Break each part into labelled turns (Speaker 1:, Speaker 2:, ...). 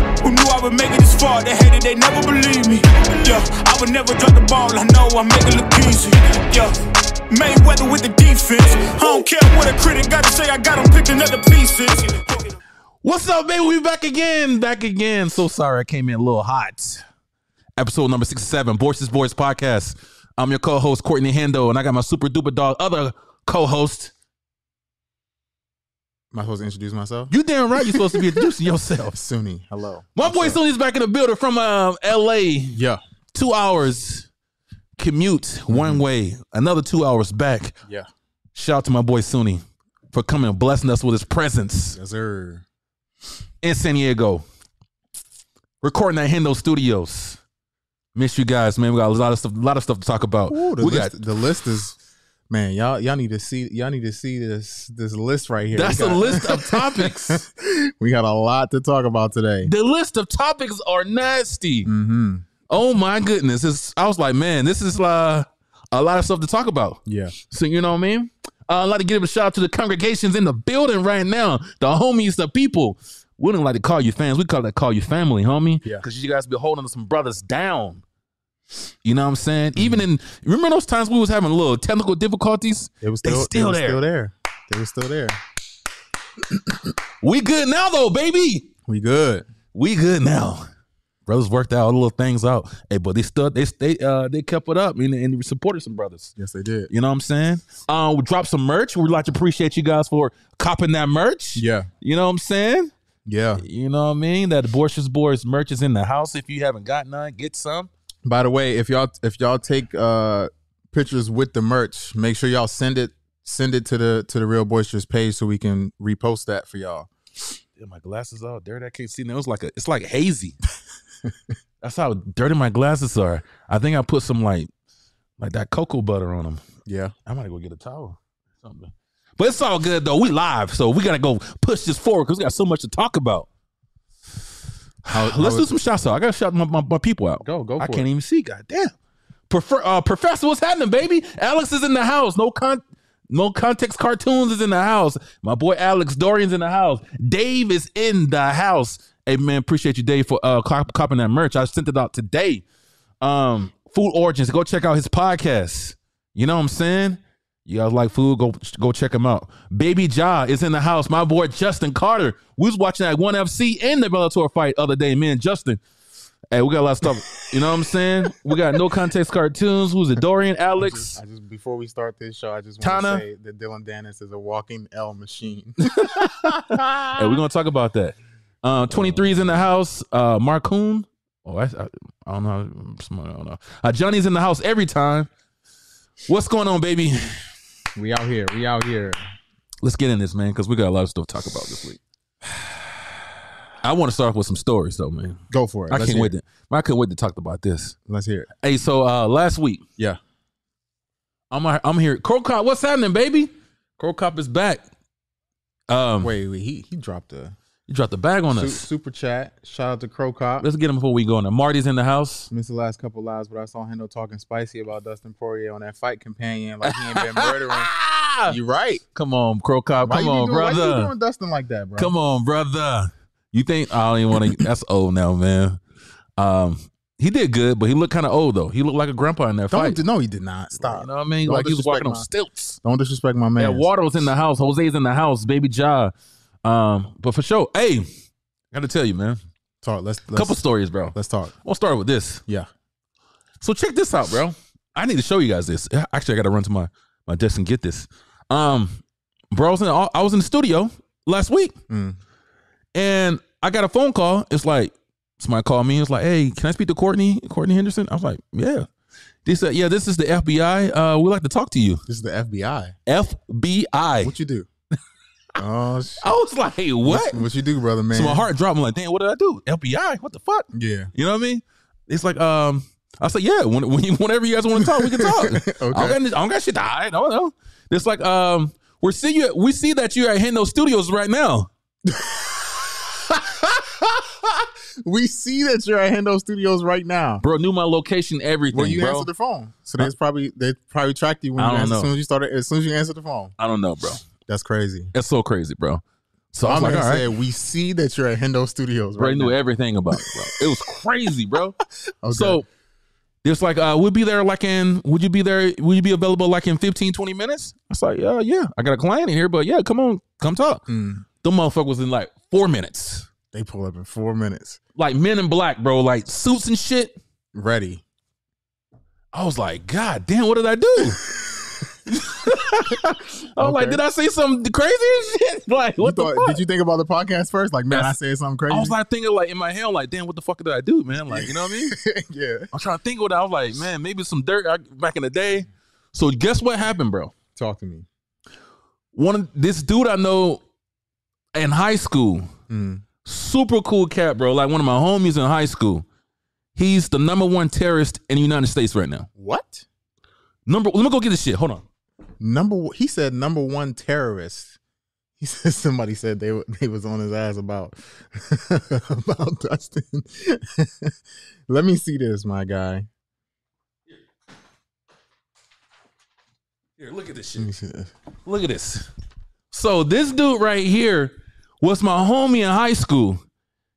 Speaker 1: never make it this far. They hated, they never believe me. Yeah, I would never drop the ball. I know I make it look easy. Yeah. Mayweather with the defense. I don't care what a critic got to say. I got him picked another pieces.
Speaker 2: What's up, baby? We back again, back again. So sorry I came in a little hot. Episode number 67, Boys is Boys Podcast. I'm your co-host, Courtney Hando, and I got my super duper dog, other co-host.
Speaker 3: Am I supposed to introduce myself?
Speaker 2: You damn right you're supposed to be introducing yourself.
Speaker 3: Suni, hello.
Speaker 2: My boy Sunny's back in the building from um, LA.
Speaker 3: Yeah,
Speaker 2: Two hours commute one way, another two hours back.
Speaker 3: Mm-hmm. yeah.
Speaker 2: Shout out to my boy Sunny for coming and blessing us with his presence
Speaker 3: Yes, sir.
Speaker 2: in San Diego. Recording at Hendo Studios. Miss you guys, man. We got a lot of stuff, a lot of stuff to talk about.
Speaker 3: Ooh, the
Speaker 2: we
Speaker 3: list,
Speaker 2: got
Speaker 3: the list is man, y'all y'all need to see y'all need to see this this list right here.
Speaker 2: that's
Speaker 3: We
Speaker 2: a
Speaker 3: got-
Speaker 2: list of topics.
Speaker 3: we got a lot to talk about today.
Speaker 2: the list of topics are nasty.
Speaker 3: Mm-hmm.
Speaker 2: Oh my goodness. It's, I was like, man, this is uh, a lot of stuff to talk about.
Speaker 3: Yeah.
Speaker 2: So you know what I mean? Uh, I'd like to give a shout out to the congregations in the building right now, the homies, the people. We don't like to call you fans. We call that call you family, homie.
Speaker 3: Yeah.
Speaker 2: Because you guys be holding some brothers down. You know what I'm saying? Even in remember those times we was having little technical difficulties?
Speaker 3: Mm-hmm. It was
Speaker 2: They
Speaker 3: still, it
Speaker 2: still
Speaker 3: was
Speaker 2: there.
Speaker 3: still there. They were still there.
Speaker 2: We good now though, baby.
Speaker 3: We good.
Speaker 2: We good now. Brothers worked out all the little things out. Hey, but they still they they uh they kept it up and, and supported some brothers.
Speaker 3: Yes, they did.
Speaker 2: You know what I'm saying? Uh, we dropped some merch. We'd like to appreciate you guys for copping that merch.
Speaker 3: Yeah.
Speaker 2: You know what I'm saying?
Speaker 3: Yeah.
Speaker 2: You know what I mean? That Borchers Boys merch is in the house. If you haven't got none, get some.
Speaker 3: By the way, if y'all if y'all take uh pictures with the merch, make sure y'all send it send it to the to the Real Boisterous page so we can repost that for y'all.
Speaker 2: Damn, my glasses all dirty. I can't see now. It's like a, it's like hazy. That's how dirty my glasses are. I think I put some like like that cocoa butter on them.
Speaker 3: Yeah.
Speaker 2: I might go get a towel. or Something. But it's all good though. We live, so we gotta go push this forward because we got so much to talk about.
Speaker 3: How,
Speaker 2: Let's
Speaker 3: how-
Speaker 2: do some shots out. I gotta shout my, my, my people out.
Speaker 3: Go, go
Speaker 2: I
Speaker 3: for
Speaker 2: can't even see. God damn. Prefer, uh, professor, what's happening, baby? Alex is in the house. No con, no context. Cartoons is in the house. My boy Alex Dorian's in the house. Dave is in the house. Hey man, appreciate you, Dave, for uh cop- copping that merch. I sent it out today. Um, Food Origins. Go check out his podcast. You know what I'm saying? You guys like food? Go go check him out. Baby Ja is in the house. My boy Justin Carter. We was watching that one FC and the Bellator fight other day. Man, Justin. Hey, we got a lot of stuff. You know what I'm saying? We got no context cartoons. Who's it? Dorian, Alex.
Speaker 3: I just before we start this show, I just
Speaker 2: wanna
Speaker 3: want
Speaker 2: Tana?
Speaker 3: to
Speaker 2: say
Speaker 3: say that Dylan Dennis is a walking L machine.
Speaker 2: Hey, we're gonna talk about that. Uh, 23 is in the house. Uh, Marcoon. Oh, I, I, I don't know. I don't know. Uh, Johnny's in the house every time. What's going on, baby?
Speaker 3: we out here. We out here.
Speaker 2: Let's get in this, man, because we got a lot of stuff to talk about this week. I want to start off with some stories, though, man.
Speaker 3: Go for it.
Speaker 2: I
Speaker 3: Let's
Speaker 2: can't
Speaker 3: hear
Speaker 2: wait.
Speaker 3: it.
Speaker 2: To, I couldn't wait to talk about this.
Speaker 3: Let's hear it.
Speaker 2: Hey, so uh, last week,
Speaker 3: Yeah.
Speaker 2: I'm I'm here. Crow Cop, what's happening, baby? Crow Cop is back. Um,
Speaker 3: Wait, wait. He he dropped a
Speaker 2: you dropped the bag on
Speaker 3: su-
Speaker 2: us.
Speaker 3: super chat. Shout out to Crow Cop.
Speaker 2: Let's get him before we go in. there. Marty's in the house.
Speaker 3: Missed the last couple lives, but I saw Hendo talking spicy about Dustin Poirier on that fight companion. Like he ain't been murdering.
Speaker 2: Ah!
Speaker 3: you right.
Speaker 2: Come on, Crow Cop.
Speaker 3: Why
Speaker 2: Come
Speaker 3: you be
Speaker 2: on,
Speaker 3: doing- Why you be
Speaker 2: brother.
Speaker 3: doing Dustin like that, bro?
Speaker 2: Come on, brother. You think I don't even want to? That's old now, man. Um, he did good, but he looked kind of old though. He looked like a grandpa in that
Speaker 3: Don't
Speaker 2: fight.
Speaker 3: di- no, he did not. Stop.
Speaker 2: You know what I mean?
Speaker 3: Don't
Speaker 2: like he was
Speaker 3: disrespect
Speaker 2: walking on
Speaker 3: my-
Speaker 2: stilts.
Speaker 3: Don't disrespect my
Speaker 2: Yeah,
Speaker 3: man.
Speaker 2: Waddle's in the house. Jose's in the house. Baby Ja. Um, but for sure, hey, gotta tell you, man.
Speaker 3: Talk. Let's let's,
Speaker 2: Couple stories, bro.
Speaker 3: let's talk.
Speaker 2: We'll start with this.
Speaker 3: Yeah.
Speaker 2: So check this out, bro. I need to show you guys this. Yeah, Actually, I got to run to my my desk and get this. Um, bro, I was in I was in the studio last week,
Speaker 3: Mm.
Speaker 2: and I got a phone call. It's like somebody called me. It's like, hey, can I speak to Courtney Courtney Henderson? I was like, yeah. They said, yeah, this is the FBI. Uh, we'd like to talk to you.
Speaker 3: This is the FBI.
Speaker 2: FBI.
Speaker 3: What you do? oh shit.
Speaker 2: I was like, hey, what?
Speaker 3: What you do, brother man?
Speaker 2: So my heart dropped. I'm like, damn, what did I do? FBI? What the fuck?
Speaker 3: Yeah.
Speaker 2: You know what I mean? It's like, um, I said, yeah, when, when you, whenever you guys want to talk, we can talk.
Speaker 3: Okay.
Speaker 2: I, don't got, I don't got shit to hide. I don't know. It's like, um, we're see you. We see that you're at Hendo Studios right now.
Speaker 3: We see that you're at Hendo Studios right now.
Speaker 2: Bro, knew my location, everything,
Speaker 3: Well, you
Speaker 2: bro.
Speaker 3: answered the phone, so they probably they probably tracked you when
Speaker 2: I
Speaker 3: you
Speaker 2: don't
Speaker 3: answered,
Speaker 2: know.
Speaker 3: as soon as you started as soon as you answered the phone.
Speaker 2: I don't know, bro.
Speaker 3: That's crazy.
Speaker 2: That's so crazy, bro. So
Speaker 3: My
Speaker 2: I'm like,
Speaker 3: man
Speaker 2: all right.
Speaker 3: said, we see that you're at Hendo Studios
Speaker 2: Bro, I
Speaker 3: right
Speaker 2: knew
Speaker 3: now.
Speaker 2: everything about it, bro. It was crazy, bro.
Speaker 3: Okay.
Speaker 2: So it's like, uh, we'll be there like in, would you be there? Would you be available like in 15, 20 minutes? I was like, uh, yeah, I got a client in here, but yeah, come on, come talk.
Speaker 3: Mm,
Speaker 2: The motherfucker was in like four minutes.
Speaker 3: they pull up in four minutes.
Speaker 2: Like men in black, bro, like suits and shit.
Speaker 3: Ready.
Speaker 2: I was like, God damn, what did I do? I was like,
Speaker 3: Okay.
Speaker 2: did I say something crazy and shit? Like, what
Speaker 3: you
Speaker 2: the
Speaker 3: thought-
Speaker 2: fuck?
Speaker 3: Did you think about the podcast first? Like, man, I
Speaker 2: That's-
Speaker 3: said something crazy.
Speaker 2: I was like thinking like in my head, I'm like, damn, what the fuck did I do, man? Like, you know what I mean?
Speaker 3: yeah.
Speaker 2: I'm trying to think what I was like, man, maybe some dirt I, back in the day. So guess what happened, bro?
Speaker 3: Talk to me.
Speaker 2: One of this dude I know in high school,
Speaker 3: Mm.
Speaker 2: super cool cat, bro. Like one of my homies in high school. He's the number one terrorist in the United States right now.
Speaker 3: What?
Speaker 2: Number, let me go get this shit. Hold on.
Speaker 3: Number. o- He said number one terrorist. He said somebody said they were- they was on his ass about about Dustin. Let me see this, my guy.
Speaker 2: Here, look at this shit.
Speaker 3: Let me see this.
Speaker 2: Look at this. So this dude right here was my homie in high school,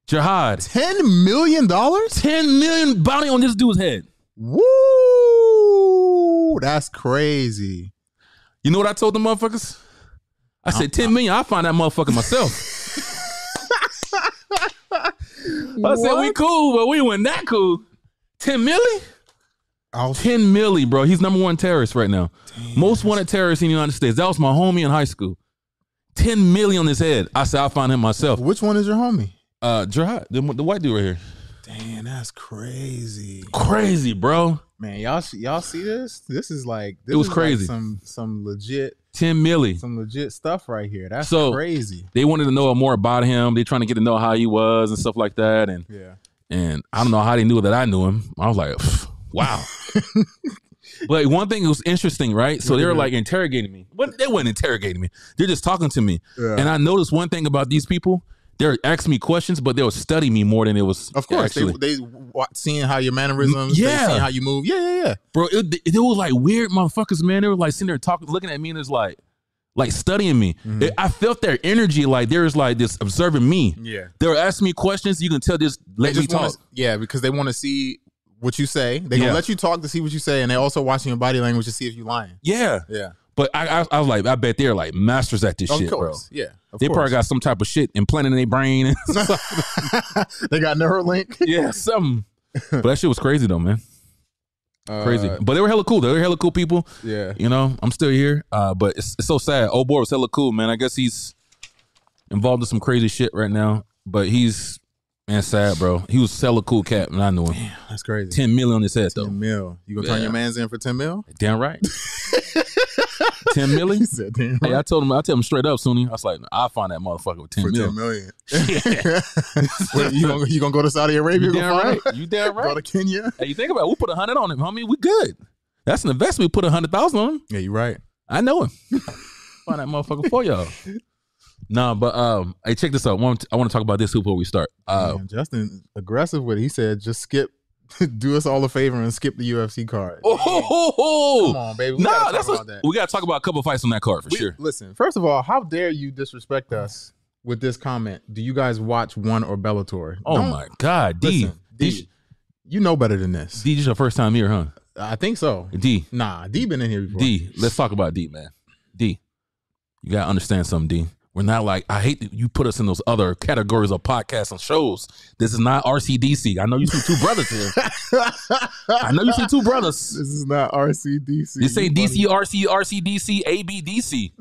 Speaker 2: Jihad.
Speaker 3: Ten million dollars.
Speaker 2: Ten million bounty on this dude's head.
Speaker 3: Woo! That's crazy.
Speaker 2: You know what I told the motherfuckers? I said ten million. I find that motherfucker myself. I said we
Speaker 3: What?
Speaker 2: cool, but we weren't that cool. Ten million.
Speaker 3: I'll-
Speaker 2: Ten milli, bro. He's number one terrorist right now. Most wanted terrorist in the United States. That was my homie in high school. Ten million on his head. I said I'll find him myself.
Speaker 3: Which one is your homie?
Speaker 2: Uh, Jihad, the, the white dude right here.
Speaker 3: Damn, that's crazy.
Speaker 2: Crazy, bro.
Speaker 3: Man, y'all see- y'all see this? This is like this
Speaker 2: It was
Speaker 3: is like
Speaker 2: crazy.
Speaker 3: some some legit
Speaker 2: 10 milli.
Speaker 3: some legit stuff right here. That's
Speaker 2: So-
Speaker 3: crazy.
Speaker 2: They wanted to know more about him. They trying to get to know how he was and stuff like that. And
Speaker 3: Yeah.
Speaker 2: and I don't know how they knew that I knew him. I was like, "Pff, wow. but one thing was interesting, right? So they were like interrogating me. But they weren't interrogating me. They're just talking to me.
Speaker 3: Yeah.
Speaker 2: And I noticed one thing about these people. They're asking me questions, but they'll study me more than it was.
Speaker 3: Of course,
Speaker 2: actually.
Speaker 3: they they wa- seeing how your mannerisms,
Speaker 2: Yeah.
Speaker 3: they seeing how you move. Yeah, yeah, yeah.
Speaker 2: bro. It, it, was like weird motherfuckers, man. They were like sitting there talking, looking at me, and it's like, like studying me.
Speaker 3: Mm-hmm.
Speaker 2: It- I felt their energy, like there was like this observing me.
Speaker 3: Yeah.
Speaker 2: They were asking me questions. You can tell this.
Speaker 3: They
Speaker 2: Let me
Speaker 3: just
Speaker 2: talk.
Speaker 3: want Yeah, because they want to see what you say. They
Speaker 2: Yeah.
Speaker 3: gonna let you talk to see what you say, and they also watching your body language to see if you lying.
Speaker 2: yeah,
Speaker 3: Yeah.
Speaker 2: but I, I, I was like, I bet they're like masters at this
Speaker 3: Oh, Of
Speaker 2: shit, bro.
Speaker 3: course. Yeah. Of
Speaker 2: They probably
Speaker 3: course.
Speaker 2: got some type of shit implanted in their brain.
Speaker 3: they got Neuralink.
Speaker 2: yeah, something. But that shit was crazy though, man.
Speaker 3: Uh,
Speaker 2: Crazy. but they were hella cool. They were hella cool people.
Speaker 3: Yeah.
Speaker 2: You know, I'm still here. Uh, but it's, it's so sad. Old boy was hella cool, man. I guess he's involved in some crazy shit right now. But he's man, sad, bro. He was hella cool cat, and I knew him.
Speaker 3: That's crazy.
Speaker 2: Ten million on his head though.
Speaker 3: 10 mil. You gonna turn
Speaker 2: Yeah.
Speaker 3: your man's in for 10 mil?
Speaker 2: Damn right. ten million.
Speaker 3: He said, damn.
Speaker 2: Hey, I
Speaker 3: right,
Speaker 2: told him. I tell him straight up, Sunny. I was like, I will find that motherfucker with
Speaker 3: for
Speaker 2: ten
Speaker 3: 10
Speaker 2: million.
Speaker 3: million. Wait, you, gonna, you gonna go to Saudi Arabia?
Speaker 2: You
Speaker 3: go
Speaker 2: damn
Speaker 3: find
Speaker 2: right.
Speaker 3: him?
Speaker 2: You damn
Speaker 3: Go
Speaker 2: right.
Speaker 3: to Kenya?
Speaker 2: Hey, you think about it, we put a hundred on him, homie. We good. That's an investment. We put a hundred thousand on him.
Speaker 3: Yeah, you're right.
Speaker 2: I know him. Find that motherfucker for y'all. Nah, but um, hey, check this out. One, I want to talk about this hoop before we start. Uh,
Speaker 3: Damn, Justin aggressive with it. He said, just skip, do us all a favor and skip the UFC card.
Speaker 2: oh, ho, ho, ho.
Speaker 3: Come on, baby. We
Speaker 2: nah,
Speaker 3: gotta
Speaker 2: that's
Speaker 3: talk
Speaker 2: what
Speaker 3: about that.
Speaker 2: we gotta talk about. A couple fights on that card for
Speaker 3: We-
Speaker 2: sure.
Speaker 3: Listen, first of all, how dare you disrespect us with this comment? Do you guys watch one or Bellator?
Speaker 2: Oh
Speaker 3: Don't-
Speaker 2: my god, D,
Speaker 3: Listen,
Speaker 2: D,
Speaker 3: D, you know better than this.
Speaker 2: D, this your first time here, huh?
Speaker 3: I think so.
Speaker 2: D,
Speaker 3: Nah, D been in here before.
Speaker 2: D, let's talk about D, man. D, you gotta understand something, D. We're not like I hate that you put us in those other categories of podcasts and shows. This is not RCDC. I know you see two brothers here. I know you see two brothers.
Speaker 3: This is not RCDC.
Speaker 2: This ain't
Speaker 3: You
Speaker 2: DC, RC, RCDC, ABDC.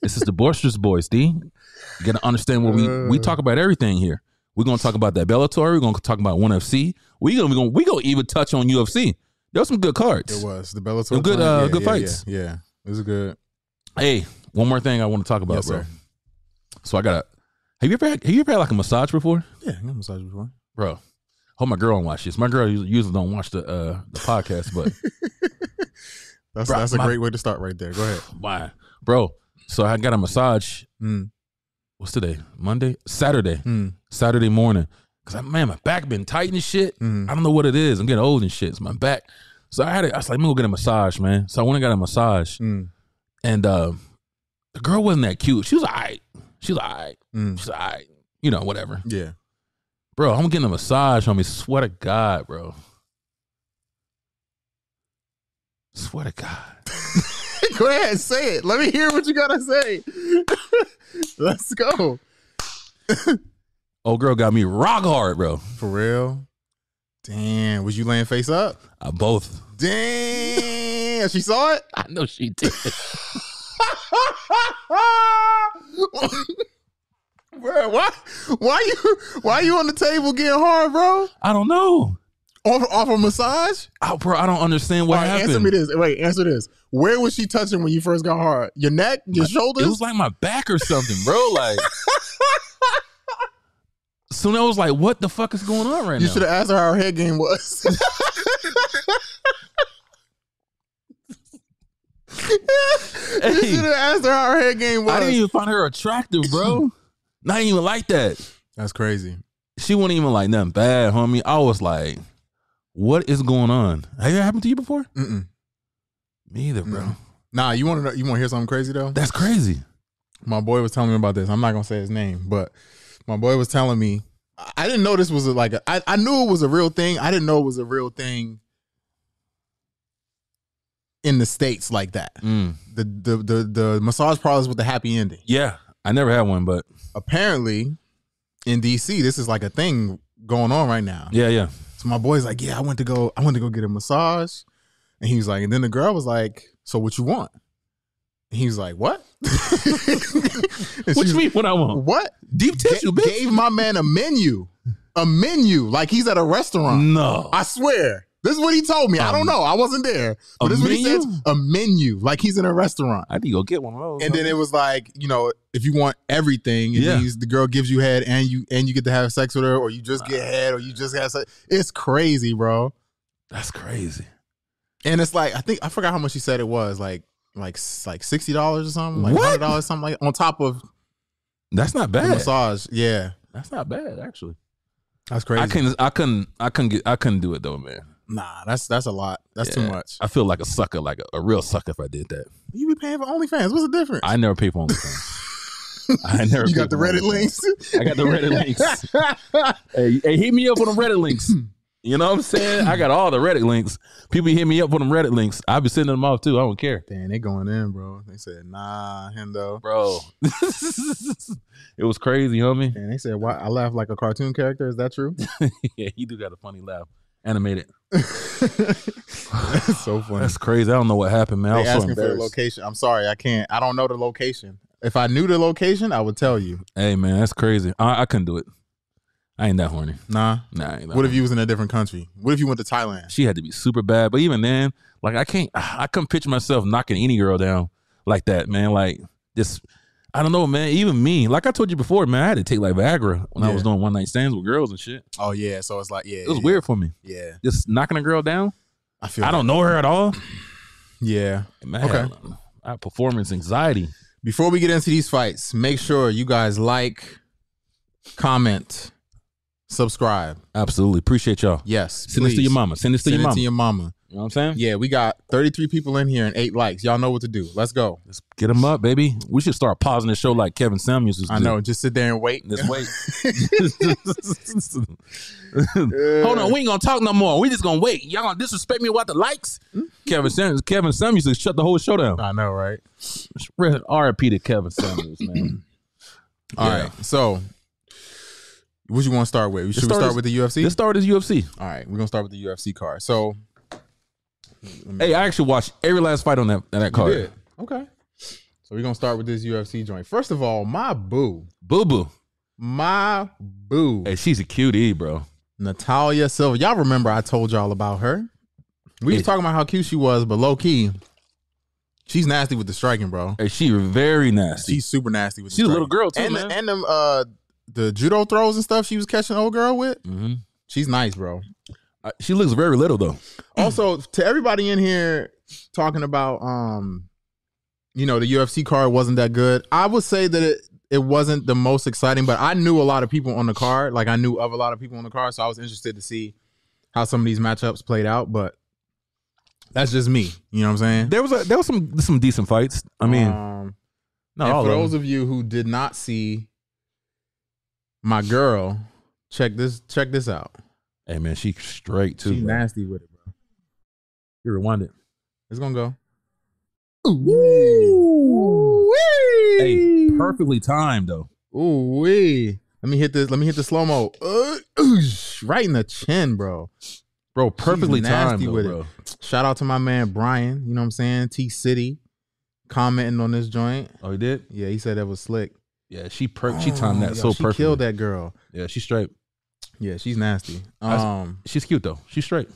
Speaker 2: this is the boisterous boys, D. You gotta understand what we we talk about everything here. We're gonna talk about that Bellator. We're gonna talk about ONE FC. We gonna we gonna we gonna even touch on UFC. There was some good
Speaker 3: It
Speaker 2: cards.
Speaker 3: was the Bellator.
Speaker 2: Some good,
Speaker 3: fight?
Speaker 2: uh,
Speaker 3: yeah,
Speaker 2: good
Speaker 3: yeah,
Speaker 2: fights.
Speaker 3: Yeah, yeah. it was good.
Speaker 2: Hey, one more thing I want to talk about,
Speaker 3: Yes,
Speaker 2: bro.
Speaker 3: sir.
Speaker 2: So I gotta. Have you ever had, have you ever had like a massage before,
Speaker 3: Yeah, I got massage before.
Speaker 2: bro? Hope my girl don't watch this. My girl usually usually don't watch the uh, the podcast, but
Speaker 3: That's
Speaker 2: Bruh,
Speaker 3: that's a
Speaker 2: my-
Speaker 3: great way to start right there. Go ahead.
Speaker 2: why, bro? So I got a massage.
Speaker 3: Mm,
Speaker 2: What's today? Monday, Saturday.
Speaker 3: mm,
Speaker 2: Saturday morning. Cause I, man, my back been tight and shit.
Speaker 3: mm.
Speaker 2: I don't know what it is. I'm getting old and shit. It's my back. So I had it. I was like, let me go get a massage, man. So I went and got a massage,
Speaker 3: Mm.
Speaker 2: and uh, the girl wasn't that cute. She was all right. She's like, all right.
Speaker 3: Mm,
Speaker 2: She's like, all right. You know, whatever.
Speaker 3: yeah.
Speaker 2: Bro, I'm getting a massage, homie. Swear to God, bro. Swear to God.
Speaker 3: Go ahead, say it. Let me hear what you gotta say. Let's go.
Speaker 2: Old Oh, girl got me rock hard, bro.
Speaker 3: For real? Damn. Was you laying face up?
Speaker 2: I both.
Speaker 3: Damn. She saw it?
Speaker 2: I know she did.
Speaker 3: bro, why why you why you on the table getting hard, bro?
Speaker 2: I don't know.
Speaker 3: Off off a massage?
Speaker 2: Oh, bro, I don't understand what
Speaker 3: All right,
Speaker 2: happened.
Speaker 3: answer me this. Wait, answer this. Where was she touching when you first got hard? Your neck? Your shoulders?
Speaker 2: It was like my back or something, bro. Like, soon I was like, "What the fuck is going on right
Speaker 3: you
Speaker 2: now?"
Speaker 3: should have asked her how her head game was. You
Speaker 2: Hey,
Speaker 3: should have asked her how her head game was.
Speaker 2: I didn't even find her attractive, bro. Not even like that.
Speaker 3: That's crazy.
Speaker 2: She wasn't even like nothing bad, homie. I was like, "What is going on?" Have that happened to you before?
Speaker 3: Mm-mm.
Speaker 2: Me either, bro.
Speaker 3: No. Nah, you want to you want to hear something crazy though?
Speaker 2: That's crazy.
Speaker 3: my boy was telling me about this. I'm not gonna say his name, but my boy was telling me. I- I didn't know this was a, like a, I, I knew it was a real thing. I didn't know it was a real thing in the states like that.
Speaker 2: Mm.
Speaker 3: The the the the massage parlors with the happy ending.
Speaker 2: Yeah, I never had one, but
Speaker 3: Apparently, in DC, this is like a thing going on right now.
Speaker 2: yeah, yeah.
Speaker 3: So my boy's like, yeah, I went to go, I went to go get a massage. And he was like, and then the girl was like, so what you want? And he was like, what?
Speaker 2: What you
Speaker 3: mean?
Speaker 2: mean? What I want?
Speaker 3: What?
Speaker 2: Deep tissue,
Speaker 3: Ga-
Speaker 2: bitch.
Speaker 3: Gave my man a menu. A menu. Like he's at a restaurant.
Speaker 2: No,
Speaker 3: I swear. This is what he told me. I don't
Speaker 2: Um,
Speaker 3: know. I wasn't there. But
Speaker 2: a
Speaker 3: this is what he
Speaker 2: menu?
Speaker 3: says. A menu. Like he's in a restaurant.
Speaker 2: I need to go get one of those.
Speaker 3: And then it was like, you know, if you want everything, it
Speaker 2: Yeah.
Speaker 3: means the girl gives you head and you and you get to have sex with her, or you just get head, or you just have sex. It's crazy, bro.
Speaker 2: that's crazy.
Speaker 3: And it's like I think I forgot how much he said it was, like like s- like sixty dollars or something, like
Speaker 2: What?
Speaker 3: hundred dollars, something like on top of
Speaker 2: That's not
Speaker 3: the
Speaker 2: bad.
Speaker 3: massage. Yeah,
Speaker 2: That's not bad actually.
Speaker 3: that's crazy.
Speaker 2: I couldn't. I couldn't. I couldn't get. I couldn't do it though, man.
Speaker 3: nah, that's that's a lot. That's too
Speaker 2: Yeah.
Speaker 3: much.
Speaker 2: I feel like a sucker, like a, a real sucker, if I did that.
Speaker 3: You be paying for OnlyFans. What's the difference?
Speaker 2: I never pay for OnlyFans. I never.
Speaker 3: you
Speaker 2: pay
Speaker 3: got the
Speaker 2: for
Speaker 3: Reddit
Speaker 2: OnlyFans.
Speaker 3: links.
Speaker 2: I got the Reddit links. hey, hey, hit me up on them Reddit links. You know what I'm saying? I got all the Reddit links. People hit me up on them Reddit links. I've been sending them off too. I don't care,
Speaker 3: Damn, they going in, bro. They said, nah, Hendo.
Speaker 2: bro. it was crazy, homie.
Speaker 3: And they said, why? I laugh like a cartoon character. Is that true?
Speaker 2: yeah, he do got a funny laugh. Animated.
Speaker 3: that's so funny.
Speaker 2: That's crazy. I don't know what happened, man.
Speaker 3: they
Speaker 2: I was so
Speaker 3: asking for the
Speaker 2: embarrassed.
Speaker 3: location. I'm sorry, I can't. I don't know the location. If I knew the location, I would tell you.
Speaker 2: Hey, man, that's crazy. I, I couldn't do it. I ain't that horny.
Speaker 3: Nah.
Speaker 2: Nah, I ain't that
Speaker 3: What if
Speaker 2: horny.
Speaker 3: you was in a different country? What if you went to Thailand?
Speaker 2: she had to be super bad. But even then, like I can't, I couldn't picture myself knocking any girl down like that, man. Like this, I don't know, man. Even me, like I told you before, man, I had to take like Viagra when I was
Speaker 3: Yeah.
Speaker 2: doing one night stands with girls and shit.
Speaker 3: Oh yeah. So it's like yeah.
Speaker 2: It was
Speaker 3: yeah,
Speaker 2: weird for me,
Speaker 3: Yeah.
Speaker 2: just knocking a girl down.
Speaker 3: I feel.
Speaker 2: I don't know her at all.
Speaker 3: Yeah.
Speaker 2: Man, I had- I had performance anxiety.
Speaker 3: before we get into these fights, make sure you guys like, comment, subscribe.
Speaker 2: Absolutely appreciate y'all.
Speaker 3: Yes.
Speaker 2: Send this to
Speaker 3: please.
Speaker 2: your mama. Send this to
Speaker 3: Send
Speaker 2: your
Speaker 3: it
Speaker 2: mama.
Speaker 3: to your mama.
Speaker 2: you know what I'm saying?
Speaker 3: Yeah, we got 33 people in here and eight likes. Y'all know what to do. Let's go.
Speaker 2: Let's get them up, baby. We should start pausing the show like Kevin Samuels is.
Speaker 3: I
Speaker 2: doing.
Speaker 3: know. Just sit there and wait.
Speaker 2: Let's wait. Hold on, we ain't gonna talk no more. We just gonna wait. Y'all gonna disrespect me about the likes?
Speaker 3: Hmm?
Speaker 2: Kevin Samuels, Kevin Samuels just shut the whole show down.
Speaker 3: I know, right?
Speaker 2: Rest- R.I.P. to Kevin Samuels, man.
Speaker 3: All right.
Speaker 2: Yeah.
Speaker 3: So, what you want to start with? Should we
Speaker 2: start
Speaker 3: start
Speaker 2: with-
Speaker 3: with the UFC?
Speaker 2: Let's start this UFC.
Speaker 3: All right, we're gonna start with the UFC card. So,
Speaker 2: Hey, I actually watched every last fight on that on that
Speaker 3: Mm. you
Speaker 2: card.
Speaker 3: did. okay. So we're gonna start with this UFC joint. First of all, my boo,
Speaker 2: Boo boo.
Speaker 3: my boo,
Speaker 2: Hey, she's a cutie, bro.
Speaker 3: Natalia Silva. Y'all remember I told y'all about her? We was
Speaker 2: Yeah.
Speaker 3: talking about how cute she was, but low key, she's nasty with the striking, bro.
Speaker 2: Hey, she very nasty.
Speaker 3: She's super nasty with. the
Speaker 2: She's a little
Speaker 3: striking.
Speaker 2: girl, too,
Speaker 3: and
Speaker 2: man.
Speaker 3: and them uh the judo throws and stuff she was catching old girl with.
Speaker 2: Mhm.
Speaker 3: She's nice, bro.
Speaker 2: Uh, She looks very little though.
Speaker 3: also to everybody in here talking about um you know the UFC card wasn't that good. I would say that it it wasn't the most exciting, but I knew a lot of people on the card. Like I knew of a lot of people on the card, so I was interested to see how some of these matchups played out, but that's just me. You know what I'm saying?
Speaker 2: Uh, There was a, there was some some decent fights. I mean,
Speaker 3: um,
Speaker 2: No,
Speaker 3: and
Speaker 2: all
Speaker 3: for
Speaker 2: of
Speaker 3: those
Speaker 2: them.
Speaker 3: of you who did not see my girl, check this check this out.
Speaker 2: Hey man, she straight too.
Speaker 3: She's
Speaker 2: bro.
Speaker 3: nasty with it, bro.
Speaker 2: You rewind it.
Speaker 3: It's gonna go.
Speaker 2: Hey, perfectly timed though.
Speaker 3: Ooh wee. Let me hit this. Let me hit the slow mo. Uh, oosh, right in the chin, bro.
Speaker 2: Bro, perfectly timed
Speaker 3: nasty
Speaker 2: though,
Speaker 3: with it.
Speaker 2: bro.
Speaker 3: Shout out to my man Brian. You know what I'm saying? T City commenting on this joint.
Speaker 2: Oh, he did?
Speaker 3: Yeah, he said that was slick.
Speaker 2: Yeah, she per- she timed
Speaker 3: Oh,
Speaker 2: that
Speaker 3: yo,
Speaker 2: so
Speaker 3: she
Speaker 2: perfectly.
Speaker 3: killed that girl.
Speaker 2: Yeah, she's straight.
Speaker 3: Yeah, she's nasty.
Speaker 2: That's-
Speaker 3: Um,
Speaker 2: She's cute though. She's straight.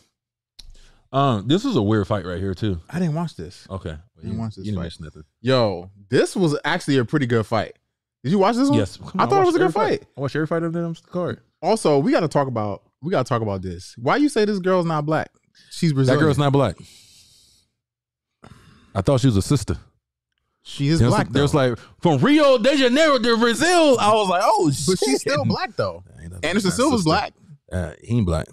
Speaker 2: Um, this is a weird fight right here too.
Speaker 3: I didn't watch this.
Speaker 2: Okay,
Speaker 3: Didn't watch this
Speaker 2: you didn't
Speaker 3: fight.
Speaker 2: miss nothing.
Speaker 3: Yo, this was actually a pretty good fight. Did you watch this one?
Speaker 2: Yes, Come
Speaker 3: I
Speaker 2: on,
Speaker 3: thought it
Speaker 2: watched
Speaker 3: was a good
Speaker 2: every
Speaker 3: fight.
Speaker 2: I watched every fight of them card.
Speaker 3: Also, we got to talk about we got to talk about this. Why you say this girl's not black? She's
Speaker 2: That
Speaker 3: Brazilian.
Speaker 2: girl's not black. I thought she was a sister.
Speaker 3: She is
Speaker 2: There's
Speaker 3: black.
Speaker 2: there's
Speaker 3: though.
Speaker 2: like from Rio de Janeiro to Brazil. I was like, oh, shit.
Speaker 3: but she's still black though.
Speaker 2: Ain't nothing
Speaker 3: Anderson
Speaker 2: about
Speaker 3: Silva's
Speaker 2: sister.
Speaker 3: black.
Speaker 2: Uh, he ain't black.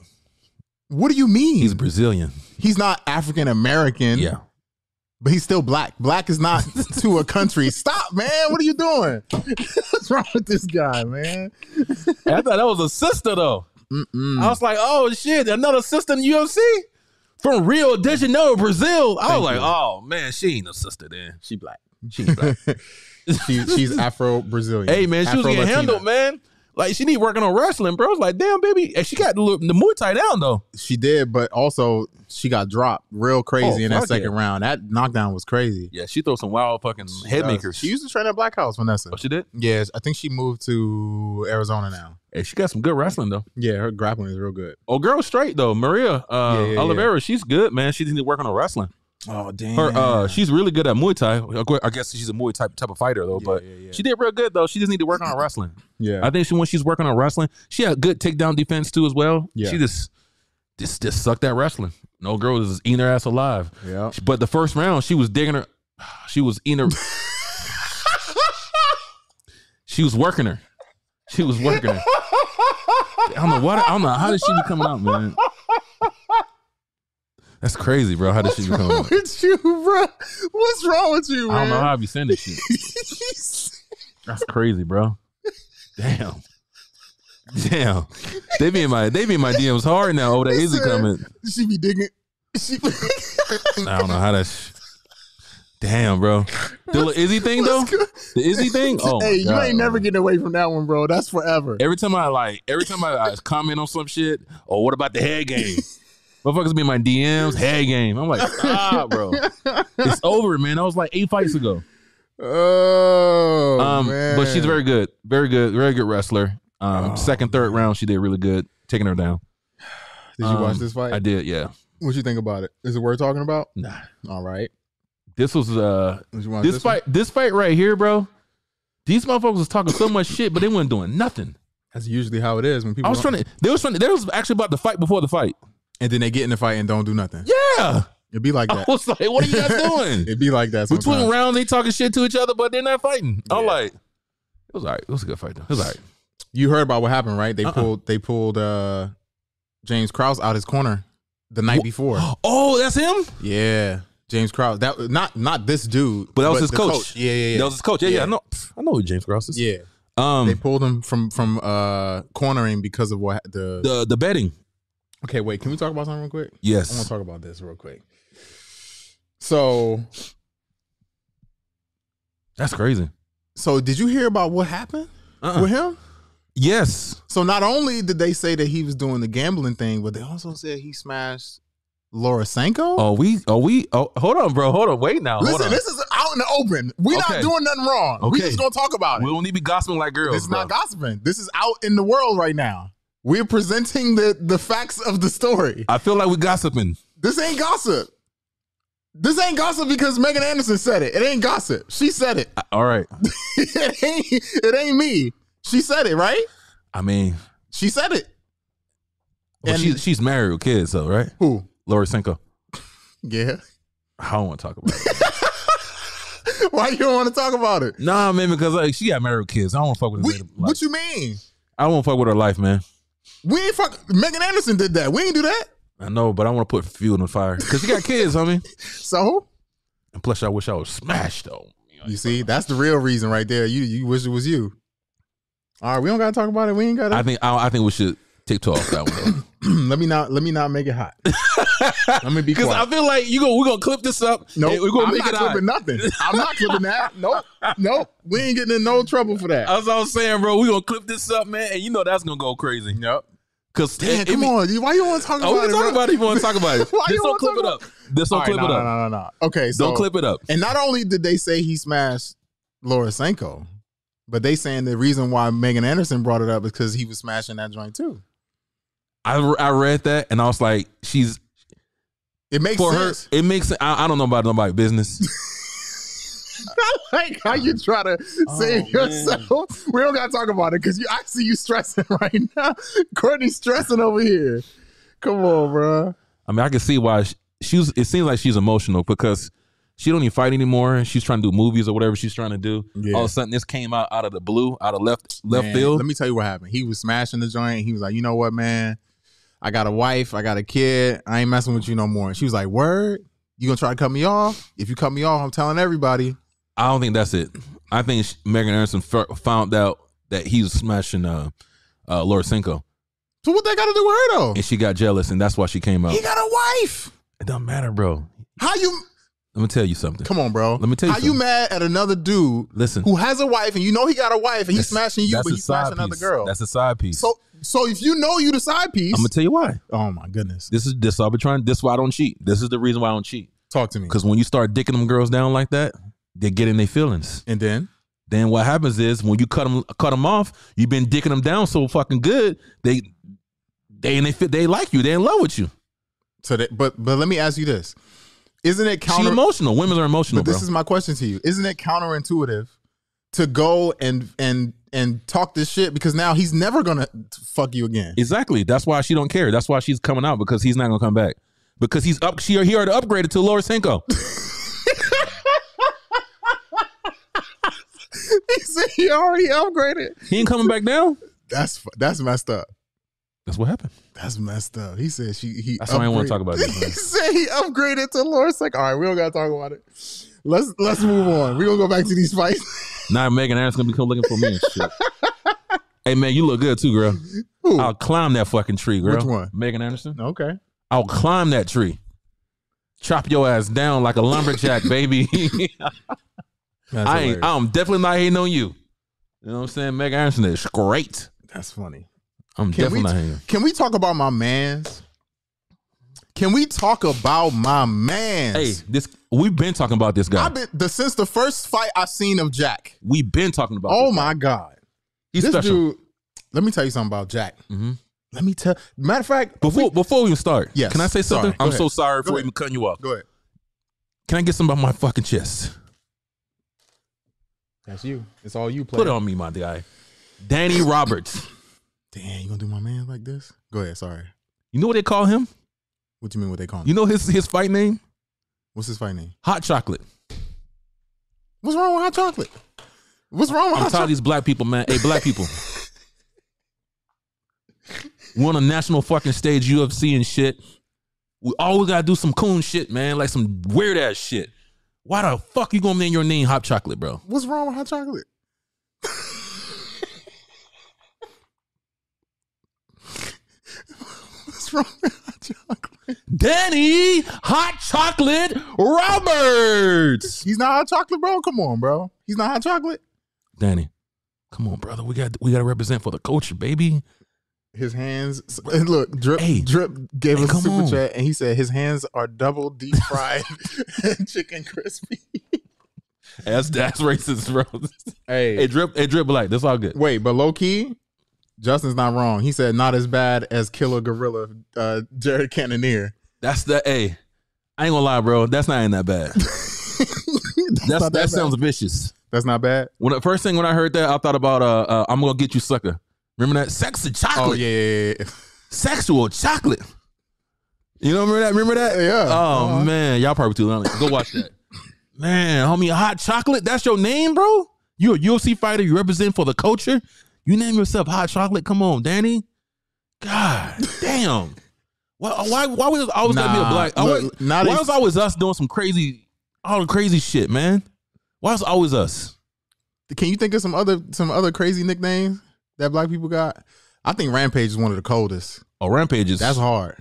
Speaker 3: What do you mean?
Speaker 2: He's
Speaker 3: He's,
Speaker 2: Brazilian.
Speaker 3: not African American.
Speaker 2: Yeah.
Speaker 3: but he's still black. Black is not to a country. Stop, man. What are you doing? What's wrong with this guy, man?
Speaker 2: I thought that was a sister though. I
Speaker 3: Mm-mm.
Speaker 2: was like, oh shit, another sister in UFC from Rio de Janeiro, Brazil. I
Speaker 3: Thank
Speaker 2: was like,
Speaker 3: you.
Speaker 2: oh man, she ain't a sister then.
Speaker 3: She black.
Speaker 2: She black.
Speaker 3: She, she's Afro Brazilian.
Speaker 2: hey man, she was getting handled, man. Like she need working on wrestling, bro. I was like, damn, baby. And she got the, little- the Muay Thai down though.
Speaker 3: She did, but also she got dropped real crazy
Speaker 2: Oh,
Speaker 3: in that
Speaker 2: fuck
Speaker 3: second
Speaker 2: yeah.
Speaker 3: round. That knockdown was crazy.
Speaker 2: Yeah, she throw some wild fucking
Speaker 3: Uh, She used to train at Black House, Vanessa.
Speaker 2: Oh, she did.
Speaker 3: Yes, I think she moved to Arizona now.
Speaker 2: Hey, she got some good wrestling though.
Speaker 3: Yeah, her grappling is real good.
Speaker 2: Oh, girl, straight though. Maria uh,
Speaker 3: Yeah, yeah, yeah.
Speaker 2: Oliveira, she's good, man. She needs to work on her wrestling.
Speaker 3: Oh damn.
Speaker 2: Her, uh, she's really good at Muay Thai. Of course, I guess she's a Muay Thai type of fighter though, but
Speaker 3: yeah, yeah.
Speaker 2: she did real good though. She just need to work on her wrestling.
Speaker 3: yeah.
Speaker 2: I think she when she's working on wrestling, she had good takedown defense too as well.
Speaker 3: Yeah.
Speaker 2: She just just just sucked at wrestling. No girl was eating her ass alive.
Speaker 3: yeah.
Speaker 2: But the first round, she was digging her. She was eating her. she was working her. She was working her. I don't know what. I don't know how did she be coming out, man. That's crazy, bro. How did she be coming out?
Speaker 3: What's wrong with you, bro? What's wrong with you, man?
Speaker 2: I don't know how I be saying this shit. That's crazy, bro. Damn. Damn. They be in my they be in my DMs hard now over that Izzy comment.
Speaker 3: she be digging. She
Speaker 2: I don't know how that's Damn, bro. The little Izzy thing though?
Speaker 3: Let's go.
Speaker 2: The Izzy thing? Oh my
Speaker 3: hey, you
Speaker 2: God,
Speaker 3: ain't never
Speaker 2: bro.
Speaker 3: getting away from that one, bro. That's forever.
Speaker 2: Every time I like, every time I, I comment on some shit, oh, what about the head game? Motherfuckers be in my DMs, head game. I'm like, ah, bro, it's over, man. That was like eight fights ago.
Speaker 3: Oh,
Speaker 2: Um,
Speaker 3: man.
Speaker 2: but she's very good, very good, very good wrestler. Um,
Speaker 3: Oh,
Speaker 2: second, third round, she did really good, taking her down.
Speaker 3: Did you watch
Speaker 2: um,
Speaker 3: this
Speaker 2: I
Speaker 3: fight?
Speaker 2: did, yeah.
Speaker 3: What you think about it? Is it worth talking about?
Speaker 2: Nah,
Speaker 3: All right.
Speaker 2: this was uh,
Speaker 3: Did you watch
Speaker 2: this,
Speaker 3: this one?
Speaker 2: fight, this fight right here, bro. These motherfuckers was talking so much shit, but they weren't doing nothing.
Speaker 3: That's usually how it is when people.
Speaker 2: I was
Speaker 3: don't-
Speaker 2: trying to, they was trying to, they was actually about to fight before the fight.
Speaker 3: and then they get in the fight and don't do nothing.
Speaker 2: Yeah,
Speaker 3: It'd be like
Speaker 2: I
Speaker 3: that.
Speaker 2: was like, what are you guys doing?
Speaker 3: It'd be like that.
Speaker 2: Between
Speaker 3: sometimes.
Speaker 2: rounds, they talking shit to each other, but they're not fighting. I'm
Speaker 3: Yeah.
Speaker 2: like, it was all right. It was a good fight, though. It was all right.
Speaker 3: You heard about what happened, right? They
Speaker 2: Uh-uh.
Speaker 3: pulled they pulled uh James Krause out his corner the night before.
Speaker 2: Oh, that's him?
Speaker 3: yeah. James Krause. That not not this dude.
Speaker 2: But that was his
Speaker 3: the
Speaker 2: coach.
Speaker 3: Yeah, yeah, yeah.
Speaker 2: That was his coach. Yeah, yeah.
Speaker 3: Yeah.
Speaker 2: I know. Pff, I know who James Gross is.
Speaker 3: yeah. They
Speaker 2: Um,
Speaker 3: pulled him from from uh cornering because of what the,
Speaker 2: the the betting.
Speaker 3: Okay, wait, can we talk about something real quick? I want to
Speaker 2: Yes.
Speaker 3: talk about this real quick. So
Speaker 2: That's crazy.
Speaker 3: so did you hear about what happened
Speaker 2: Uh-uh.
Speaker 3: with him?
Speaker 2: Yes.
Speaker 3: So not only did they say that he was doing the gambling thing, but they also said he smashed Laura Senko.
Speaker 2: Oh, we. Oh, we. Oh, hold on, bro. Hold on. Wait now. hold
Speaker 3: Listen,
Speaker 2: on.
Speaker 3: this is out in the open. We're not
Speaker 2: Okay.
Speaker 3: doing nothing wrong. we
Speaker 2: Okay.
Speaker 3: just gonna talk about
Speaker 2: we
Speaker 3: it.
Speaker 2: don't need to be gossiping like girls.
Speaker 3: this is
Speaker 2: bro.
Speaker 3: not gossiping. This is out in the world right now. We're presenting the, the facts of the story.
Speaker 2: I feel like we gossiping.
Speaker 3: This ain't gossip. This ain't gossip because Megan Anderson said it. It ain't gossip. She said it.
Speaker 2: I- All right.
Speaker 3: it, ain't, it ain't me. She said it, right?
Speaker 2: I mean,
Speaker 3: She said it.
Speaker 2: but
Speaker 3: And-
Speaker 2: she, she's married with kids, though, right?
Speaker 3: Who?
Speaker 2: Lori Senko.
Speaker 3: Yeah.
Speaker 2: I don't want to talk about it.
Speaker 3: Why you don't want to talk about it?
Speaker 2: nah, man, because like she got married with kids. I don't want to fuck with.
Speaker 3: We,
Speaker 2: her life.
Speaker 3: what you mean?
Speaker 2: I won't fuck with her life, man.
Speaker 3: We ain't fuck. Megan Anderson did that. We ain't do that.
Speaker 2: I know, but I want to put fuel in the fire because she got kids, homie.
Speaker 3: So
Speaker 2: And plus, I wish I was smashed though. Oh, You know,
Speaker 3: You see, that's the real reason right there. You you wish it was you. All right, we don't gotta talk about it. We ain't
Speaker 2: I
Speaker 3: gotta.
Speaker 2: think I, I think we should tiptoe off that one
Speaker 3: let me not. Let me not make it hot. let me be
Speaker 2: because
Speaker 3: quiet.
Speaker 2: I feel like you go. We're gonna clip this up.
Speaker 3: No,
Speaker 2: and we're gonna
Speaker 3: I'm
Speaker 2: make
Speaker 3: not
Speaker 2: it out.
Speaker 3: clipping nothing. I'm not clipping that. Nope, nope. We ain't getting in no trouble for that.
Speaker 2: That's what I was saying, bro. We're gonna clip this up, man, and you know that's gonna go crazy. Yep. Cause
Speaker 3: Man,
Speaker 2: it- it
Speaker 3: come
Speaker 2: be-
Speaker 3: on, you- why you want to talk
Speaker 2: Oh, we
Speaker 3: about
Speaker 2: can
Speaker 3: it?
Speaker 2: talk
Speaker 3: bro?
Speaker 2: about it if you want to talk about it.
Speaker 3: Why you
Speaker 2: Just don't
Speaker 3: wanna
Speaker 2: clip
Speaker 3: talk
Speaker 2: it up. Just don't
Speaker 3: All right,
Speaker 2: clip
Speaker 3: no,
Speaker 2: it
Speaker 3: no,
Speaker 2: up.
Speaker 3: no, no, no. Okay, so
Speaker 2: Don't clip it up.
Speaker 3: And not only did they say he smashed Lorisenko, but they saying the reason why Megan Anderson brought it up is because he was smashing that joint too.
Speaker 2: I, I read that and I was like, she's
Speaker 3: It makes
Speaker 2: for her.
Speaker 3: sense.
Speaker 2: It makes. I, I don't know about nobody business.
Speaker 3: I like how you try to save yourself. We don't gotta talk about it because you I see you stressing right now. Courtney's stressing over here. Come on, bro.
Speaker 2: I mean, I can see why she, she was. It seems like she's emotional because she don't even fight anymore. She's trying to do movies or whatever she's trying to do.
Speaker 3: Yeah.
Speaker 2: All of a sudden, this came out out of the blue, out of left left
Speaker 3: Man,
Speaker 2: field.
Speaker 3: Let me tell you what happened. He was smashing the joint. He was like, you know what, man? I got a wife. I got a kid. I ain't messing with you no more. And she was like, word? You gonna try to cut me off? If you cut me off, I'm telling everybody.
Speaker 2: I don't think that's it. I think she, Megan Anderson f- found out that he was smashing uh, uh, Laura Cinco,
Speaker 3: So what they gotta do with her though?
Speaker 2: and she got jealous, and that's why she came out.
Speaker 3: He got a wife.
Speaker 2: It don't matter, bro.
Speaker 3: How you?
Speaker 2: Let me tell you something.
Speaker 3: Come on, bro.
Speaker 2: Let me tell you
Speaker 3: How you
Speaker 2: something.
Speaker 3: mad at another dude
Speaker 2: Listen,
Speaker 3: who has a wife and you know he got a wife and he's smashing you,
Speaker 2: that's
Speaker 3: but
Speaker 2: a
Speaker 3: he's
Speaker 2: side
Speaker 3: smashing another
Speaker 2: piece.
Speaker 3: girl?
Speaker 2: That's a side piece.
Speaker 3: So, so if you know you the side piece,
Speaker 2: I'm gonna tell you why.
Speaker 3: oh my goodness,
Speaker 2: This is this I'll be trying. This is why I don't cheat. This is the reason why I don't cheat.
Speaker 3: talk to me.
Speaker 2: Because when you start dicking them girls down like that, they get in their feelings.
Speaker 3: And then
Speaker 2: Then what happens is when you cut them cut them off, you've been dicking them down so fucking good. They they and they fit. They like you. They in love with you.
Speaker 3: so that, but but let me ask you this: Isn't it
Speaker 2: she
Speaker 3: counter?
Speaker 2: emotional. Women are emotional,
Speaker 3: But
Speaker 2: bro.
Speaker 3: this is my question to you: Isn't it counterintuitive to go and and and talk this shit because now he's never gonna fuck you again?
Speaker 2: Exactly. That's why she don't care. That's why she's coming out because he's not gonna come back. Because he's up. She he already upgraded to Laura Senko.
Speaker 3: he said he already upgraded.
Speaker 2: He ain't coming back down.
Speaker 3: That's fu- that's messed up.
Speaker 2: That's what happened.
Speaker 3: That's messed up. He said she he.
Speaker 2: That's why I didn't wanna
Speaker 3: upgrade-
Speaker 2: talk about this,
Speaker 3: he
Speaker 2: man.
Speaker 3: said he upgraded to Lawrence. Like, all right, we don't gotta talk about it. Let's let's move on. We are gonna go back to these fights.
Speaker 2: Now Megan Aaron's gonna be come looking for me and shit. hey man, you look good too, girl.
Speaker 3: Who?
Speaker 2: I'll climb that fucking tree, girl.
Speaker 3: Which one?
Speaker 2: Megan Anderson.
Speaker 3: okay.
Speaker 2: I'll climb that tree. Chop your ass down like a lumberjack, baby. I ain't, I'm definitely not hating on you. You know what I'm saying? Megan Anderson is great.
Speaker 3: That's funny.
Speaker 2: I'm
Speaker 3: Can
Speaker 2: definitely
Speaker 3: we
Speaker 2: not hating.
Speaker 3: can we talk about my man's? Can we talk about my
Speaker 2: Hey,
Speaker 3: man's?
Speaker 2: this we've been talking about this guy.
Speaker 3: I've been the since the first fight I've seen of Jack.
Speaker 2: we've been talking about.
Speaker 3: Oh
Speaker 2: this guy.
Speaker 3: my god,
Speaker 2: he's
Speaker 3: this
Speaker 2: special.
Speaker 3: dude. Let me tell you something about Jack.
Speaker 2: Mhm.
Speaker 3: Let me tell. Matter of fact,
Speaker 2: Before before we even start,
Speaker 3: Yes.
Speaker 2: can I say something?
Speaker 3: Sorry. Go
Speaker 2: I'm
Speaker 3: ahead.
Speaker 2: so sorry
Speaker 3: Go
Speaker 2: for
Speaker 3: ahead.
Speaker 2: even cutting you off.
Speaker 3: go ahead.
Speaker 2: Can I get some on my fucking chest?
Speaker 3: That's you. It's all you.
Speaker 2: Put it on me, my guy. Danny Roberts.
Speaker 3: Damn, you gonna do my man like this? Go ahead. Sorry.
Speaker 2: You know what they call him?
Speaker 3: What you mean? What they call him?
Speaker 2: You know his his fight name?
Speaker 3: What's his fight name?
Speaker 2: Hot chocolate.
Speaker 3: What's wrong with hot chocolate? What's wrong
Speaker 2: I'm
Speaker 3: with hot
Speaker 2: tired of
Speaker 3: chocolate?
Speaker 2: these black people, man. Hey, black people. We're on a national fucking stage, UFC and shit. We always gotta do some coon shit, man. Like some weird ass shit. Why the fuck you gonna name your name Hot Chocolate, bro?
Speaker 3: What's wrong with hot chocolate? What's wrong with hot chocolate?
Speaker 2: Danny Hot Chocolate Roberts.
Speaker 3: He's not hot chocolate, bro. Come on, bro. He's not hot chocolate.
Speaker 2: Danny, come on, brother. We got we gotta represent for the culture, baby.
Speaker 3: His hands s- and look, drip,
Speaker 2: Hey.
Speaker 3: drip gave
Speaker 2: Hey,
Speaker 3: us a
Speaker 2: come
Speaker 3: super
Speaker 2: on.
Speaker 3: chat, and he said his hands are double deep fried chicken crispy.
Speaker 2: That's that's racist, bro.
Speaker 3: Hey,
Speaker 2: hey, drip, hey, drip, like that's all good.
Speaker 3: Wait, but low key, Justin's not wrong. He said not as bad as Killer Gorilla, uh, Jared Cannonier.
Speaker 2: That's the hey. I ain't gonna lie, bro. That's not ain't that bad. That's,
Speaker 3: not
Speaker 2: that
Speaker 3: bad.
Speaker 2: sounds vicious.
Speaker 3: That's not bad.
Speaker 2: When the first thing when I heard that, I thought about uh, uh I'm gonna get you sucker. Remember that sex and chocolate,
Speaker 3: Oh yeah, yeah, yeah.
Speaker 2: sexual chocolate. You know, remember that? Remember that?
Speaker 3: Yeah.
Speaker 2: Oh
Speaker 3: Uh-huh.
Speaker 2: man, y'all probably too lonely. Go watch that. man, homie, hot chocolate. That's your name, bro. You a UFC fighter. You represent for the culture. You name yourself hot chocolate. Come on, Danny. God damn. Why? Why? Why was it always gotta be a
Speaker 3: Nah,
Speaker 2: black?
Speaker 3: look,
Speaker 2: Always,
Speaker 3: now
Speaker 2: why
Speaker 3: they-
Speaker 2: was always us doing some crazy, all the crazy shit, man? Why is it always us?
Speaker 3: Can you think of some other some other crazy nicknames that black people got? I think Rampage is one of the coldest.
Speaker 2: Oh, Rampage is
Speaker 3: That's hard.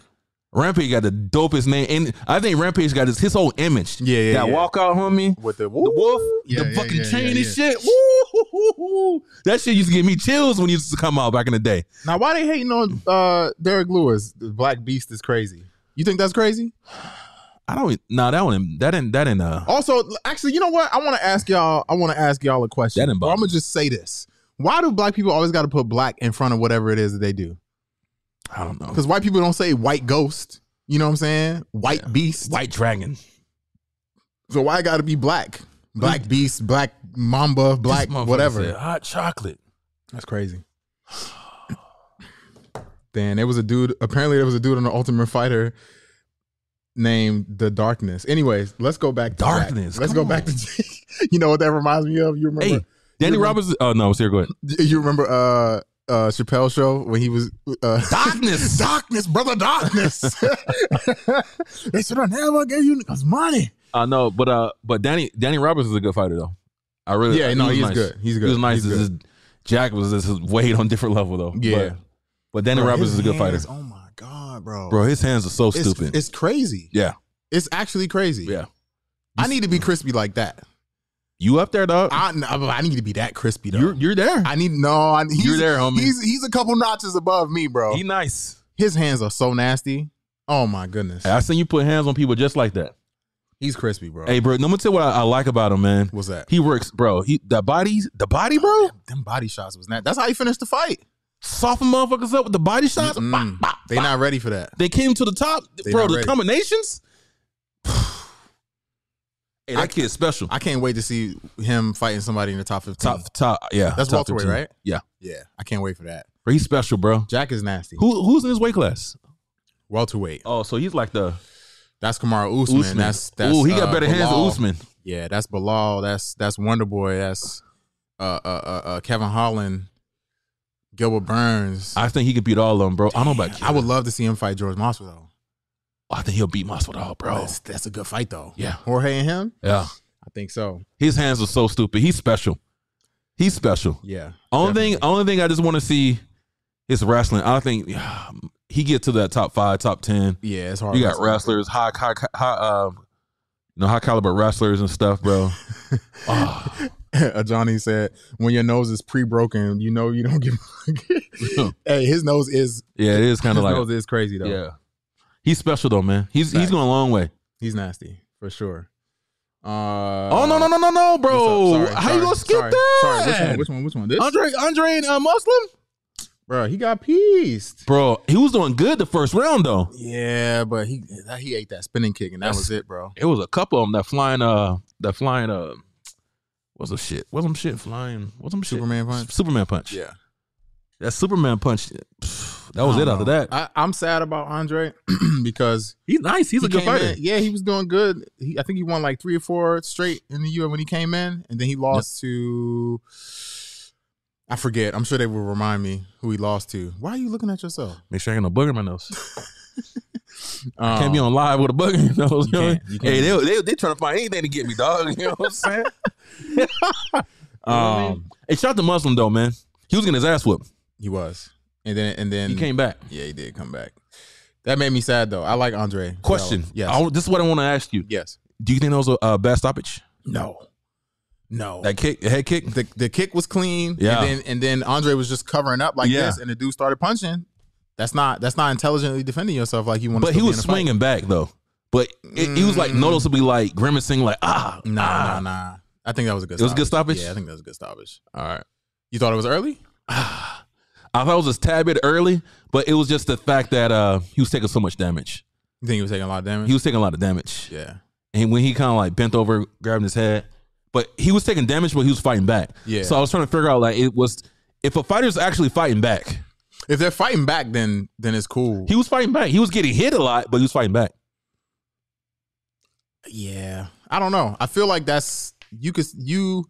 Speaker 2: Rampage got the dopest name, and I think Rampage got his, his whole image.
Speaker 3: Yeah, yeah,
Speaker 2: that
Speaker 3: yeah.
Speaker 2: walkout homie,
Speaker 3: With the,
Speaker 2: the wolf,
Speaker 3: Yeah,
Speaker 2: the
Speaker 3: yeah,
Speaker 2: fucking
Speaker 3: yeah,
Speaker 2: chain
Speaker 3: yeah,
Speaker 2: and
Speaker 3: yeah.
Speaker 2: shit. Woo-hoo-hoo-hoo. That shit used to give me chills when it used to come out back in the day.
Speaker 3: Now, why they hating on uh, Derek Lewis? The Black Beast is crazy. You think that's crazy?
Speaker 2: I don't. Nah, that one. That didn't. That didn't. Uh,
Speaker 3: Also, actually, you know what? I want to ask y'all. I want to ask y'all a question.
Speaker 2: That didn't
Speaker 3: Or
Speaker 2: bother
Speaker 3: I'm gonna just say this: Why do black people always got to put black in front of whatever it is that they do?
Speaker 2: I don't know.
Speaker 3: Because white people don't say white ghost. You know what I'm saying? White beast.
Speaker 2: White Dragon.
Speaker 3: So why got to be black? Black beast. Black mamba. Black
Speaker 2: Mm. This motherfucker
Speaker 3: whatever.
Speaker 2: said hot chocolate.
Speaker 3: That's crazy. Then there was a dude. Apparently, there was a dude on the Ultimate Fighter named the Darkness. Anyways, let's go back to Jack.
Speaker 2: Darkness,
Speaker 3: Let's
Speaker 2: come
Speaker 3: go
Speaker 2: on.
Speaker 3: back to. Jack. You know what that reminds me of? You remember?
Speaker 2: Hey, Danny
Speaker 3: remember-
Speaker 2: Robbins. Oh no, it's here. Go ahead.
Speaker 3: You remember uh uh Chappelle show when he was uh
Speaker 2: Darkness.
Speaker 3: Darkness, brother, darkness. they should have never gave you niggas money.
Speaker 2: I know, but uh, but Danny Danny Roberts is a good fighter though. I really
Speaker 3: Yeah, no,
Speaker 2: was
Speaker 3: he's
Speaker 2: nice.
Speaker 3: good. He's
Speaker 2: He was
Speaker 3: good.
Speaker 2: nice.
Speaker 3: He's
Speaker 2: It's
Speaker 3: good.
Speaker 2: just- Jack was just his weight on different level though.
Speaker 3: Yeah.
Speaker 2: but, but Danny
Speaker 3: Bro,
Speaker 2: Roberts
Speaker 3: his
Speaker 2: is a good fighter,
Speaker 3: hands, Oh my god, bro.
Speaker 2: bro. His hands are so
Speaker 3: it's,
Speaker 2: stupid.
Speaker 3: It's crazy.
Speaker 2: yeah,
Speaker 3: It's actually crazy.
Speaker 2: yeah.
Speaker 3: I need to be crispy like that.
Speaker 2: You up there, dog?
Speaker 3: I I I need to be that crispy though.
Speaker 2: you're you're there.
Speaker 3: I need no. I, he's,
Speaker 2: You're there, homie.
Speaker 3: He's he's a couple notches above me, bro.
Speaker 2: he nice.
Speaker 3: His hands are so nasty. Oh my goodness.
Speaker 2: Hey, I seen you put hands on people just like that.
Speaker 3: He's crispy, bro.
Speaker 2: Hey, bro. No, I'm gonna tell you what I, I like about him, man.
Speaker 3: What's that?
Speaker 2: He works, bro. He the body, the body, bro.
Speaker 3: Them body shots was nasty. That's how he finished the fight.
Speaker 2: Soften motherfuckers up with the body shots.
Speaker 3: Mm-mm.
Speaker 2: Bop, bop,
Speaker 3: They
Speaker 2: bop.
Speaker 3: not ready for that.
Speaker 2: They came to the top,
Speaker 3: They
Speaker 2: bro.
Speaker 3: not
Speaker 2: The
Speaker 3: ready.
Speaker 2: combinations. hey, that
Speaker 3: I-
Speaker 2: kid's special.
Speaker 3: I can't wait to see him fighting somebody in the top 15.
Speaker 2: top, top, yeah.
Speaker 3: That's
Speaker 2: top
Speaker 3: welterweight,
Speaker 2: 15.
Speaker 3: right?
Speaker 2: Yeah,
Speaker 3: Yeah, I can't wait for that.
Speaker 2: Bro, he's special, bro.
Speaker 3: Jack is nasty.
Speaker 2: Who who's in his weight class?
Speaker 3: Welterweight.
Speaker 2: Oh, so he's like the
Speaker 3: That's Kamara Usman.
Speaker 2: Usman.
Speaker 3: That's that's
Speaker 2: Ooh, he got
Speaker 3: uh,
Speaker 2: better hands than
Speaker 3: Bilal.
Speaker 2: Usman.
Speaker 3: Yeah, that's Bilal. That's that's Wonder Boy. That's uh uh uh, uh Kevin Holland, Gilbert Burns. I,
Speaker 2: I think he could beat all of them, bro. I don't know about you.
Speaker 3: would love to see him fight George Masvidal.
Speaker 2: I think he'll beat Masvidal, bro.
Speaker 3: That's, that's a good fight though.
Speaker 2: Yeah.
Speaker 3: Jorge and him?
Speaker 2: Yeah,
Speaker 3: I think so.
Speaker 2: his hands are so stupid. He's special. He's special.
Speaker 3: Yeah.
Speaker 2: Only
Speaker 3: definitely.
Speaker 2: thing, only thing I just want to see is wrestling. I think he get to that top five, top ten.
Speaker 3: Yeah, it's hard.
Speaker 2: You got wrestlers, high, high, high, um, you know, high caliber wrestlers and stuff, bro. Ah,
Speaker 3: Uh, Johnny said, "When your nose is pre-broken, you know you don't give." hey, his nose is
Speaker 2: yeah, it is kind
Speaker 3: his
Speaker 2: of like,
Speaker 3: nose is crazy though.
Speaker 2: yeah. He's special though, man. He's he's
Speaker 3: Facts.
Speaker 2: going a long way.
Speaker 3: He's nasty for sure. Uh,
Speaker 2: oh no no no no no, bro!
Speaker 3: what's up? Sorry,
Speaker 2: How you
Speaker 3: sorry,
Speaker 2: gonna skip
Speaker 3: sorry,
Speaker 2: that?
Speaker 3: Sorry, which one? Which one? Which one? This,
Speaker 2: Andre Andre and uh, Muslim,
Speaker 3: bro, he got pieced.
Speaker 2: bro. He was doing good the first round though.
Speaker 3: Yeah, but he he ate that spinning kick and that was it, bro.
Speaker 2: It was a couple of them that flying uh that flying uh what's some shit? What's some shit flying? What's some shit?
Speaker 3: Superman punch?
Speaker 2: Superman punch.
Speaker 3: Yeah,
Speaker 2: That Superman punch. pff, That was
Speaker 3: I
Speaker 2: it
Speaker 3: don't
Speaker 2: after
Speaker 3: know.
Speaker 2: that.
Speaker 3: I, I'm sad about Andre because
Speaker 2: he's nice. He's
Speaker 3: he
Speaker 2: a good
Speaker 3: came
Speaker 2: fighter.
Speaker 3: in- yeah, he was doing good. He, I think he won like three or four straight in the U when he came in, and then he lost to. I forget. I'm sure they will remind me who he lost to. Why are you looking at yourself?
Speaker 2: Make sure I ain't got no bug in my nose.
Speaker 3: Um,
Speaker 2: Can't be on live with a bug in your nose.
Speaker 3: You can't, you
Speaker 2: Hey,
Speaker 3: can't.
Speaker 2: they, they they trying to find anything to get me, dog. You know what I'm saying?
Speaker 3: Um,
Speaker 2: hey, shout out to Muslim though, man. He was getting his ass whooped.
Speaker 3: he was, and then and then
Speaker 2: He came back.
Speaker 3: Yeah, he did come back. That made me sad though. I like Andre.
Speaker 2: Question.
Speaker 3: Yes.
Speaker 2: I- this is what I want to ask you.
Speaker 3: yes.
Speaker 2: Do you think that was a uh, bad stoppage?
Speaker 3: No. No.
Speaker 2: That kick, head kick.
Speaker 3: the the kick was clean.
Speaker 2: Yeah.
Speaker 3: And then, and then Andre was just covering up like
Speaker 2: Yeah.
Speaker 3: this, and the dude started punching. That's not that's not intelligently defending yourself like you want.
Speaker 2: But he was swinging back though. But it, he was like
Speaker 3: Mm.
Speaker 2: noticeably like grimacing, like ah,
Speaker 3: Nah,
Speaker 2: ah.
Speaker 3: nah, nah. I think that was a good.
Speaker 2: It was a good stoppage?
Speaker 3: Yeah, I think that was a good stoppage.
Speaker 2: All right.
Speaker 3: You thought it was early?
Speaker 2: I thought it was a tad bit early, but it was just the fact that uh, he was taking so much damage.
Speaker 3: You think he was taking a lot of damage?
Speaker 2: He was taking a lot of damage.
Speaker 3: yeah,
Speaker 2: and when he kind of like bent over, grabbing his head, but he was taking damage, but he was fighting back.
Speaker 3: Yeah.
Speaker 2: So I was trying to figure out like it was if a fighter's actually fighting back.
Speaker 3: if they're fighting back, then then it's cool.
Speaker 2: He was fighting back. He was getting hit a lot, but he was fighting back.
Speaker 3: yeah, I don't know. I feel like that's you could you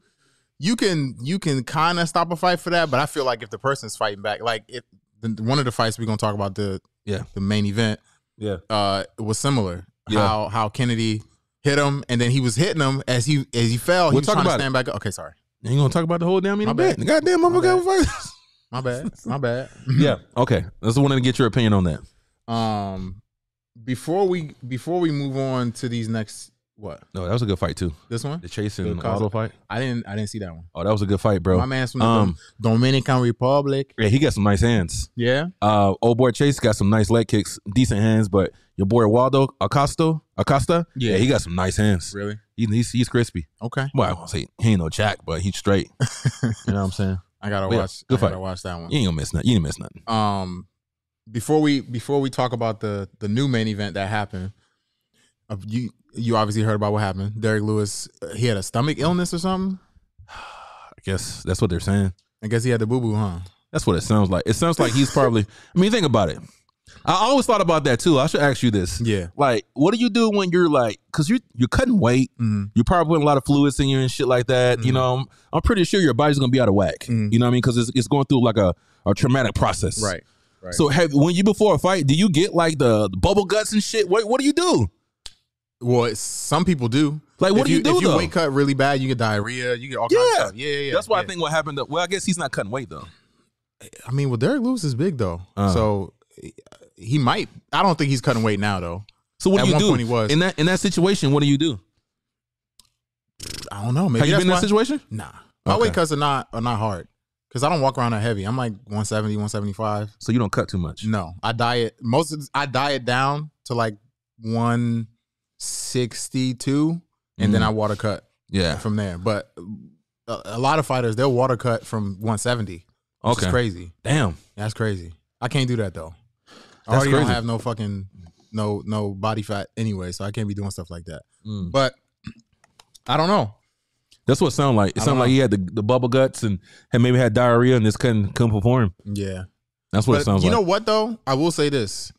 Speaker 3: you can you can kind of stop a fight for that, but I feel like if the person's fighting back, like if the, one of the fights we're gonna talk about the
Speaker 2: Yeah.
Speaker 3: the main event,
Speaker 2: Yeah.
Speaker 3: uh, it was similar.
Speaker 2: Yeah.
Speaker 3: How how Kennedy hit him, and then he was hitting him as he as he fell. He
Speaker 2: We'll
Speaker 3: was
Speaker 2: talk
Speaker 3: trying to
Speaker 2: about it.
Speaker 3: stand back up. Okay, sorry.
Speaker 2: Ain't gonna talk about the whole damn in
Speaker 3: My
Speaker 2: a bit.
Speaker 3: bad.
Speaker 2: Goddamn motherfucker.
Speaker 3: My bad. My bad.
Speaker 2: yeah. Okay. I just wanted to get your opinion on that.
Speaker 3: Um, before we before we move on to these next what
Speaker 2: No, that was a good fight too.
Speaker 3: this one
Speaker 2: The chase and
Speaker 3: Good
Speaker 2: the auto
Speaker 3: call.
Speaker 2: fight.
Speaker 3: I didn't I didn't see that one.
Speaker 2: Oh, that was a good fight, bro.
Speaker 3: My man's from the
Speaker 2: Um,
Speaker 3: Dominican Republic.
Speaker 2: yeah, he got some nice hands.
Speaker 3: Yeah,
Speaker 2: Uh, old boy Chase got some nice leg kicks, decent hands, but your boy Waldo Acosta, Acosta,
Speaker 3: Yeah.
Speaker 2: yeah, he got some nice hands.
Speaker 3: really.
Speaker 2: He, he's he's crispy.
Speaker 3: Okay,
Speaker 2: Well, I won't say he ain't no jack, but he's straight. you know what I'm saying?
Speaker 3: I gotta
Speaker 2: Yeah,
Speaker 3: watch.
Speaker 2: good
Speaker 3: I gotta
Speaker 2: fight.
Speaker 3: watch that one.
Speaker 2: You ain't gonna miss nothing. You didn't miss nothing.
Speaker 3: um before we before we talk about the the new main event that happened uh, you you obviously heard about what happened derek lewis uh, he had a stomach illness or something
Speaker 2: I guess that's what they're saying.
Speaker 3: i guess he had the boo-boo huh
Speaker 2: That's what it sounds like. It sounds like he's probably. I mean, think about it. I always thought about that too. I should ask you this.
Speaker 3: yeah
Speaker 2: Like, what do you do when you're like, because you're you're cutting weight,
Speaker 3: Mhm.
Speaker 2: you're probably putting a lot of fluids in you and shit like that. You
Speaker 3: Mhm.
Speaker 2: know, I'm, I'm pretty sure your body's gonna be out of whack.
Speaker 3: Mhm.
Speaker 2: You know what I mean? Because it's, it's going through like a, a traumatic process.
Speaker 3: right right
Speaker 2: So have when you before a fight, do you get like the, the bubble guts and shit? What what do you do?
Speaker 3: well it's, some people do
Speaker 2: Like, what
Speaker 3: if
Speaker 2: do you do,
Speaker 3: if you
Speaker 2: though?
Speaker 3: weight cut really bad you get diarrhea you get all kinds
Speaker 2: Yeah.
Speaker 3: of stuff yeah yeah, yeah
Speaker 2: That's why
Speaker 3: yeah.
Speaker 2: I think what happened. To, well, I guess he's not cutting weight though.
Speaker 3: i mean well derek lewis is big though
Speaker 2: Uh.
Speaker 3: so he might i don't think he's cutting weight now though
Speaker 2: So what
Speaker 3: At
Speaker 2: do you
Speaker 3: one
Speaker 2: do
Speaker 3: point he was.
Speaker 2: in that in that situation? What do you do?
Speaker 3: i don't know maybe
Speaker 2: Have you
Speaker 3: that's
Speaker 2: been in that
Speaker 3: why-
Speaker 2: situation?
Speaker 3: Nah. My
Speaker 2: Okay.
Speaker 3: weight cuts are not are not hard because I don't walk around that heavy. I'm like 170, 175.
Speaker 2: So you don't cut too much.
Speaker 3: No, I diet most of the- I diet down to like 162 and then
Speaker 2: Mm.
Speaker 3: I water cut
Speaker 2: Yeah.
Speaker 3: from there. But a, a lot of fighters they'll water cut from 170. Which
Speaker 2: Okay.
Speaker 3: is crazy.
Speaker 2: Damn.
Speaker 3: That's crazy. I can't do that though. I
Speaker 2: That's
Speaker 3: already don't
Speaker 2: crazy.
Speaker 3: have no fucking no no body fat anyway, so I can't be doing stuff like that.
Speaker 2: Mm.
Speaker 3: But I don't know.
Speaker 2: That's what it sounded like. It
Speaker 3: I
Speaker 2: sounded
Speaker 3: don't
Speaker 2: like he had the, the bubble guts and had maybe had diarrhea and just couldn't couldn't perform.
Speaker 3: Yeah.
Speaker 2: That's what it sounds
Speaker 3: you
Speaker 2: like.
Speaker 3: know what though? I will say this: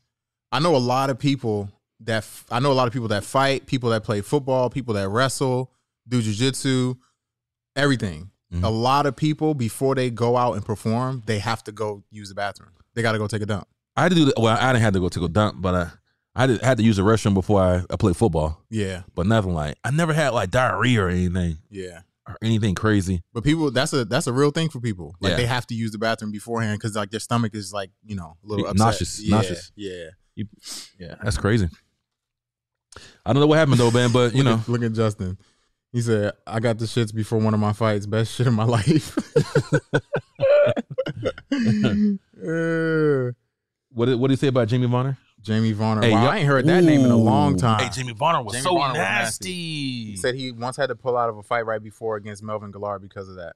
Speaker 3: I know a lot of people that f- I know a lot of people that fight, people that play football, people that wrestle, do jujitsu, everything.
Speaker 2: Mhm.
Speaker 3: A lot of people before they go out and perform, they have to go use the bathroom. They got to go take a dump.
Speaker 2: I had to do the, well. I didn't have to go to go dump, but I I did, had to use the restroom before I, I played football.
Speaker 3: Yeah,
Speaker 2: But nothing like I never had like diarrhea or anything
Speaker 3: yeah.
Speaker 2: or anything crazy.
Speaker 3: But people, that's a that's a real thing for people. Like
Speaker 2: Yeah.
Speaker 3: they have to use the bathroom beforehand because like their stomach is like you know a little upset.
Speaker 2: Nauseous,
Speaker 3: yeah,
Speaker 2: nauseous.
Speaker 3: Yeah,
Speaker 2: Yeah, that's crazy. I don't know what happened though, man. But you
Speaker 3: Look
Speaker 2: know,
Speaker 3: at- look at Justin. He said, "I got the shits before one of my fights. Best shit of my life." Uh,
Speaker 2: what did, what did he say about Jimmy Vonner?
Speaker 3: Jamie Varner.
Speaker 2: Hey,
Speaker 3: wow,
Speaker 2: y'all-
Speaker 3: I ain't heard that name in a long
Speaker 2: Ooh.
Speaker 3: time.
Speaker 2: Hey, Jimmy Vonner was
Speaker 3: Jimmy
Speaker 2: so
Speaker 3: Vonner was
Speaker 2: nasty.
Speaker 3: He said he once had to pull out of a fight right before against Melvin Gillard because of that.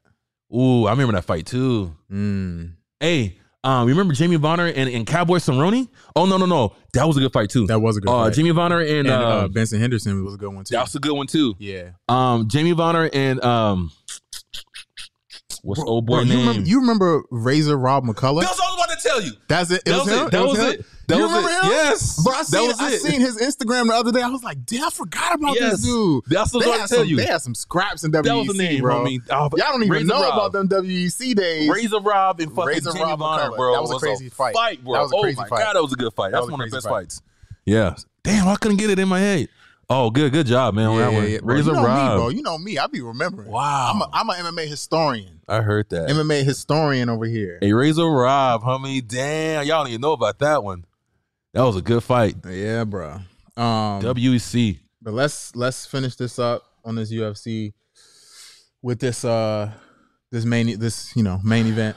Speaker 2: Ooh, I remember that fight too.
Speaker 3: Mm.
Speaker 2: Hey, um, remember Jimmy Vonner and, and Cowboy Cerrone? Oh no, no, no, that was a good fight too.
Speaker 3: That was a good
Speaker 2: uh,
Speaker 3: fight.
Speaker 2: Jimmy Vonner and,
Speaker 3: and
Speaker 2: uh,
Speaker 3: uh, Benson Henderson was a good one too.
Speaker 2: that was a good one too.
Speaker 3: yeah.
Speaker 2: Um, Jamie Vonner and um, what's the old boy
Speaker 3: Bro, you,
Speaker 2: name?
Speaker 3: remember, you remember Razor Rob McCullough?
Speaker 2: That's all I was about to tell you.
Speaker 3: That's it. It
Speaker 2: That was
Speaker 3: him?
Speaker 2: it. That was
Speaker 3: him?
Speaker 2: it. That
Speaker 3: you
Speaker 2: was
Speaker 3: remember
Speaker 2: it.
Speaker 3: him?
Speaker 2: Yes.
Speaker 3: Bro, I seen,
Speaker 2: that was
Speaker 3: I
Speaker 2: it.
Speaker 3: seen his Instagram the other day. I was like, damn, I forgot about
Speaker 2: Yes.
Speaker 3: this dude.
Speaker 2: That's what
Speaker 3: They
Speaker 2: I was about
Speaker 3: had
Speaker 2: to tell
Speaker 3: some-
Speaker 2: you.
Speaker 3: They had some scraps in WEC,
Speaker 2: That was the name,
Speaker 3: bro.
Speaker 2: homie. Oh,
Speaker 3: Y'all don't even
Speaker 2: Razor
Speaker 3: know
Speaker 2: Rob.
Speaker 3: about them WEC days.
Speaker 2: Razor Rob and fucking
Speaker 3: Razor
Speaker 2: Razor
Speaker 3: Rob McCullough.
Speaker 2: bro.
Speaker 3: That was a crazy fight.
Speaker 2: bro.
Speaker 3: That was a
Speaker 2: oh
Speaker 3: crazy
Speaker 2: my
Speaker 3: fight.
Speaker 2: god, that was a good fight.
Speaker 3: That
Speaker 2: That
Speaker 3: was
Speaker 2: was
Speaker 3: a
Speaker 2: one of the
Speaker 3: crazy
Speaker 2: best
Speaker 3: fight.
Speaker 2: fights. Yeah. Damn, I couldn't get it in my head. Oh, good, good job, man. on
Speaker 3: Yeah,
Speaker 2: that
Speaker 3: yeah,
Speaker 2: one.
Speaker 3: yeah. Bro,
Speaker 2: Razor
Speaker 3: you know me, bro.
Speaker 2: Rob.
Speaker 3: You know me. I be remembering.
Speaker 2: Wow.
Speaker 3: I'm a, I'm a MMA historian.
Speaker 2: I heard that.
Speaker 3: MMA historian over here.
Speaker 2: Hey, Razor Rob, homie. Damn, y'all don't even know about that one. That was a good fight. E
Speaker 3: Yeah, bro. Um,
Speaker 2: WEC.
Speaker 3: but let's let's finish this up on this UFC with this uh this main this you know main event.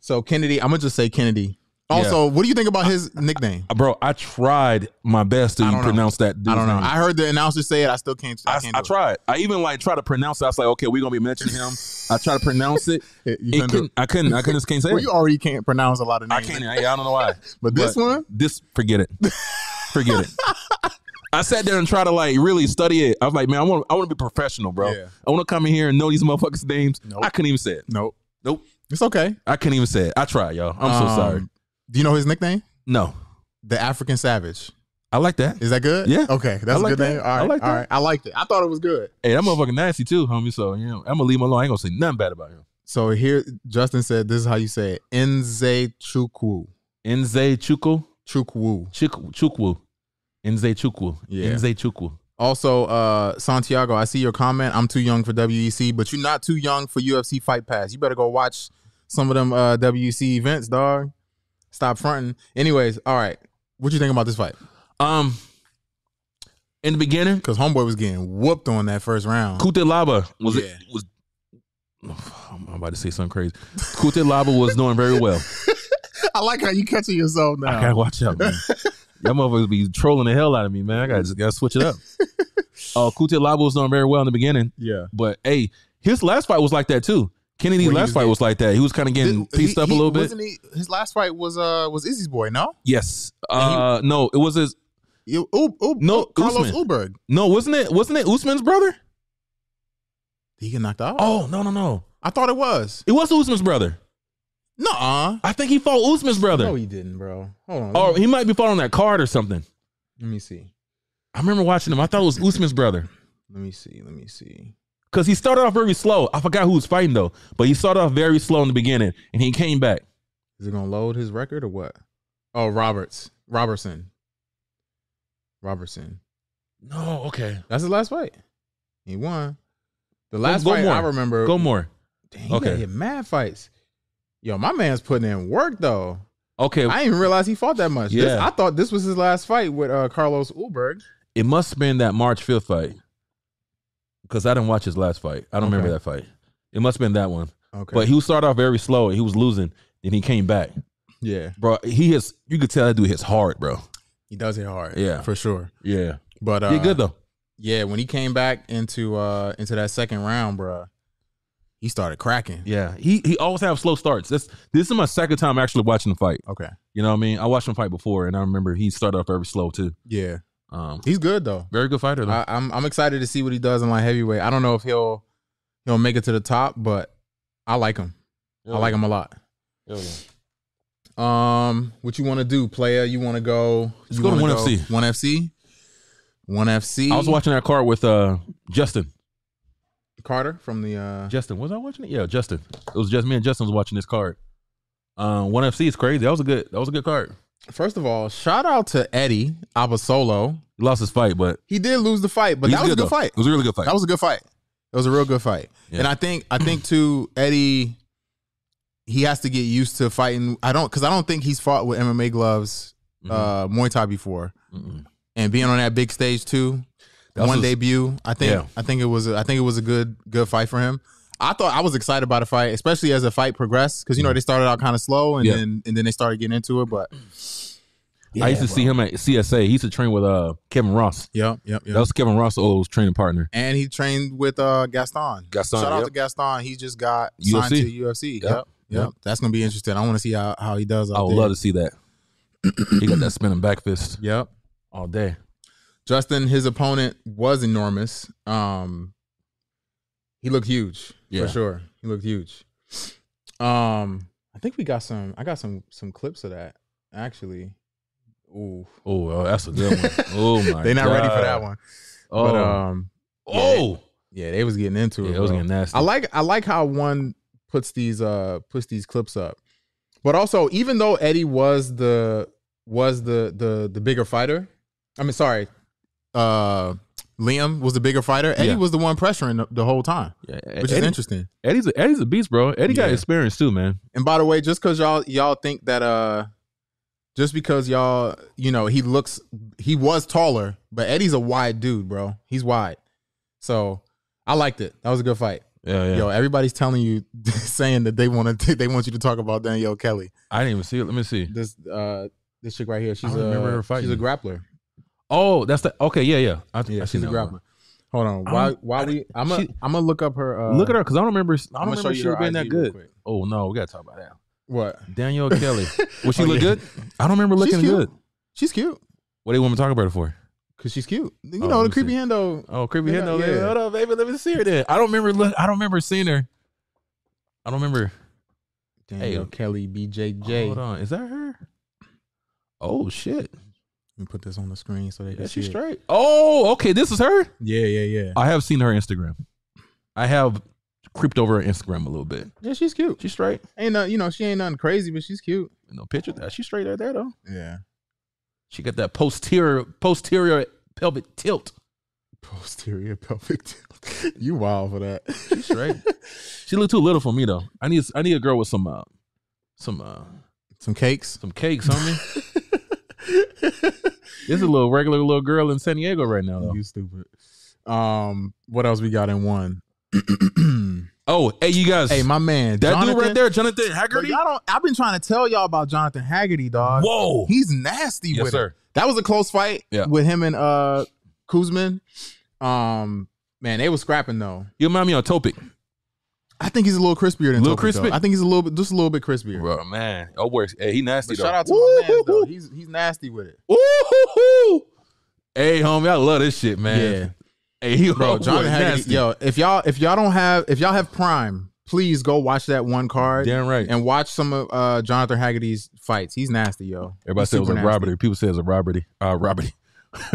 Speaker 3: So Kennedy, I'm gonna just say Kennedy. Also, what do you think about his nickname?
Speaker 2: Uh, Bro, I tried my best to
Speaker 3: I don't know.
Speaker 2: pronounce that. Dude's
Speaker 3: I don't know.
Speaker 2: name.
Speaker 3: I heard the announcer say it. I still can't. I,
Speaker 2: I,
Speaker 3: can't
Speaker 2: I
Speaker 3: do it.
Speaker 2: tried. I even like try to pronounce it. I was like, okay, we're gonna be mentioning him. I try to pronounce it.
Speaker 3: It- you
Speaker 2: It
Speaker 3: couldn't do
Speaker 2: couldn't- I couldn't. I couldn't. Just can't say
Speaker 3: Well,
Speaker 2: it.
Speaker 3: you already can't pronounce a lot of
Speaker 2: I
Speaker 3: names.
Speaker 2: can't. I, I don't know why.
Speaker 3: But this one?
Speaker 2: this forget it. Forget it. I sat there and tried to like really study it. I was like, man, I want. I want to be professional, bro.
Speaker 3: Yeah.
Speaker 2: I want to come in here and know these motherfuckers' names.
Speaker 3: Nope.
Speaker 2: I couldn't even say it.
Speaker 3: Nope.
Speaker 2: Nope.
Speaker 3: It's okay.
Speaker 2: I couldn't even say it. I tried, y'all. I'm so
Speaker 3: Um,
Speaker 2: sorry.
Speaker 3: Do you know his nickname?
Speaker 2: No,
Speaker 3: The African Savage.
Speaker 2: I like that.
Speaker 3: Is that good?
Speaker 2: Yeah.
Speaker 3: Okay.
Speaker 2: I
Speaker 3: That's
Speaker 2: like
Speaker 3: a good
Speaker 2: that.
Speaker 3: name. All
Speaker 2: I
Speaker 3: right.
Speaker 2: like
Speaker 3: All
Speaker 2: that.
Speaker 3: right. I liked it. I thought it was good.
Speaker 2: Hey, that motherfucker nasty too, homie. So you know, I'm gonna leave him alone. I ain't gonna say nothing bad about him.
Speaker 3: So here, Justin said, "This is how you say it: Nze Chukwu,
Speaker 2: Nze Chukwu,
Speaker 3: Chukwu."
Speaker 2: Chuk Chukwu, Nze Chukwu,
Speaker 3: Yeah.
Speaker 2: Nze Chukwu.
Speaker 3: Also, uh, Santiago, I see your comment. I'm too young for WEC, but you're not too young for UFC Fight Pass. You better go watch some of them uh, WEC events, dog. Stop fronting. Anyways, all right. What you think about this fight?
Speaker 2: Um, in the beginning,
Speaker 3: Because Homeboy was getting whooped on that first round.
Speaker 2: Kutelaba was
Speaker 3: Yeah.
Speaker 2: was. I'm about to say something crazy. Kutelaba was doing very well.
Speaker 3: I like how you catching yourself
Speaker 2: I gotta watch out, man. Y'all motherfuckers be trolling the hell out of me, man. I gotta just gotta switch it up. Uh, Kutelaba was doing very well in the beginning,
Speaker 3: Yeah.
Speaker 2: but hey, his last fight was like that too. Kennedy's
Speaker 3: Where he
Speaker 2: last
Speaker 3: was
Speaker 2: fight
Speaker 3: getting-
Speaker 2: was like that. He was kind of getting
Speaker 3: Did-
Speaker 2: pieced
Speaker 3: he-
Speaker 2: up a
Speaker 3: he-
Speaker 2: little bit.
Speaker 3: wasn't he- his last fight was uh was Izzy's boy, no?
Speaker 2: Yes.
Speaker 3: he-
Speaker 2: Uh, no, it was his.
Speaker 3: You, Oob, Oob,
Speaker 2: No,
Speaker 3: Carlos
Speaker 2: Usman.
Speaker 3: Uberg.
Speaker 2: No, wasn't it? Wasn't it Usman's brother?
Speaker 3: He get knocked out.
Speaker 2: Oh no, no, no.
Speaker 3: I thought it was.
Speaker 2: It was Usman's brother.
Speaker 3: Nuh-uh.
Speaker 2: I think he fought Usman's brother. Oh,
Speaker 3: No, he didn't, bro. Hold on.
Speaker 2: Or
Speaker 3: let, me,
Speaker 2: he might be following that card or something.
Speaker 3: let me see.
Speaker 2: I remember watching him. I thought it was Usman's brother
Speaker 3: Let me see. Let me see.
Speaker 2: because he started off very slow. I forgot who was fighting though, but he started off very slow in the beginning and he came back.
Speaker 3: Is it gonna load his record or what? Oh, Roberts. Robertson. Robertson.
Speaker 2: No, okay.
Speaker 3: That's his last fight. He won. The last
Speaker 2: go
Speaker 3: fight
Speaker 2: more.
Speaker 3: I remember.
Speaker 2: Go more.
Speaker 3: Dang, he gotta
Speaker 2: Okay.
Speaker 3: hit mad fights. Yo, my man's putting in work though.
Speaker 2: Okay,
Speaker 3: I didn't even realize he fought that much. This-
Speaker 2: Yeah.
Speaker 3: I thought this was his last fight with uh, Carlos Ulberg.
Speaker 2: it must have been that March fifth fight because I didn't watch his last fight. I don't
Speaker 3: Okay.
Speaker 2: remember that fight. It must have been that one.
Speaker 3: Okay.
Speaker 2: But he was started off very slow. He was losing, then he came back,
Speaker 3: yeah,
Speaker 2: bro. He is. You could tell that dude hits hard, bro.
Speaker 3: he does hit hard.
Speaker 2: Yeah.
Speaker 3: for sure.
Speaker 2: Yeah,
Speaker 3: But uh,
Speaker 2: he good though.
Speaker 3: Yeah, when he came back into uh into that second round, bruh, he started cracking.
Speaker 2: Yeah, he he always have slow starts. This this is my second time actually watching the fight.
Speaker 3: Okay.
Speaker 2: You know what I mean? I watched him fight before, and I remember he started off very slow too.
Speaker 3: Yeah,
Speaker 2: Um,
Speaker 3: he's good though.
Speaker 2: very good fighter though.
Speaker 3: I, I'm I'm excited to see what he does in light heavyweight. I don't know if he'll he'll make it to the top, but I like him. I like him a lot. Um, what you want to do, player? You want to go?
Speaker 2: Let's
Speaker 3: you
Speaker 2: go to
Speaker 3: wanna
Speaker 2: 1FC.
Speaker 3: One FC. One FC.
Speaker 2: I was watching that card with uh Justin.
Speaker 3: Carter from the. uh
Speaker 2: Justin, was I watching it? Yeah, Justin. It was just me and Justin was watching this card. Um, one FC is crazy. That was a good. That was a good card.
Speaker 3: First of all, shout out to Eddie Abasolo.
Speaker 2: He lost his fight, but
Speaker 3: He did lose the fight, but
Speaker 2: he's
Speaker 3: that was a good
Speaker 2: though.
Speaker 3: fight.
Speaker 2: It was a really good fight.
Speaker 3: That was a good fight. It was a real good fight.
Speaker 2: Yeah.
Speaker 3: And I think I think too Eddie he has to get used to fighting. I don't cuz I don't think he's fought with MMA gloves uh Muay Thai before.
Speaker 2: Mhm.
Speaker 3: And being on that big stage too.
Speaker 2: That was
Speaker 3: one
Speaker 2: his-
Speaker 3: debut. I think
Speaker 2: Yeah.
Speaker 3: I think it was a, I think it was a good good fight for him. I thought I was excited about the fight, especially as the fight progressed cuz you know they started out kind of slow and
Speaker 2: Mm. Yeah.
Speaker 3: then and then they started getting into it, but
Speaker 2: I used to see him at CSA. He used to train with uh Kevin Ross.
Speaker 3: yep, yep,
Speaker 2: That was Kevin Ross' old training partner.
Speaker 3: and he trained with uh Gaston.
Speaker 2: Gaston,
Speaker 3: Shout out
Speaker 2: yep.
Speaker 3: to Gaston. He just got signed
Speaker 2: UFC.
Speaker 3: to UFC. Yep.
Speaker 2: Yep.
Speaker 3: Yep.
Speaker 2: Yep.
Speaker 3: That's gonna be interesting. I want to see how, how he does. Out
Speaker 2: I would
Speaker 3: there.
Speaker 2: love to see that. he got that spinning back fist
Speaker 3: Yep.
Speaker 2: all day.
Speaker 3: Justin, his opponent was enormous. Um, he looked huge
Speaker 2: Yeah.
Speaker 3: for sure. He looked huge. Um, I think we got some. I got some some clips of that actually. Ooh,
Speaker 2: Oh, oh, that's a good one. Oh my!
Speaker 3: they're not ready for that
Speaker 2: God.
Speaker 3: one.
Speaker 2: Oh,
Speaker 3: But um,
Speaker 2: oh,
Speaker 3: yeah, they was getting into
Speaker 2: yeah,
Speaker 3: it.
Speaker 2: it was
Speaker 3: bro.
Speaker 2: getting nasty.
Speaker 3: I like I like how one puts these uh puts these clips up. But also, even though Eddie was the was the the the bigger fighter, I mean sorry, uh Liam was the bigger fighter. Eddie
Speaker 2: Yeah.
Speaker 3: was the one pressuring the, the whole time,
Speaker 2: Yeah,
Speaker 3: which
Speaker 2: Eddie-
Speaker 3: is interesting.
Speaker 2: Eddie's a, Eddie's a beast, bro. Eddie got
Speaker 3: Yeah.
Speaker 2: experience too, man.
Speaker 3: And by the way, just cuz y'all y'all think that uh just because y'all, you know, he looks he was taller, but Eddie's a wide dude, bro. He's wide. So, I liked it. That was a good fight.
Speaker 2: Yeah, yeah.
Speaker 3: Yo, everybody's telling you, saying that they want to, they want you to talk about Danielle Kelly.
Speaker 2: I didn't even see it. Let me see.
Speaker 3: This, uh, this chick right here, she's
Speaker 2: don't
Speaker 3: a,
Speaker 2: remember her
Speaker 3: she's a
Speaker 2: fighting.
Speaker 3: grappler.
Speaker 2: Oh, that's the okay. Yeah, yeah. I, I
Speaker 3: Yeah, she's
Speaker 2: seen
Speaker 3: a
Speaker 2: that
Speaker 3: grappler.
Speaker 2: one.
Speaker 3: Hold on,
Speaker 2: I
Speaker 3: why,
Speaker 2: don't-
Speaker 3: why
Speaker 2: I
Speaker 3: we?
Speaker 2: didn't-
Speaker 3: I'm gonna,
Speaker 2: she-
Speaker 3: I'm gonna look up her. Uh,
Speaker 2: Look at her, cause I don't remember. I
Speaker 3: I'ma
Speaker 2: don't remember she
Speaker 3: her
Speaker 2: was being that
Speaker 3: IG real
Speaker 2: good.
Speaker 3: quick.
Speaker 2: Oh no, we gotta talk about that.
Speaker 3: What?
Speaker 2: Danielle Kelly. Was she
Speaker 3: Oh,
Speaker 2: look
Speaker 3: yeah.
Speaker 2: good? I don't remember
Speaker 3: She's
Speaker 2: looking
Speaker 3: cute.
Speaker 2: good.
Speaker 3: She's cute,
Speaker 2: What do you want me to talk about her for?
Speaker 3: cause she's cute. You
Speaker 2: Oh,
Speaker 3: know,
Speaker 2: let
Speaker 3: the
Speaker 2: me see.
Speaker 3: creepy handle.
Speaker 2: Oh, creepy
Speaker 3: Yeah,
Speaker 2: head. No,
Speaker 3: yeah.
Speaker 2: baby. Hold on, baby. Let me see her then. I don't remember. Look, I don't remember seeing her. I don't remember.
Speaker 3: Danielle Kelly, BJJ.
Speaker 2: Hold on. Is that her? Oh shit.
Speaker 3: Let me put this on the screen so they can
Speaker 2: Yeah,
Speaker 3: see
Speaker 2: she's
Speaker 3: it.
Speaker 2: straight. Oh, okay. This is her.
Speaker 3: Yeah, yeah, yeah.
Speaker 2: I have seen her Instagram. I have creeped over her Instagram a little bit.
Speaker 3: Yeah, she's cute.
Speaker 2: She's straight.
Speaker 3: Ain't no, you know, she ain't nothing crazy, but she's cute.
Speaker 2: No picture. That she's straight right there though.
Speaker 3: Yeah.
Speaker 2: She got that posterior posterior pelvic tilt.
Speaker 3: Posterior pelvic tilt. You wild for that. She's
Speaker 2: right. She looked too little for me though. I need I need a girl with some uh, some uh,
Speaker 3: Some cakes.
Speaker 2: some cakes, homie. This is a little regular little girl in San Diego right now though.
Speaker 3: You stupid. Um, what else we got in one?
Speaker 2: Oh, hey you guys.
Speaker 3: hey, my man,
Speaker 2: that
Speaker 3: Jonathan,
Speaker 2: dude right there, Jonathan
Speaker 3: But
Speaker 2: Haggerty.
Speaker 3: y'all don't, I've been trying to tell y'all about Jonathan Haggerty, dog.
Speaker 2: Whoa.
Speaker 3: He's nasty
Speaker 2: Yes,
Speaker 3: with
Speaker 2: sir.
Speaker 3: it. That was a close fight
Speaker 2: Yeah.
Speaker 3: with him and uh Kuzman. Um, man, they were scrapping though.
Speaker 2: You remind me on Topic.
Speaker 3: I think he's a little crispier than
Speaker 2: Little
Speaker 3: Topic, though.
Speaker 2: crispy?
Speaker 3: I think he's a little bit, just a little bit crispier.
Speaker 2: Bro, man. Oh works. Hey, he nasty
Speaker 3: But
Speaker 2: though.
Speaker 3: shout out to my man, though.
Speaker 2: Woo-hoo-hoo.
Speaker 3: He's he's nasty with it.
Speaker 2: Ooh-hoo-hoo. Hey, homie, I love this shit, man. Hey, he
Speaker 3: bro,
Speaker 2: oh,
Speaker 3: Jonathan
Speaker 2: nasty.
Speaker 3: Haggerty. Yo, if y'all if y'all don't have if y'all have Prime, please go watch that one card
Speaker 2: Damn right.
Speaker 3: and watch some of uh Jonathan Haggerty's fights. He's nasty, yo.
Speaker 2: Everybody
Speaker 3: He's
Speaker 2: said it was a
Speaker 3: super nasty.
Speaker 2: robbery. People said it was a robbery. Uh, robbery.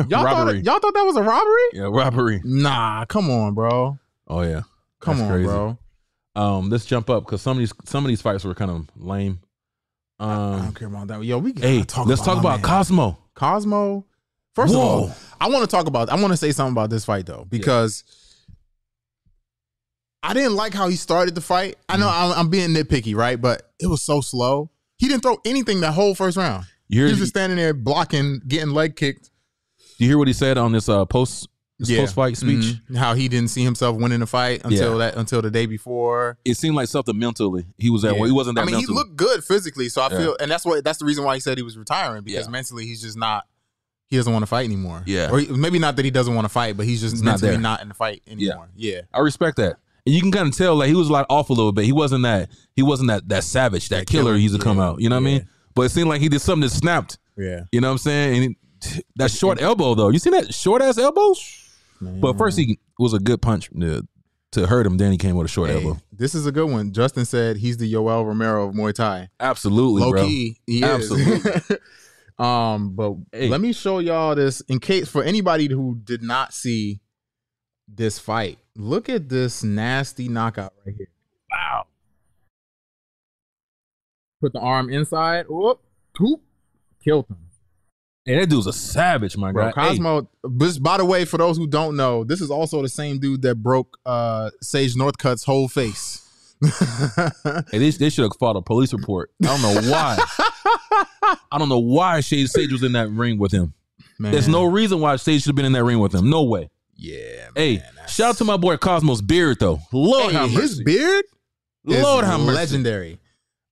Speaker 3: Y'all
Speaker 2: robbery.
Speaker 3: thought y'all thought that was a robbery?
Speaker 2: yeah, robbery.
Speaker 3: Nah, come on, bro.
Speaker 2: Oh yeah.
Speaker 3: Come
Speaker 2: That's
Speaker 3: on,
Speaker 2: crazy.
Speaker 3: bro.
Speaker 2: Um, let's jump up because some of these some of these fights were kind of lame.
Speaker 3: I don't
Speaker 2: Um,
Speaker 3: care about that. Yo, we gotta
Speaker 2: hey,
Speaker 3: talk
Speaker 2: let's
Speaker 3: about
Speaker 2: talk
Speaker 3: my
Speaker 2: about
Speaker 3: man.
Speaker 2: Cosmo.
Speaker 3: Cosmo. First
Speaker 2: Whoa.
Speaker 3: of all, I want to talk about. I want to say something about this fight though, because I didn't like how he started the fight. I know
Speaker 2: Mm.
Speaker 3: I'm, I'm being nitpicky, right? But it was so slow. He didn't throw anything that whole first round.
Speaker 2: You
Speaker 3: He
Speaker 2: hear,
Speaker 3: was just standing there blocking, getting leg kicked.
Speaker 2: you hear what he said on this uh post this
Speaker 3: Yeah.
Speaker 2: post fight speech?
Speaker 3: Mhm. How he didn't see himself winning the fight until that until the day before.
Speaker 2: It seemed like something mentally. He was that
Speaker 3: Yeah.
Speaker 2: way. He wasn't that
Speaker 3: I mean,
Speaker 2: mentally.
Speaker 3: he looked good physically, so I
Speaker 2: Yeah.
Speaker 3: feel, and that's what that's the reason why he said he was retiring because
Speaker 2: Yeah.
Speaker 3: mentally he's just not. He doesn't want to fight anymore.
Speaker 2: Yeah.
Speaker 3: or he- maybe not that he doesn't want to fight, but he's just
Speaker 2: He's not
Speaker 3: mentally
Speaker 2: there.
Speaker 3: not, in the fight anymore. Yeah,
Speaker 2: I respect that. And you can kind of tell like he was like off a little bit. He wasn't that he wasn't that that savage, that, killer,
Speaker 3: killer,
Speaker 2: he used to come
Speaker 3: yeah,
Speaker 2: out. You know what I
Speaker 3: yeah.
Speaker 2: mean? But it seemed like he did something that snapped.
Speaker 3: yeah,
Speaker 2: You know what I'm saying? And it, that short elbow though. You see that short ass elbow? But first he was a good punch to, to hurt him. Then he came with a short
Speaker 3: Hey,
Speaker 2: elbow.
Speaker 3: this is a good one. Justin said he's the Yoel Romero of Muay Thai.
Speaker 2: Absolutely,
Speaker 3: Low
Speaker 2: bro.
Speaker 3: key, he is.
Speaker 2: Absolutely.
Speaker 3: um, but
Speaker 2: Hey.
Speaker 3: let me show y'all this in case for anybody who did not see this fight. Look at this nasty knockout right here.
Speaker 2: Wow.
Speaker 3: Put the arm inside. Whoop, whoop, killed him.
Speaker 2: Hey, that dude's a savage, my
Speaker 3: Bro,
Speaker 2: guy. Hey,
Speaker 3: Cosmo. Just by the way, for those who don't know, this is also the same dude that broke uh, Sage Northcutt's whole face.
Speaker 2: Hey, they, they should have filed a police report. I don't know why. I don't know why Shade Sage was in that ring with him.
Speaker 3: Man.
Speaker 2: There's no reason why Sage should have been in that ring with him. No way.
Speaker 3: yeah.
Speaker 2: Hey,
Speaker 3: man, that's-
Speaker 2: shout out to my boy Cosmo's beard though. Lord
Speaker 3: Hey,
Speaker 2: have
Speaker 3: his
Speaker 2: mercy.
Speaker 3: beard. is
Speaker 2: Lord have mercy.
Speaker 3: legendary.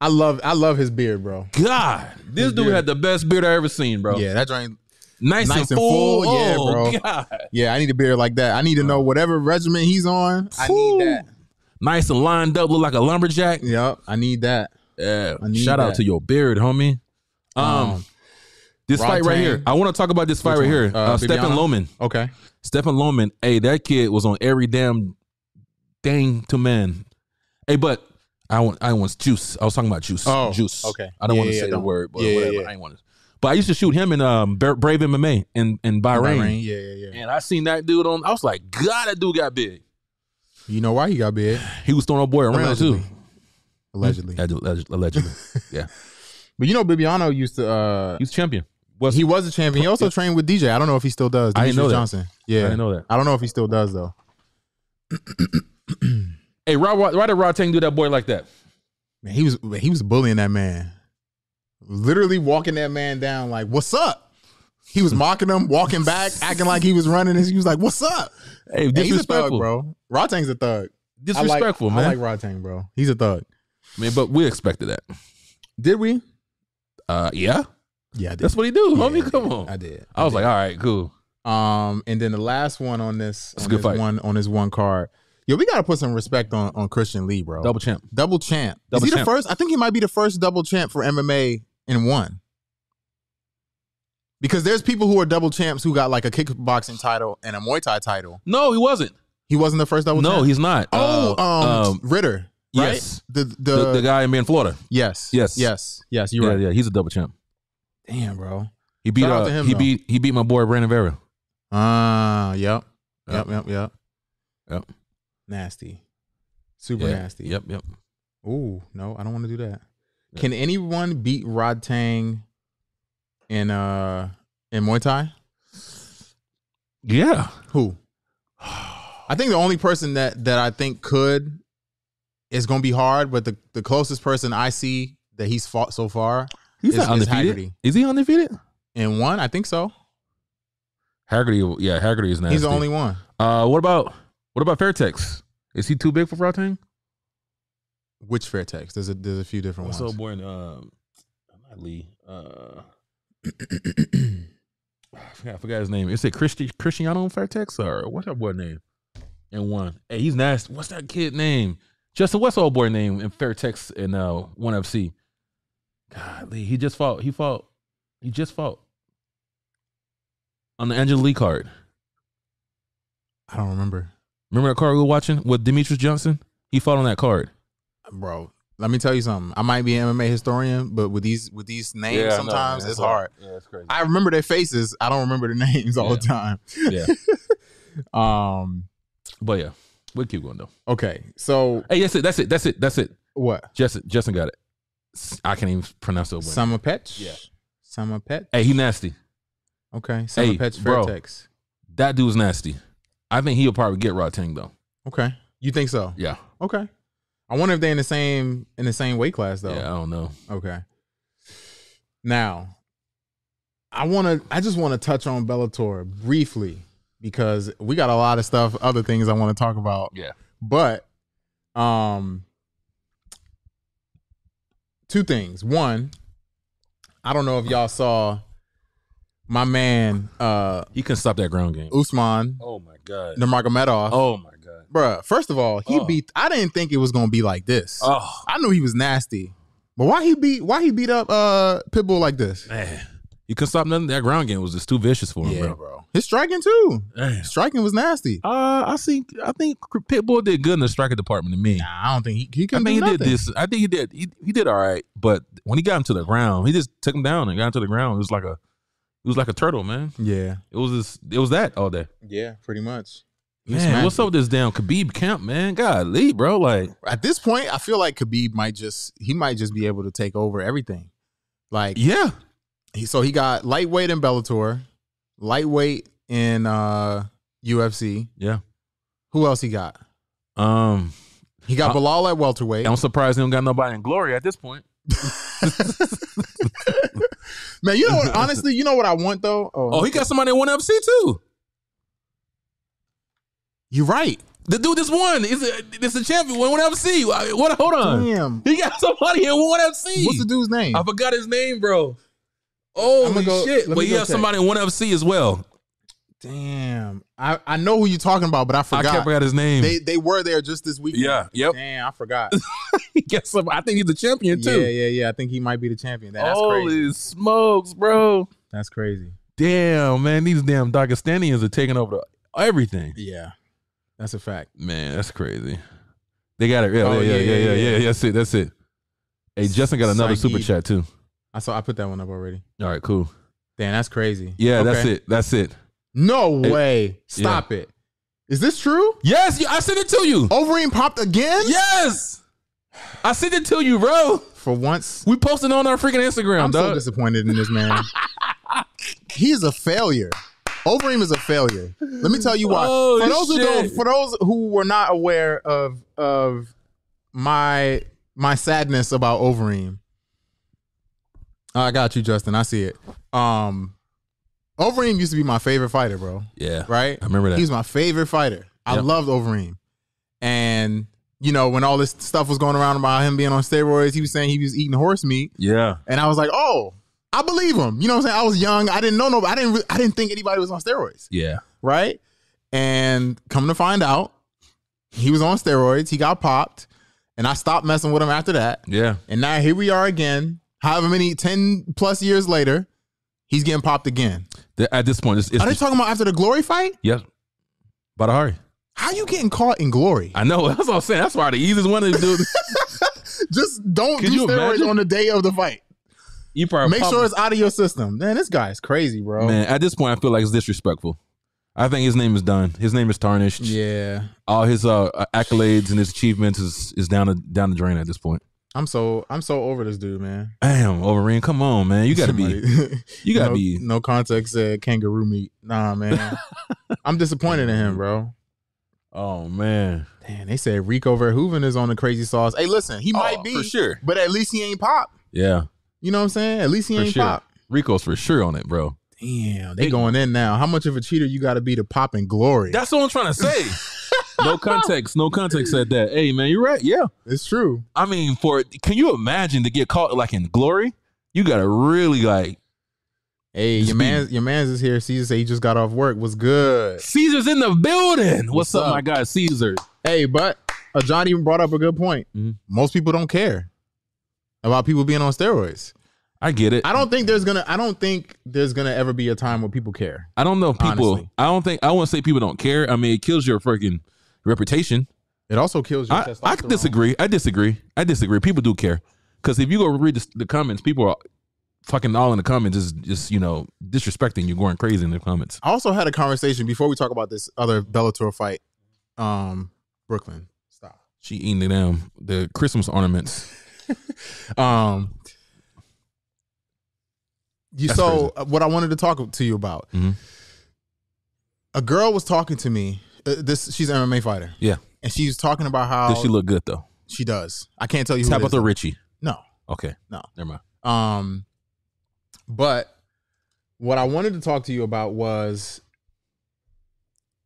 Speaker 3: I love I love his beard, bro.
Speaker 2: God, this
Speaker 3: His
Speaker 2: dude
Speaker 3: beard.
Speaker 2: had the best beard I ever seen, bro.
Speaker 3: Yeah, that drain.
Speaker 2: Nice, and, full.
Speaker 3: yeah,
Speaker 2: oh,
Speaker 3: bro.
Speaker 2: God.
Speaker 3: Yeah, I need a beard like that. I need to know whatever regimen he's on. I need that.
Speaker 2: Nice and lined up, look like a lumberjack.
Speaker 3: Yep, I need that.
Speaker 2: Yeah.
Speaker 3: I need
Speaker 2: Shout out
Speaker 3: that.
Speaker 2: to your beard, homie. Um,
Speaker 3: Um,
Speaker 2: this fight right
Speaker 3: Rotan.
Speaker 2: here. I want to talk about this fight
Speaker 3: Which
Speaker 2: right here.
Speaker 3: one? Uh,
Speaker 2: Uh, Stefan
Speaker 3: Bibiana?
Speaker 2: Loman.
Speaker 3: Okay.
Speaker 2: Stefan Loman, hey, that kid was on every damn thing to man. Hey, but I want I want juice. I was talking about juice.
Speaker 3: Oh,
Speaker 2: juice.
Speaker 3: okay.
Speaker 2: I don't
Speaker 3: Yeah,
Speaker 2: want to
Speaker 3: yeah,
Speaker 2: say the
Speaker 3: don't.
Speaker 2: word, but
Speaker 3: Yeah, yeah,
Speaker 2: whatever.
Speaker 3: yeah.
Speaker 2: I ain't want to. But I used to shoot him in um, Bra- Brave MMA in, in Bahrain.
Speaker 3: Bahrain, Yeah, yeah, yeah.
Speaker 2: And I seen that dude on. I was like, God, that dude got big.
Speaker 3: You know why he got beard?
Speaker 2: He was throwing a boy around
Speaker 3: Allegedly.
Speaker 2: too.
Speaker 3: Allegedly.
Speaker 2: Alleg- alleg- Allegedly,
Speaker 3: But you know, Bibiano used to. uh
Speaker 2: he's champion. Was
Speaker 3: He was a champion. He also trained with DJ. I don't know if he still does.
Speaker 2: I didn't
Speaker 3: Demetrius
Speaker 2: know that.
Speaker 3: Johnson. Yeah,
Speaker 2: I didn't know that.
Speaker 3: I don't know if he still does though.
Speaker 2: Hey, Rod, why, why did Rod Tang do that boy like that?
Speaker 3: Man, he was he was bullying that man. Literally walking that man down like, "What's up?" He was mocking him, walking back, acting like he was running. And he was like, "What's up?"
Speaker 2: Hey,
Speaker 3: And he's a
Speaker 2: disrespectful,
Speaker 3: thug, bro. Rotang's a thug. I like-
Speaker 2: Disrespectful,
Speaker 3: I
Speaker 2: man.
Speaker 3: like Rotang, bro. He's a thug.
Speaker 2: I mean, but we expected that.
Speaker 3: Did we?
Speaker 2: Uh, yeah,
Speaker 3: Yeah, I did.
Speaker 2: that's what he do, homie.
Speaker 3: Yeah,
Speaker 2: Come on.
Speaker 3: I did.
Speaker 2: I was like, all right, cool.
Speaker 3: Um, and then the last one on this,
Speaker 2: That's a
Speaker 3: on
Speaker 2: good
Speaker 3: this
Speaker 2: fight.
Speaker 3: one on this one card. Yo, we gotta put some respect on on Christian Lee, bro.
Speaker 2: Double champ.
Speaker 3: Oh. Double champ.
Speaker 2: Double
Speaker 3: Is he
Speaker 2: champ.
Speaker 3: the first? I think he might be the first double champ for MMA in one. Because there's people who are double champs who got like a kickboxing title and a Muay Thai title.
Speaker 2: No, he wasn't.
Speaker 3: He wasn't the first double
Speaker 2: no,
Speaker 3: champ.
Speaker 2: he's not.
Speaker 3: oh,
Speaker 2: Uh,
Speaker 3: um, Ritter. Right?
Speaker 2: yes.
Speaker 3: The the,
Speaker 2: the, the guy in in Florida.
Speaker 3: yes.
Speaker 2: Yes.
Speaker 3: Yes. Yes. You're
Speaker 2: Yeah,
Speaker 3: right.
Speaker 2: yeah, he's a double champ.
Speaker 3: Damn, bro.
Speaker 2: He beat
Speaker 3: Shout out
Speaker 2: uh,
Speaker 3: to him,
Speaker 2: he
Speaker 3: though.
Speaker 2: beat he beat my boy Brandon Vera.
Speaker 3: Ah, yep.
Speaker 2: Yep.
Speaker 3: Yep, yep, yep.
Speaker 2: Yep.
Speaker 3: Nasty. Super
Speaker 2: Yeah.
Speaker 3: nasty.
Speaker 2: Yep, yep.
Speaker 3: Ooh, no, I don't want to do that.
Speaker 2: Yeah.
Speaker 3: Can anyone beat Rod Tang in uh in Muay Thai?
Speaker 2: Yeah.
Speaker 3: Who? I think the only person that that I think could is going to be hard, but the, the closest person I see that he's fought so far
Speaker 2: He's
Speaker 3: Is-
Speaker 2: not
Speaker 3: is
Speaker 2: undefeated.
Speaker 3: Haggerty.
Speaker 2: Is he undefeated?
Speaker 3: in one, I think so.
Speaker 2: Haggerty, yeah, Haggerty is nasty.
Speaker 3: He's the only one.
Speaker 2: Uh, what about what about Fairtex? Is he too big for Frautang?
Speaker 3: Which Fairtex? There's a there's a few different ones.
Speaker 2: born? Um, not Lee. Uh, I forgot, I forgot his name. Is it Christi, Cristiano Fairtex or what's that boy name? And one. Hey, he's nasty. What's that kid name? Justin, what's old boy name in Fairtex and uh one FC? God, Lee, he just fought. He fought. He just fought on the Angela Lee card.
Speaker 3: I don't remember,
Speaker 2: Remember that card we were watching with Demetrius Johnson? He fought on that card.
Speaker 3: bro. Let me tell you something. I might be an MMA historian, but with these with these names, sometimes it's hard.
Speaker 2: Yeah, it's crazy.
Speaker 3: I remember their faces. I don't remember their names all the time.
Speaker 2: Yeah.
Speaker 3: Um.
Speaker 2: But yeah, we'll keep going though.
Speaker 3: Okay. So
Speaker 2: Hey, that's it. That's it. That's it. That's it.
Speaker 3: what?
Speaker 2: Justin, Justin got it. S- I can't even pronounce it.
Speaker 3: Summer Petch.
Speaker 2: Yeah.
Speaker 3: Summer Petch.
Speaker 2: Hey, he nasty.
Speaker 3: Okay. Summer
Speaker 2: Hey,
Speaker 3: Petch
Speaker 2: bro.
Speaker 3: Fairtex.
Speaker 2: That dude's nasty. I think he'll probably get Rod Ting though.
Speaker 3: Okay. You think so?
Speaker 2: Yeah.
Speaker 3: Okay. I wonder if they're in the same in the same weight class though.
Speaker 2: Yeah. I don't know.
Speaker 3: Okay. Now, I want to. I just want to touch on Bellator briefly because we got a lot of stuff, other things I want to talk about.
Speaker 2: Yeah.
Speaker 3: But, um, two things. One, I don't know if y'all saw my man uh
Speaker 2: He can stop that ground game.
Speaker 3: Usman
Speaker 2: Oh my god.
Speaker 3: Nurmagomedov.
Speaker 2: Oh my god.
Speaker 3: Bruh, first of all, he
Speaker 2: Oh.
Speaker 3: beat. I didn't think it was gonna be like this.
Speaker 2: Oh
Speaker 3: I knew he was nasty, but why he beat why he beat up uh Pitbull like this?
Speaker 2: man. You can stop nothing. That ground game was just too vicious for him, bro.
Speaker 3: His striking too.
Speaker 2: Damn.
Speaker 3: Striking was nasty.
Speaker 2: Uh, I think I think Pitbull did good in the striker department to me.
Speaker 3: Nah, I don't think he, he
Speaker 2: I
Speaker 3: can.
Speaker 2: think he
Speaker 3: do
Speaker 2: did this. I think he did. He, he did all right, but when he got him to the ground, he just took him down and got him to the ground. It was like a, it was like a turtle, man.
Speaker 3: Yeah,
Speaker 2: It was just, it was that all day.
Speaker 3: yeah, pretty much. He
Speaker 2: Man,
Speaker 3: smacked
Speaker 2: what's up with this damn Khabib camp, man? God, Lee, bro, like
Speaker 3: At this point, I feel like Khabib might just he might just be able to take over everything. Like
Speaker 2: yeah,
Speaker 3: he, so he got lightweight in Bellator, lightweight in uh UFC.
Speaker 2: yeah.
Speaker 3: Who else he got?
Speaker 2: Um,
Speaker 3: He got
Speaker 2: Uh,
Speaker 3: Bilal at welterweight.
Speaker 2: I'm surprised he don't got nobody in glory at this point.
Speaker 3: Man, you know what? Honestly, you know what I want though.
Speaker 2: Oh, he got somebody in one FC too.
Speaker 3: You're right.
Speaker 2: The dude just won. Is it's a champion. One FC. What? Hold on.
Speaker 3: Damn.
Speaker 2: He got somebody in one FC.
Speaker 3: What's the dude's name?
Speaker 2: I forgot his name, bro.
Speaker 3: I'm
Speaker 2: Holy
Speaker 3: gonna go-
Speaker 2: shit!
Speaker 3: let
Speaker 2: But
Speaker 3: me
Speaker 2: you
Speaker 3: go
Speaker 2: have
Speaker 3: check.
Speaker 2: somebody in one FC as well.
Speaker 3: Damn. I, I know who you're talking about, but I
Speaker 2: I can't
Speaker 3: forgot.
Speaker 2: forget his name.
Speaker 3: they they were there just this weekend.
Speaker 2: yeah. Yep.
Speaker 3: Damn, I forgot.
Speaker 2: He got some. I think he's a champion
Speaker 3: yeah,
Speaker 2: too.
Speaker 3: yeah, yeah. I think he might be the champion. That- That's
Speaker 2: Holy
Speaker 3: crazy.
Speaker 2: smokes, bro!
Speaker 3: That's crazy.
Speaker 2: Damn, man, these damn Dagestanians are taking over the, everything.
Speaker 3: Yeah. That's a fact.
Speaker 2: Man, that's crazy. They got it. Yeah,
Speaker 3: Oh,
Speaker 2: yeah, yeah, yeah, yeah, yeah,
Speaker 3: yeah.
Speaker 2: That's it. That's it. Hey, Justin got another super
Speaker 3: Saeed.
Speaker 2: chat too.
Speaker 3: I saw I put that one up already.
Speaker 2: All right, cool.
Speaker 3: Damn, that's crazy.
Speaker 2: Yeah, that's
Speaker 3: Okay.
Speaker 2: it. That's it.
Speaker 3: No
Speaker 2: It-
Speaker 3: way. Stop it. Is this true?
Speaker 2: Yes, you- I sent it to you.
Speaker 3: Overeem popped again?
Speaker 2: Oh, Yes, I sent it to you, bro.
Speaker 3: For once.
Speaker 2: We posted on our freaking Instagram,
Speaker 3: I'm so
Speaker 2: dog.
Speaker 3: disappointed in this man. he is a failure. Overeem is a failure. Let me tell you why.
Speaker 2: Oh,
Speaker 3: for those who
Speaker 2: shit.
Speaker 3: don't, for those who were not aware of of my my sadness about Overeem, Oh, I got you, Justin. I see it. Um, Overeem used to be my favorite fighter, bro.
Speaker 2: yeah,
Speaker 3: Right?
Speaker 2: I remember that.
Speaker 3: He's my favorite fighter. I
Speaker 2: Yep.
Speaker 3: loved Overeem. And you know, when all this stuff was going around about him being on steroids, he was saying he was eating horse meat.
Speaker 2: yeah,
Speaker 3: And I was like, oh, I believe him. You know what I'm saying? I was young. I didn't know no. I didn't. Re- I didn't think anybody was on steroids,
Speaker 2: yeah.
Speaker 3: right? And come to find out, he was on steroids. He got popped, and I stopped messing with him after that.
Speaker 2: Yeah.
Speaker 3: And now here we are again. However many ten plus years later, he's getting popped again.
Speaker 2: Th- At this point, it's, it's
Speaker 3: Are they talking about after the glory fight?
Speaker 2: yeah. Badahari.
Speaker 3: How you getting caught in glory?
Speaker 2: I know. That's what I'm saying. That's why the easiest one to do.
Speaker 3: Just don't
Speaker 2: Could
Speaker 3: do
Speaker 2: you
Speaker 3: steroids
Speaker 2: imagine?
Speaker 3: on the day of the fight.
Speaker 2: you probably
Speaker 3: Make sure it's out of your system. Man, this guy is crazy, bro.
Speaker 2: man. At this point, I feel like it's disrespectful. I think his name is done. His name is tarnished.
Speaker 3: Yeah.
Speaker 2: All his uh, accolades and his achievements is is down the down the drain at this point.
Speaker 3: I'm so I'm so over this dude, man.
Speaker 2: Damn, Overeem, come on, man. You gotta be.
Speaker 3: Somebody-
Speaker 2: You gotta
Speaker 3: no,
Speaker 2: be.
Speaker 3: no context said kangaroo meat. Nah, man. I'm disappointed in him, bro.
Speaker 2: Oh man.
Speaker 3: Damn, they said Rico Verhoeven is on the crazy sauce. Hey, listen, he might
Speaker 2: Oh,
Speaker 3: be,
Speaker 2: for sure.
Speaker 3: but at least he ain't pop.
Speaker 2: Yeah.
Speaker 3: You know what I'm saying? At least he
Speaker 2: For
Speaker 3: ain't
Speaker 2: sure.
Speaker 3: pop.
Speaker 2: Rico's for sure on it, bro.
Speaker 3: Damn, they
Speaker 2: They-
Speaker 3: going in now. How much of a cheater you got to be to pop in glory?
Speaker 2: That's what I'm trying to say. no context. No context said that. Hey man, you're right. Yeah.
Speaker 3: it's true.
Speaker 2: I mean, for can you imagine to get caught like in glory? You gotta really like
Speaker 3: Hey, your
Speaker 2: Speak.
Speaker 3: man, your man's is here. Caesar say he just got off work. Was good.
Speaker 2: Caesar's in the building. What's,
Speaker 3: What's
Speaker 2: up,
Speaker 3: up?
Speaker 2: my guy Caesar?
Speaker 3: Hey, but uh, John even brought up a good point.
Speaker 2: Mhm.
Speaker 3: Most people don't care about people being on steroids.
Speaker 2: I get it.
Speaker 3: I don't think there's gonna. I don't think there's gonna ever be a time where people care.
Speaker 2: I don't know if people.
Speaker 3: Honestly.
Speaker 2: I don't think I won't say people don't care. I mean, it kills your freaking reputation.
Speaker 3: It also kills your
Speaker 2: I, I
Speaker 3: testosterone.
Speaker 2: disagree. I disagree. I disagree. People do care because if you go read the, the comments, people are fucking all in the comments is just you know disrespecting you, going crazy in the comments.
Speaker 3: I also had a conversation before we talk about this other Bellator fight. Um, Brooklyn, stop.
Speaker 2: She eating the damn the Christmas ornaments.
Speaker 3: Um, you
Speaker 2: That's
Speaker 3: so uh what I wanted to talk to you about.
Speaker 2: Mhm.
Speaker 3: A girl was talking to me. Uh, this she's an MMA fighter.
Speaker 2: Yeah.
Speaker 3: and she's talking about how
Speaker 2: Does she
Speaker 3: she,
Speaker 2: look good though?
Speaker 3: does. I can't tell you Oh. who it is.
Speaker 2: Tabitha Richie.
Speaker 3: no.
Speaker 2: Okay.
Speaker 3: No.
Speaker 2: Never mind.
Speaker 3: Um, but what I wanted to talk to you about was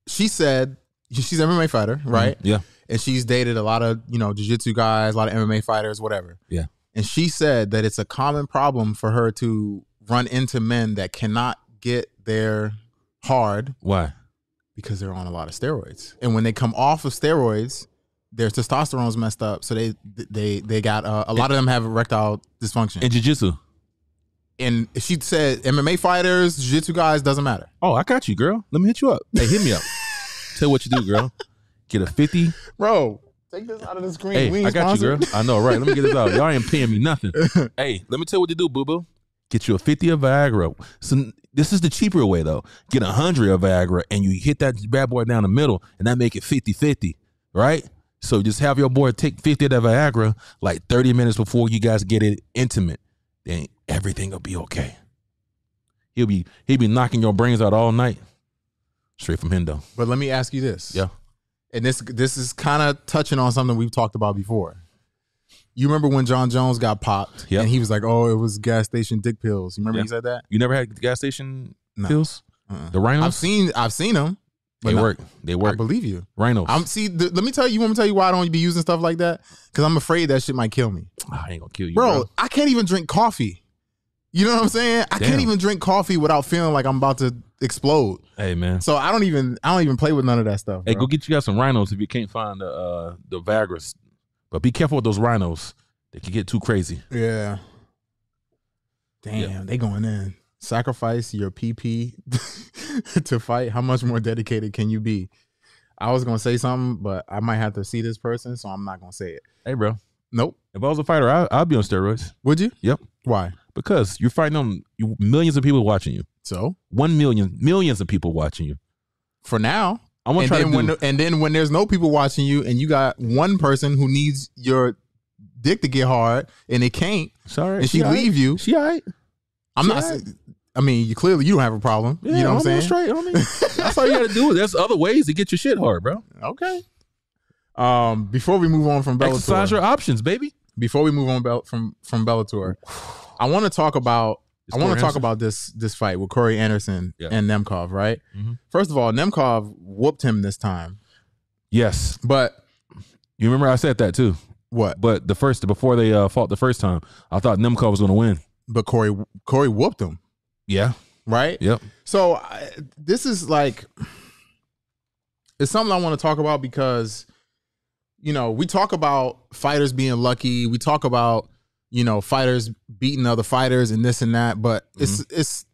Speaker 3: she said she's an MMA fighter, right?
Speaker 2: Mm-hmm. Yeah.
Speaker 3: and she's dated a lot of you know jiu-jitsu guys a lot of mma fighters whatever
Speaker 2: Yeah.
Speaker 3: and she said that it's a common problem for her to run into men that cannot get their hard
Speaker 2: Why?
Speaker 3: because they're on a lot of steroids and when they come off of steroids their testosterone's messed up so they they they got uh, a lot of them have erectile dysfunction
Speaker 2: And jujitsu.
Speaker 3: and she said mma fighters jiu-jitsu guys doesn't matter
Speaker 2: Oh, I got you, girl. Let me hit you up. Hey, hit me up. Tell what you do, girl. Get a fifty.
Speaker 3: bro take this out of the screen
Speaker 2: Hey,
Speaker 3: We ain't
Speaker 2: I got you,
Speaker 3: sponsored.
Speaker 2: girl. I know, right? Let me get this out. Y'all ain't paying me nothing. hey, let me tell you what to do, boo boo. Get you a fifty of Viagra. So this is the cheaper way though. Get a hundred of Viagra, and you hit that bad boy down the middle, and that make it 50-50, right? So just have your boy take fifty of that Viagra like thirty minutes before you guys get it intimate. Then everything will be okay. He'll be he'll be knocking your brains out all night, straight from Hendo.
Speaker 3: but let me ask you this
Speaker 2: Yeah.
Speaker 3: and this this is kind of touching on something we've talked about before. You remember when John Jones got popped
Speaker 2: Yep.
Speaker 3: and he was like, "Oh, it was gas station dick pills." You remember
Speaker 2: Yeah.
Speaker 3: he said that?
Speaker 2: You never had gas station
Speaker 3: No.
Speaker 2: pills?
Speaker 3: Uh-uh.
Speaker 2: The rhinos?
Speaker 3: I've seen I've seen them.
Speaker 2: they work. They
Speaker 3: I
Speaker 2: work.
Speaker 3: believe you.
Speaker 2: Rhinos.
Speaker 3: I'm see. Th- let me tell you. You want me to tell you why I don't be using stuff like that? Because I'm afraid that shit might kill me,
Speaker 2: I ain't gonna kill you,
Speaker 3: bro. I can't even drink coffee. You know what I'm saying? I
Speaker 2: Damn.
Speaker 3: can't even drink coffee without feeling like I'm about to explode.
Speaker 2: Hey, man.
Speaker 3: So I don't even I don't even play with none of that stuff.
Speaker 2: Hey,
Speaker 3: bro.
Speaker 2: go get you guys some rhinos if you can't find the uh, the Viagra's. But be careful with those rhinos. They can get too crazy.
Speaker 3: Yeah. Damn, they going in. Sacrifice your PP to fight. How much more dedicated can you be? I was gonna say something, but I might have to see this person, so I'm not gonna say it.
Speaker 2: Hey, bro.
Speaker 3: Nope.
Speaker 2: If I was a fighter, I, I'd be on steroids
Speaker 3: Would you?
Speaker 2: Yep.
Speaker 3: Why?
Speaker 2: because you're fighting on you, millions of people watching you.
Speaker 3: So
Speaker 2: One million, millions of people watching you.
Speaker 3: for now,
Speaker 2: I'm gonna
Speaker 3: and
Speaker 2: try
Speaker 3: then
Speaker 2: to do.
Speaker 3: when and then when there's no people watching you, and you got one person who needs your dick to get hard, and it can't,
Speaker 2: Sorry,
Speaker 3: and she leave you.
Speaker 2: She all right.
Speaker 3: I'm
Speaker 2: she
Speaker 3: not.
Speaker 2: all right.
Speaker 3: s- I mean, you clearly you don't have a problem.
Speaker 2: Yeah,
Speaker 3: you know what I'm saying?
Speaker 2: Straight. I mean, that's all you gotta do. There's other ways to get your shit hard, bro.
Speaker 3: Okay. Um, before we move on from Bellator,
Speaker 2: Exercise your options, baby.
Speaker 3: before we move on Bell, from from Bellator, I want to talk about
Speaker 2: It's
Speaker 3: I want
Speaker 2: Corey
Speaker 3: to talk
Speaker 2: Anderson.
Speaker 3: about this this fight with Corey Anderson
Speaker 2: Yeah.
Speaker 3: and Nemkov. Right.
Speaker 2: Mhm.
Speaker 3: First of all, Nemkov whooped him this time,
Speaker 2: Yes,
Speaker 3: but
Speaker 2: you remember I said that too.
Speaker 3: what?
Speaker 2: But the first before they uh, fought the first time, I thought Nemkov was gonna win.
Speaker 3: But Corey Corey whooped him.
Speaker 2: Yeah.
Speaker 3: Right.
Speaker 2: Yep.
Speaker 3: So I, this is like it's something I want to talk about because you know we talk about fighters being lucky. We talk about you know fighters beating other fighters and this and that, but it's it's.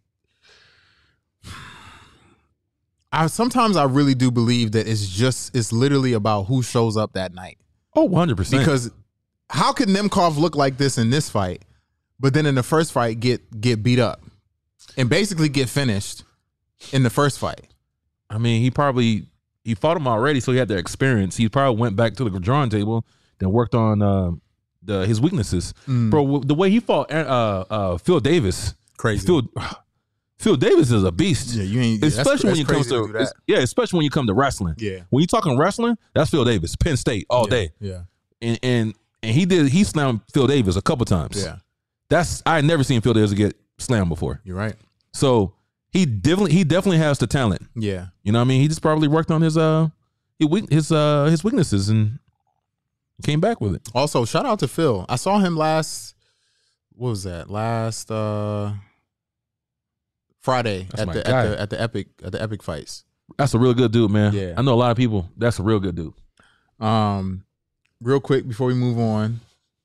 Speaker 3: I sometimes I really do believe that it's just it's literally about who shows up that night
Speaker 2: Oh, 100 percent.
Speaker 3: because how could Nemkov look like this in this fight, but then in the first fight get get beat up and basically get finished in the first fight?
Speaker 2: I mean, he probably he fought him already, so he had the experience. He probably went back to the drawing table, then worked on uh, the his Mm. weaknesses. Bro, w- the way he fought uh, uh, Phil Davis,
Speaker 3: Crazy.
Speaker 2: Phil Phil Davis is a beast.
Speaker 3: Yeah, you ain't.
Speaker 2: especially
Speaker 3: that's,
Speaker 2: when
Speaker 3: that's
Speaker 2: you come
Speaker 3: crazy
Speaker 2: to,
Speaker 3: do that.
Speaker 2: yeah, especially when you come to wrestling.
Speaker 3: Yeah.
Speaker 2: When you talking wrestling, that's Phil Davis, Penn State all
Speaker 3: yeah,
Speaker 2: day,
Speaker 3: Yeah,
Speaker 2: and and and he did he slammed Phil Davis a couple times.
Speaker 3: yeah.
Speaker 2: that's I had never seen Phil Davis get slammed before.
Speaker 3: You're right.
Speaker 2: So he definitely he definitely has the talent.
Speaker 3: Yeah,
Speaker 2: You know what I mean? He just probably worked on his uh his weak- his uh his weaknesses and came back with it.
Speaker 3: Also, shout out to Phil. I saw him last what was that? Last uh Friday
Speaker 2: That's
Speaker 3: at
Speaker 2: my
Speaker 3: the,
Speaker 2: guy.
Speaker 3: at the at the epic at the epic fights.
Speaker 2: That's a real good dude, man.
Speaker 3: Yeah.
Speaker 2: I know a lot of people. That's a real good dude.
Speaker 3: Um real quick before we move on,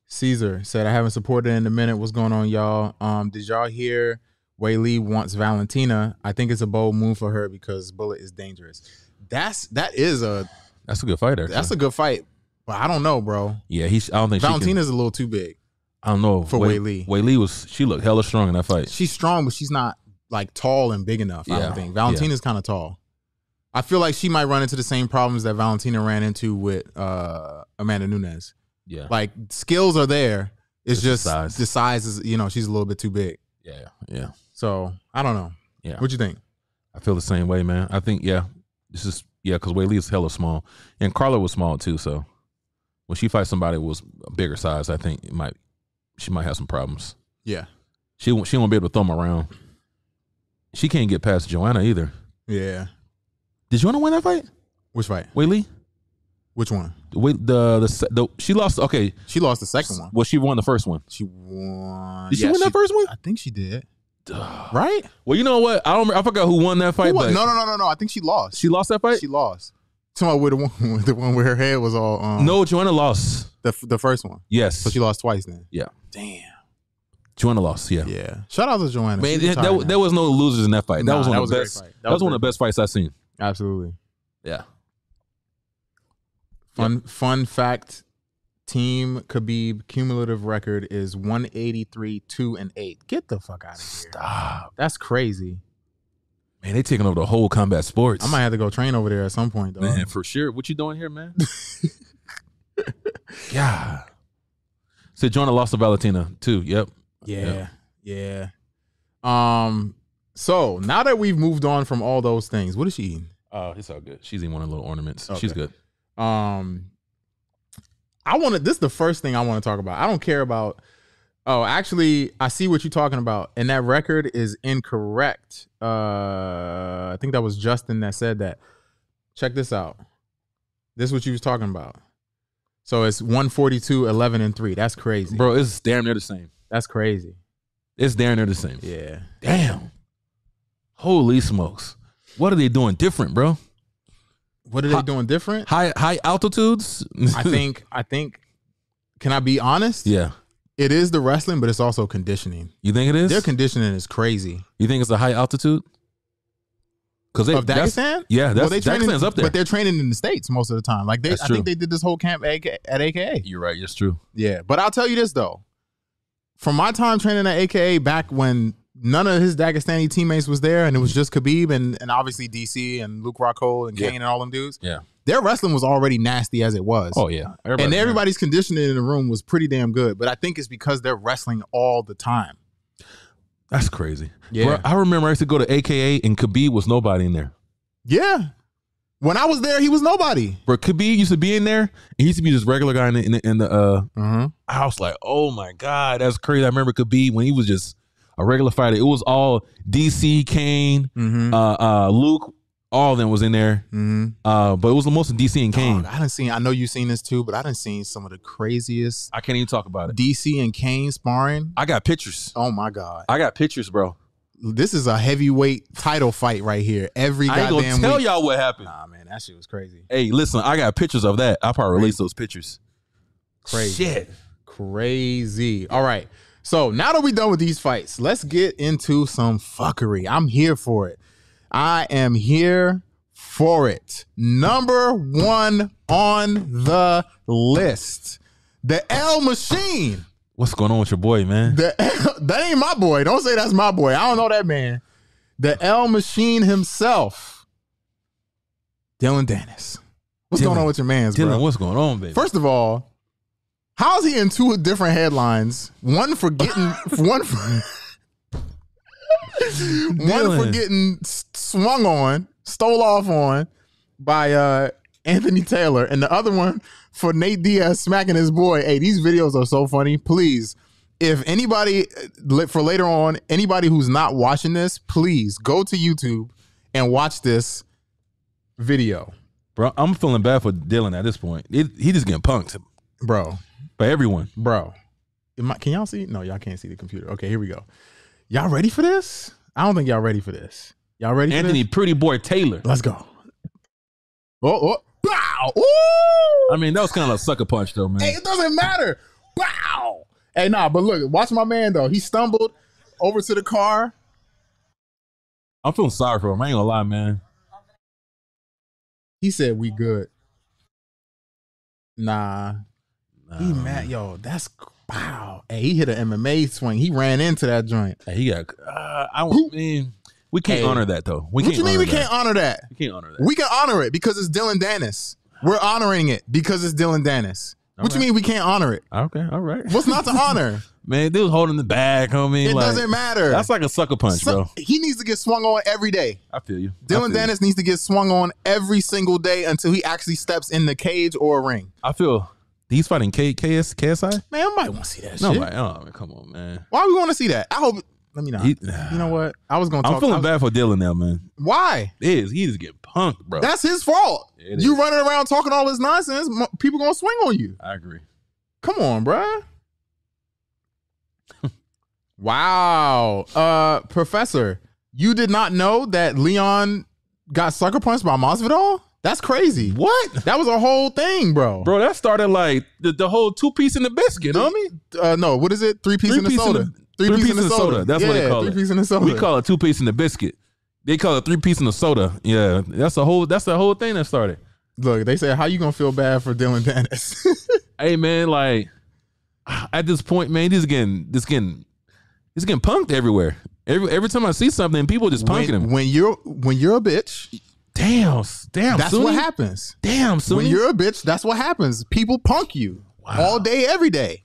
Speaker 3: Caesar said I haven't supported in a minute. What's going on, y'all? Um did y'all hear Whaley wants Valentina? I think it's a bold move for her because Bullet is dangerous. That's that is a
Speaker 2: That's a good fighter.
Speaker 3: that's a good fight. But I don't know, bro.
Speaker 2: yeah. He's I don't think She
Speaker 3: Valentina's a little too big.
Speaker 2: can, I don't know
Speaker 3: for Wei Lee.
Speaker 2: Wei Lee was she looked hella strong in that fight.
Speaker 3: she's strong, but she's not like tall and big enough. I
Speaker 2: Yeah.
Speaker 3: don't think Valentina's kind of tall. I feel like she might run into the same problems that Valentina ran into with uh, Amanda Nunes.
Speaker 2: Yeah.
Speaker 3: Like skills are there. It's,
Speaker 2: It's the
Speaker 3: just
Speaker 2: size.
Speaker 3: the size is you know she's a little bit too big.
Speaker 2: Yeah. Yeah.
Speaker 3: So I don't know.
Speaker 2: Yeah.
Speaker 3: What you think?
Speaker 2: I feel the same way, man. I think yeah. This is yeah because Wei Lee is hella small and Carla was small too. So when she fights somebody who was a bigger size, I think it might she might have some problems.
Speaker 3: Yeah.
Speaker 2: She won't she won't be able to throw him around. She can't get past Joanna either.
Speaker 3: Yeah.
Speaker 2: Did Joanna win that fight?
Speaker 3: Which fight?
Speaker 2: Wei Lee?
Speaker 3: Which one?
Speaker 2: Wait, the, the se- the she lost. Okay,
Speaker 3: She lost the second one.
Speaker 2: well she won the first one.
Speaker 3: She won.
Speaker 2: Did she
Speaker 3: yeah,
Speaker 2: win that first one?
Speaker 3: I think she did. Right?
Speaker 2: Well, you know what? I don't. I forgot who won that
Speaker 3: Who
Speaker 2: fight,
Speaker 3: won?
Speaker 2: but
Speaker 3: No, no, no, no, no. I think she lost.
Speaker 2: she lost that fight.
Speaker 3: She lost. Talking about where the one, the one where her head was all. Um,
Speaker 2: no, Joanna lost.
Speaker 3: the the first one.
Speaker 2: Yes,
Speaker 3: So she lost twice then.
Speaker 2: Yeah.
Speaker 3: Damn.
Speaker 2: Joanna lost. Yeah,
Speaker 3: Yeah. Shout out to Joanna.
Speaker 2: Man,
Speaker 3: She
Speaker 2: that,
Speaker 3: retired
Speaker 2: that,
Speaker 3: now.
Speaker 2: there was no losers in that fight. that
Speaker 3: Nah,
Speaker 2: was one
Speaker 3: that
Speaker 2: of
Speaker 3: was
Speaker 2: the
Speaker 3: a great
Speaker 2: best.
Speaker 3: fight.
Speaker 2: That,
Speaker 3: That was
Speaker 2: was one of the best fights I've seen.
Speaker 3: absolutely
Speaker 2: Yeah,
Speaker 3: fun. Fun fact: Team Khabib cumulative record is one eighty three two and eight. Get the fuck out of here.
Speaker 2: stop,
Speaker 3: That's crazy.
Speaker 2: man. They taking over the whole combat sports.
Speaker 3: I might have to go train over there at some point though.
Speaker 2: man, for sure. What you doing here, man? yeah. So Joanna lost to Valentina too. Yep.
Speaker 3: Yeah, yeah. Um. So now that we've moved on from all those things, what is she eating?
Speaker 2: Oh, it's all good. She's eating one of the little ornaments.
Speaker 3: Okay.
Speaker 2: She's good.
Speaker 3: Um, I want to. This is the first thing I want to talk about. I don't care about. Oh, actually, I see what you're talking about, and that record is incorrect. Uh, I think that was Justin that said that. Check this out. This is what you was talking about. So it's 142, 11, and three. That's crazy.
Speaker 2: Bro, it's damn near the same.
Speaker 3: That's crazy.
Speaker 2: It's damn near the same.
Speaker 3: Yeah.
Speaker 2: Damn. Holy smokes. What are they doing different, bro?
Speaker 3: What are they
Speaker 2: How-
Speaker 3: doing different?
Speaker 2: High high altitudes?
Speaker 3: I think. I think. Can I be honest?
Speaker 2: yeah.
Speaker 3: It is the wrestling, but it's also conditioning.
Speaker 2: You think it is?
Speaker 3: Their conditioning is crazy.
Speaker 2: you think it's a high altitude? Cuz they
Speaker 3: of
Speaker 2: that's-
Speaker 3: Dagestan?
Speaker 2: Yeah, that's
Speaker 3: training,
Speaker 2: Dagestan's up there.
Speaker 3: But they're training in the states most of the time. Like they,
Speaker 2: That's
Speaker 3: I
Speaker 2: true.
Speaker 3: think they did this whole camp AK, at AKA.
Speaker 2: You're right, it's true.
Speaker 3: Yeah, but I'll tell you this though, from my time training at AKA back when none of his Dagestani teammates was there, and it was just Khabib and and obviously DC and Luke Rockhold and
Speaker 2: Yeah.
Speaker 3: Kane and all them dudes.
Speaker 2: Yeah.
Speaker 3: Their wrestling was already nasty as it was.
Speaker 2: Oh yeah.
Speaker 3: and everybody's conditioning in the room was pretty damn good, but I think it's because they're wrestling all the time.
Speaker 2: That's crazy.
Speaker 3: Yeah.
Speaker 2: Bro, I remember I used to go to AKA and Khabib was nobody in there.
Speaker 3: Yeah. When I was there, he was nobody.
Speaker 2: Bro, Khabib used to be in there. And he used to be this regular guy in the in the, in the uh
Speaker 3: Uh-huh.
Speaker 2: I was like, oh my God, that's crazy. I remember Khabib when he was just a regular fighter. It was all DC, Kane,
Speaker 3: Mm-hmm.
Speaker 2: uh, uh, Luke, all of them was in there.
Speaker 3: mm-hmm.
Speaker 2: Uh, but it was the most DC and Kane.
Speaker 3: Dog, I done seen. I know you've seen this too, but I done seen some of the craziest
Speaker 2: I can't even talk about it.
Speaker 3: DC and Kane sparring.
Speaker 2: I got pictures.
Speaker 3: Oh my god,
Speaker 2: I got pictures, bro.
Speaker 3: this is a heavyweight title fight right here. Every
Speaker 2: I ain't
Speaker 3: goddamn
Speaker 2: gonna tell
Speaker 3: week.
Speaker 2: y'all what happened.
Speaker 3: Nah, man, that shit was crazy.
Speaker 2: Hey, listen, I got pictures of that. I'll probably release those pictures.
Speaker 3: Crazy.
Speaker 2: Shit.
Speaker 3: Crazy. All right. So now that we're done with these fights, let's get into some fuckery. I'm here for it. I am here for it. Number one on the list. The L Machine.
Speaker 2: What's going on with your boy, man?
Speaker 3: The, that ain't my boy. Don't say that's my boy. I don't know that man. The L Machine himself, Dylan Dennis. What's going
Speaker 2: Dylan.
Speaker 3: on with your man's
Speaker 2: Dylan,
Speaker 3: bro?
Speaker 2: what's going on, baby?
Speaker 3: First of all, how's he in two different headlines? One for getting one for One for
Speaker 2: Dylan.
Speaker 3: getting s- swung on, stole off on by uh, Anthony Taylor, and the other one for Nate Diaz smacking his boy. Hey, these videos are so funny. Please, if anybody uh, li- for later on, anybody who's not watching this, please go to YouTube and watch this video,
Speaker 2: Bro, I'm feeling bad for Dylan at this point. It, he just getting punked
Speaker 3: bro.
Speaker 2: by everyone.
Speaker 3: bro. Am I- can y'all see? No, y'all can't see the computer. Okay, here we go. Y'all ready for this? I don't think y'all ready for this. Y'all ready? for
Speaker 2: Anthony,
Speaker 3: this?
Speaker 2: pretty boy Taylor.
Speaker 3: let's go. Oh, oh, bow! Ooh!
Speaker 2: I mean, that was kind of a sucker punch, though, man.
Speaker 3: Hey, it doesn't matter. Bow! Hey, nah, but look, watch my man though. He stumbled over to the car.
Speaker 2: I'm feeling sorry for him. I ain't gonna lie, man.
Speaker 3: He said, "We good." Nah, he
Speaker 2: Nah.
Speaker 3: mad, yo. That's wow. Hey, he hit an MMA swing. He ran into that joint.
Speaker 2: Hey, he got. Uh, I don't mean we can't
Speaker 3: Hey.
Speaker 2: honor that though. We
Speaker 3: What
Speaker 2: can't.
Speaker 3: you mean
Speaker 2: honor
Speaker 3: we
Speaker 2: that.
Speaker 3: can't honor that?
Speaker 2: We can't honor that.
Speaker 3: We can honor it because it's Dylan Dennis. We're honoring it because it's Dylan Dennis. what you
Speaker 2: Alright.
Speaker 3: mean we can't honor it?
Speaker 2: okay, all right.
Speaker 3: What's not to honor?
Speaker 2: Man, they was holding the bag on me.
Speaker 3: it
Speaker 2: like,
Speaker 3: doesn't matter.
Speaker 2: That's like a sucker punch,
Speaker 3: So-
Speaker 2: bro.
Speaker 3: he needs to get swung on every day.
Speaker 2: I feel you. I feel
Speaker 3: Dylan
Speaker 2: you.
Speaker 3: Dennis needs to get swung on every single day until he actually steps in the cage or a ring.
Speaker 2: I feel he's fighting K KS KSI.
Speaker 3: Man, I might want to see that
Speaker 2: No,
Speaker 3: shit.
Speaker 2: like, oh man, come on, man.
Speaker 3: Why we want to see that? I hope. Let me know.
Speaker 2: He-
Speaker 3: you know what? I was gonna. Talk,
Speaker 2: I'm feeling
Speaker 3: I was-
Speaker 2: bad for Dylan now, man.
Speaker 3: Why?
Speaker 2: It is he is getting punked, bro?
Speaker 3: That's his fault.
Speaker 2: It
Speaker 3: You
Speaker 2: is.
Speaker 3: running around talking all this nonsense. mo- People gonna swing on you.
Speaker 2: I agree.
Speaker 3: Come on, bruh. wow. Uh Professor, you did not know that Leon got sucker punched by Masvidal? That's crazy.
Speaker 2: What,
Speaker 3: That was a whole thing, bro.
Speaker 2: bro? That started like the, the whole two piece in the biscuit, huh?
Speaker 3: me? Uh, no, what is it? Three piece
Speaker 2: Three
Speaker 3: in the
Speaker 2: piece in
Speaker 3: soda.
Speaker 2: the- three piece in the soda. That's what they call
Speaker 3: three
Speaker 2: it.
Speaker 3: Three piece in the soda.
Speaker 2: We call it two piece in the biscuit. They call it three piece in the soda. Yeah, that's the whole. That's the whole thing that started.
Speaker 3: Look, they said, how you gonna feel bad for Dylan Dennis?
Speaker 2: hey man, like at this point, man, he's getting this getting he's getting punked everywhere. Every every time I see something, people just punking
Speaker 3: when,
Speaker 2: him.
Speaker 3: when you're when you're a bitch,
Speaker 2: Damn, damn,
Speaker 3: that's
Speaker 2: Sunni.
Speaker 3: what happens.
Speaker 2: Damn,
Speaker 3: When
Speaker 2: Sunni.
Speaker 3: you're a bitch, that's what happens. People punk you all day, every day.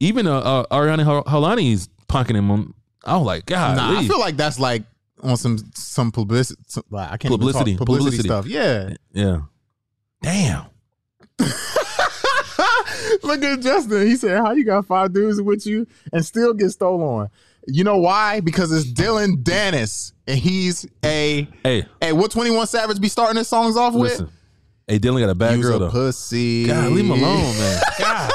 Speaker 2: Even uh, uh, Ariana Hol- Holani's punking him. on- I was like, God,
Speaker 3: Nah, I feel like that's like on some some publicity. I can't even
Speaker 2: Publicity,
Speaker 3: talk,
Speaker 2: publicity.
Speaker 3: publicity, stuff. Yeah.
Speaker 2: yeah. Damn,
Speaker 3: Look at Justin. He said, "How you got five dudes with you and still get stolen?" You know why? Because it's Dylan Dennis, and he's a
Speaker 2: hey,
Speaker 3: hey. What Twenty One Savage be starting his songs off with?
Speaker 2: listen, hey, Dylan got a bad
Speaker 3: Use
Speaker 2: girl
Speaker 3: a
Speaker 2: though.
Speaker 3: pussy.
Speaker 2: God, leave him alone, man. God,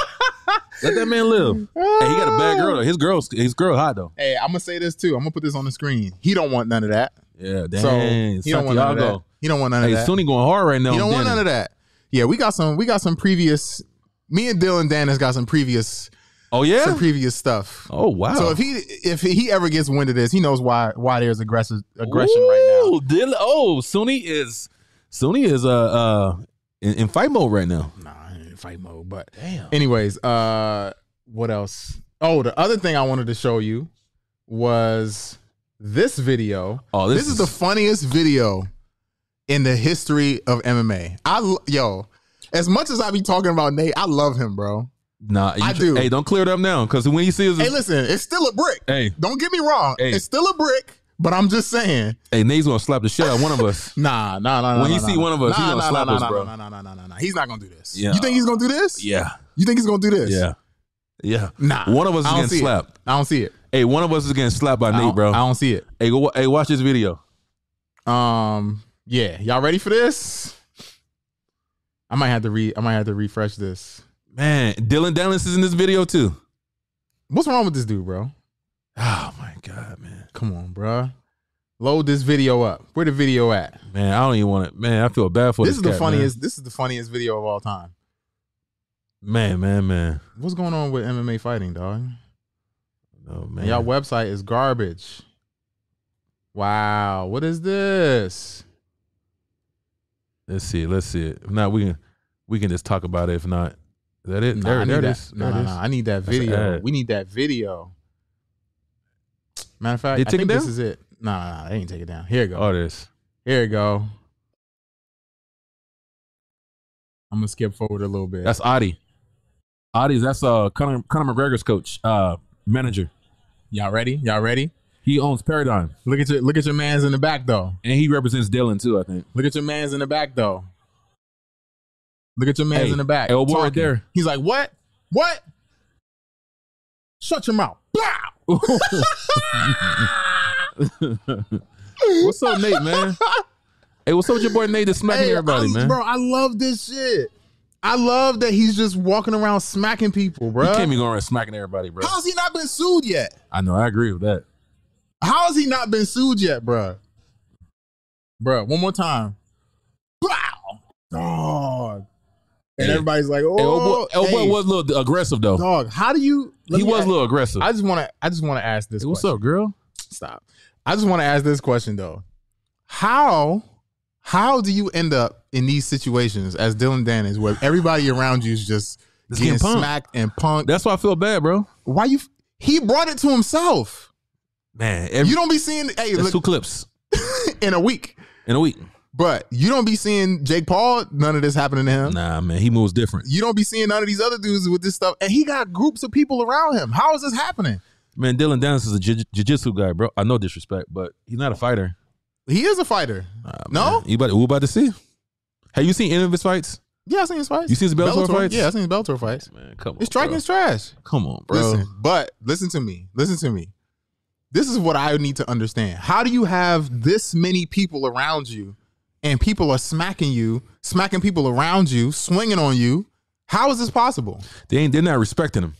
Speaker 2: let that man live. hey, he got a bad girl though. His girl's his girl hot though.
Speaker 3: Hey, I'm gonna say this too. I'm gonna put this on the screen. He don't want none of that.
Speaker 2: Yeah,
Speaker 3: so
Speaker 2: damn,
Speaker 3: he don't want none of that.
Speaker 2: Santiago.
Speaker 3: He don't want none of
Speaker 2: Hey,
Speaker 3: that.
Speaker 2: Sunni going hard right now.
Speaker 3: You don't
Speaker 2: on
Speaker 3: want
Speaker 2: Dennis.
Speaker 3: none of that. Yeah, we got some. We got some previous. Me and Dylan Dennis got some previous.
Speaker 2: Oh yeah.
Speaker 3: Some previous stuff.
Speaker 2: Oh wow.
Speaker 3: So if he if he ever gets wind of this, he knows why why there's aggressive aggression right now.
Speaker 2: Ooh, Dil- oh, Sunni is Sunni is uh uh in, in fight mode right now.
Speaker 3: Nah, I ain't in fight mode. But
Speaker 2: Damn.
Speaker 3: anyways, uh, what else? Oh, the other thing I wanted to show you was this video.
Speaker 2: Oh, this
Speaker 3: this is
Speaker 2: is-
Speaker 3: the funniest video in the history of MMA. I l- yo, as much as I be talking about Nate, I love him, bro.
Speaker 2: Nah, you
Speaker 3: I
Speaker 2: tr-
Speaker 3: do.
Speaker 2: Hey, don't clear it up now, because when he sees,
Speaker 3: Hey,
Speaker 2: hey,
Speaker 3: listen, it's still a brick.
Speaker 2: hey,
Speaker 3: Don't get me wrong,
Speaker 2: Hey.
Speaker 3: it's still a brick. But I'm just saying,
Speaker 2: hey, Nate's gonna slap the shit out of one of us.
Speaker 3: Nah, nah, nah. nah,
Speaker 2: When
Speaker 3: nah,
Speaker 2: he
Speaker 3: nah,
Speaker 2: see
Speaker 3: nah.
Speaker 2: one of us, he
Speaker 3: Nah,
Speaker 2: gonna
Speaker 3: nah,
Speaker 2: slap
Speaker 3: nah,
Speaker 2: us,
Speaker 3: nah,
Speaker 2: bro.
Speaker 3: Nah, nah, nah, nah, nah, nah. He's not gonna do this.
Speaker 2: Yeah.
Speaker 3: You think he's gonna do this?
Speaker 2: Yeah,
Speaker 3: You think he's gonna do this?
Speaker 2: yeah, yeah.
Speaker 3: Nah.
Speaker 2: one of us
Speaker 3: I
Speaker 2: is
Speaker 3: don't
Speaker 2: getting
Speaker 3: see it.
Speaker 2: slapped.
Speaker 3: I don't see it.
Speaker 2: Hey, one of us is getting slapped by
Speaker 3: I
Speaker 2: Nate,
Speaker 3: don't-
Speaker 2: bro.
Speaker 3: I don't see it.
Speaker 2: Hey, go. wa- Hey, watch this video.
Speaker 3: Um. Yeah. Y'all ready for this? I might have to re. I might have to refresh this.
Speaker 2: Man, Dylan Dennis is in this video too.
Speaker 3: What's wrong with this dude, bro?
Speaker 2: Oh my god, man,
Speaker 3: Come on, bro. Load this video up. Where the video at?
Speaker 2: man, I don't even want to. Man, I feel bad for
Speaker 3: this
Speaker 2: this.
Speaker 3: is the
Speaker 2: cat,
Speaker 3: funniest. This is the funniest video of all time.
Speaker 2: Man, man, man.
Speaker 3: What's going on with MMA fighting, dog?
Speaker 2: man. Oh man,
Speaker 3: And y'all website is garbage. Wow, what is this?
Speaker 2: Let's see. it, Let's see it. If not, we can we can just talk about it. If not, is that it?
Speaker 3: Nah,
Speaker 2: there,
Speaker 3: I need
Speaker 2: there it
Speaker 3: that.
Speaker 2: is. There
Speaker 3: Nah,
Speaker 2: it
Speaker 3: nah,
Speaker 2: is.
Speaker 3: nah, I need that
Speaker 2: That's an
Speaker 3: video.
Speaker 2: ad.
Speaker 3: We need that video. Matter of fact,
Speaker 2: They
Speaker 3: I
Speaker 2: took it
Speaker 3: think this
Speaker 2: down?
Speaker 3: is it. Nah, nah, nah, they ain't take it down. Here you go.
Speaker 2: Oh, there it is.
Speaker 3: Here you go. I'm gonna skip forward a little bit.
Speaker 2: That's Adi. Adi's that's uh Conor, Conor McGregor's coach, uh manager.
Speaker 3: y'all ready? Y'all ready?
Speaker 2: He owns Paradigm,
Speaker 3: Look at your look at your man's in the back though.
Speaker 2: and he represents Dylan too. I think.
Speaker 3: Look at your man's in the back though. Look at your man's
Speaker 2: Hey,
Speaker 3: in the back.
Speaker 2: elbow right
Speaker 3: talking.
Speaker 2: there.
Speaker 3: He's like, what? What? Shut your mouth. Blah!
Speaker 2: What's up, Nate? Man. Hey, what's up with your boy Nate? That's smacking
Speaker 3: Hey,
Speaker 2: everybody,
Speaker 3: I-
Speaker 2: man.
Speaker 3: Bro, I love this shit. I love that he's just walking around smacking people, bro.
Speaker 2: He can't be going around smacking everybody, bro.
Speaker 3: How's he not been sued yet?
Speaker 2: I know. I agree with that.
Speaker 3: How has he not been sued yet, bruh? Bruh, one more time. Wow. Dog. And
Speaker 2: Hey.
Speaker 3: everybody's like, oh,
Speaker 2: Elbow, elbow
Speaker 3: hey,
Speaker 2: was a little aggressive though.
Speaker 3: dog. How do you let
Speaker 2: he
Speaker 3: me
Speaker 2: was
Speaker 3: ask-
Speaker 2: a little aggressive.
Speaker 3: I just wanna I just wanna ask this
Speaker 2: Hey, what's
Speaker 3: question.
Speaker 2: up, girl?
Speaker 3: Stop. I just wanna ask this question though. How how do you end up in these situations as Dylan Dan is where everybody around you is just
Speaker 2: Just
Speaker 3: getting
Speaker 2: getting punked.
Speaker 3: smacked and punked?
Speaker 2: That's why I feel bad, bro.
Speaker 3: Why you f- he brought it to himself.
Speaker 2: Man,
Speaker 3: You don't be seeing hey
Speaker 2: that's
Speaker 3: look
Speaker 2: two clips
Speaker 3: in a week.
Speaker 2: in a week.
Speaker 3: But you don't be seeing Jake Paul, none of this happening to him.
Speaker 2: Nah, man, he moves different.
Speaker 3: You don't be seeing none of these other dudes with this stuff. And he got groups of people around him. How is this happening?
Speaker 2: Man, Dylan Dennis is a jiu- jujitsu guy, bro. I know disrespect, but he's not a fighter.
Speaker 3: He is a fighter. no?
Speaker 2: Man, you about we about to see? Have you seen any of his fights?
Speaker 3: Yeah, I seen his fights.
Speaker 2: You seen his Bellator fights?
Speaker 3: Yeah, I seen his Bellator fights.
Speaker 2: Man, come on,
Speaker 3: His striking's trash.
Speaker 2: Come on, bro.
Speaker 3: Listen, but listen to me. Listen to me. This is what I need to understand. How do you have this many people around you and people are smacking you, smacking people around you, swinging on you? How is this possible?
Speaker 2: They ain't. They're not respecting him.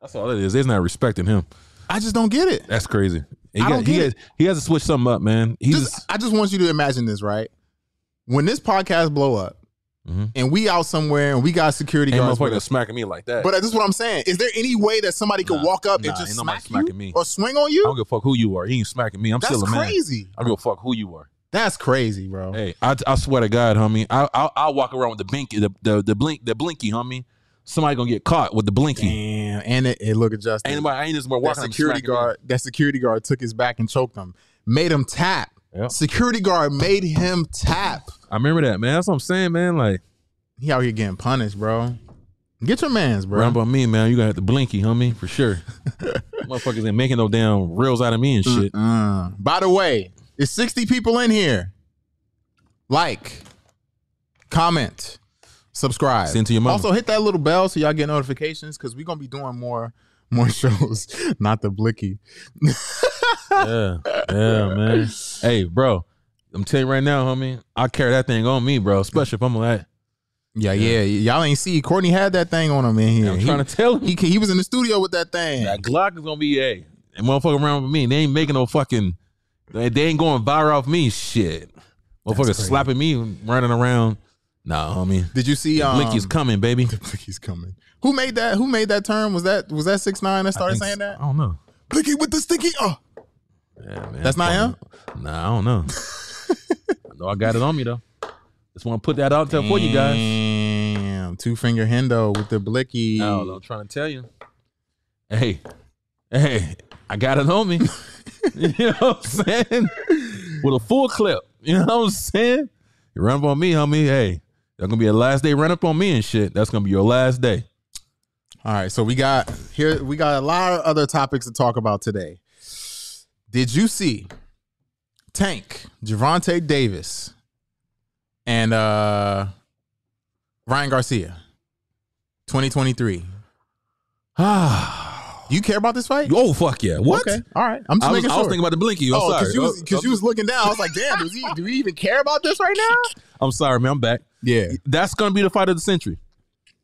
Speaker 2: That's all it is. They're not respecting him.
Speaker 3: I just don't get it.
Speaker 2: That's crazy. He,
Speaker 3: I
Speaker 2: got-
Speaker 3: don't
Speaker 2: he,
Speaker 3: get
Speaker 2: has, he has to switch something up, man. He's
Speaker 3: just, I just want you to imagine this, right? When this podcast blow up,
Speaker 2: Mhm.
Speaker 3: and we out somewhere and we got security
Speaker 2: ain't
Speaker 3: guards,
Speaker 2: motherfucker
Speaker 3: with
Speaker 2: that's
Speaker 3: us.
Speaker 2: smacking me like that.
Speaker 3: uh, but this is what I'm saying: is there any way that somebody could
Speaker 2: Nah,
Speaker 3: walk up
Speaker 2: nah,
Speaker 3: and just
Speaker 2: ain't nobody
Speaker 3: smack you
Speaker 2: smacking me.
Speaker 3: or swing on
Speaker 2: I
Speaker 3: you?
Speaker 2: don't give a fuck who you are. He ain't smacking me. I'm
Speaker 3: That's
Speaker 2: still a man.
Speaker 3: crazy. Oh.
Speaker 2: I don't give a fuck who you are.
Speaker 3: That's crazy, bro.
Speaker 2: Hey, I, I swear to God, homie, I I, I walk around with the blinky, the, the the blink, the blinky, homie. Somebody gonna get caught with the blinky.
Speaker 3: Damn, and it, it look at Justin.
Speaker 2: Ain't nobody, I ain't just more
Speaker 3: that
Speaker 2: walking. up
Speaker 3: security
Speaker 2: smacking me.
Speaker 3: guard, that security guard took his back and choked him, made him tap.
Speaker 2: Yep.
Speaker 3: Security guard made him tap.
Speaker 2: I remember that, man. That's what I'm saying, man. Like,
Speaker 3: He out here getting punished, bro. Get your man's, bro.
Speaker 2: round by me, man. You gonna have the blinky, homie, for sure. Motherfuckers ain't making no damn reels out of me and shit.
Speaker 3: Uh, by the way, it's 60 people in here. Like, comment, subscribe.
Speaker 2: Send to your mama.
Speaker 3: Also, hit that little bell so y'all get notifications because we're going to be doing more more shows. Not the blicky.
Speaker 2: yeah, yeah, man. Hey, bro, I'm telling you right now, homie, I carry that thing on me, bro. Especially if I'm like,
Speaker 3: Yeah, yeah. Y'all ain't see. Courtney had that thing on him in here.
Speaker 2: I'm
Speaker 3: he,
Speaker 2: trying to tell him
Speaker 3: he, he was in the studio with that thing.
Speaker 2: that Glock is gonna be a and motherfucker around with me. They ain't making no fucking. They, they ain't going viral off me. Shit, motherfucker
Speaker 3: crazy.
Speaker 2: slapping me, running around. Nah, homie,
Speaker 3: Did you see? Um,
Speaker 2: Blinky's coming, baby.
Speaker 3: Blicky's coming. Who made that? Who made that term? Was that was that six nine that started
Speaker 2: Thanks.
Speaker 3: saying that?
Speaker 2: I don't know.
Speaker 3: Blicky with the sticky. Oh,
Speaker 2: Yeah, man.
Speaker 3: That's not him?
Speaker 2: Nah, I don't know. I know I got it on me though. Just want to put that out there for you guys.
Speaker 3: Damn, two finger Hendo with the blicky.
Speaker 2: No, I'm trying to tell you. Hey, hey, I got it on me. you know what I'm saying? With a full clip. You know what I'm saying? You run up on me, homie. Hey, that's gonna be your last day. Run up on me and shit. That's gonna be your last day.
Speaker 3: All right, so we got here. We got a lot of other topics to talk about today. Did you see Tank Javante Davis and uh Ryan Garcia, twenty twenty three?
Speaker 2: oh
Speaker 3: You care about this fight?
Speaker 2: fuck yeah! What?
Speaker 3: Okay, all right. I'm just
Speaker 2: I, was,
Speaker 3: making
Speaker 2: I
Speaker 3: sure.
Speaker 2: was thinking about the blinky. I'm
Speaker 3: oh,
Speaker 2: sorry.
Speaker 3: because you, was-
Speaker 2: Oh,
Speaker 3: 'cause you was looking down. I was like, damn, does he, do we even care about this right now?
Speaker 2: I'm sorry, man. I'm back.
Speaker 3: Yeah.
Speaker 2: That's gonna be the fight of the century.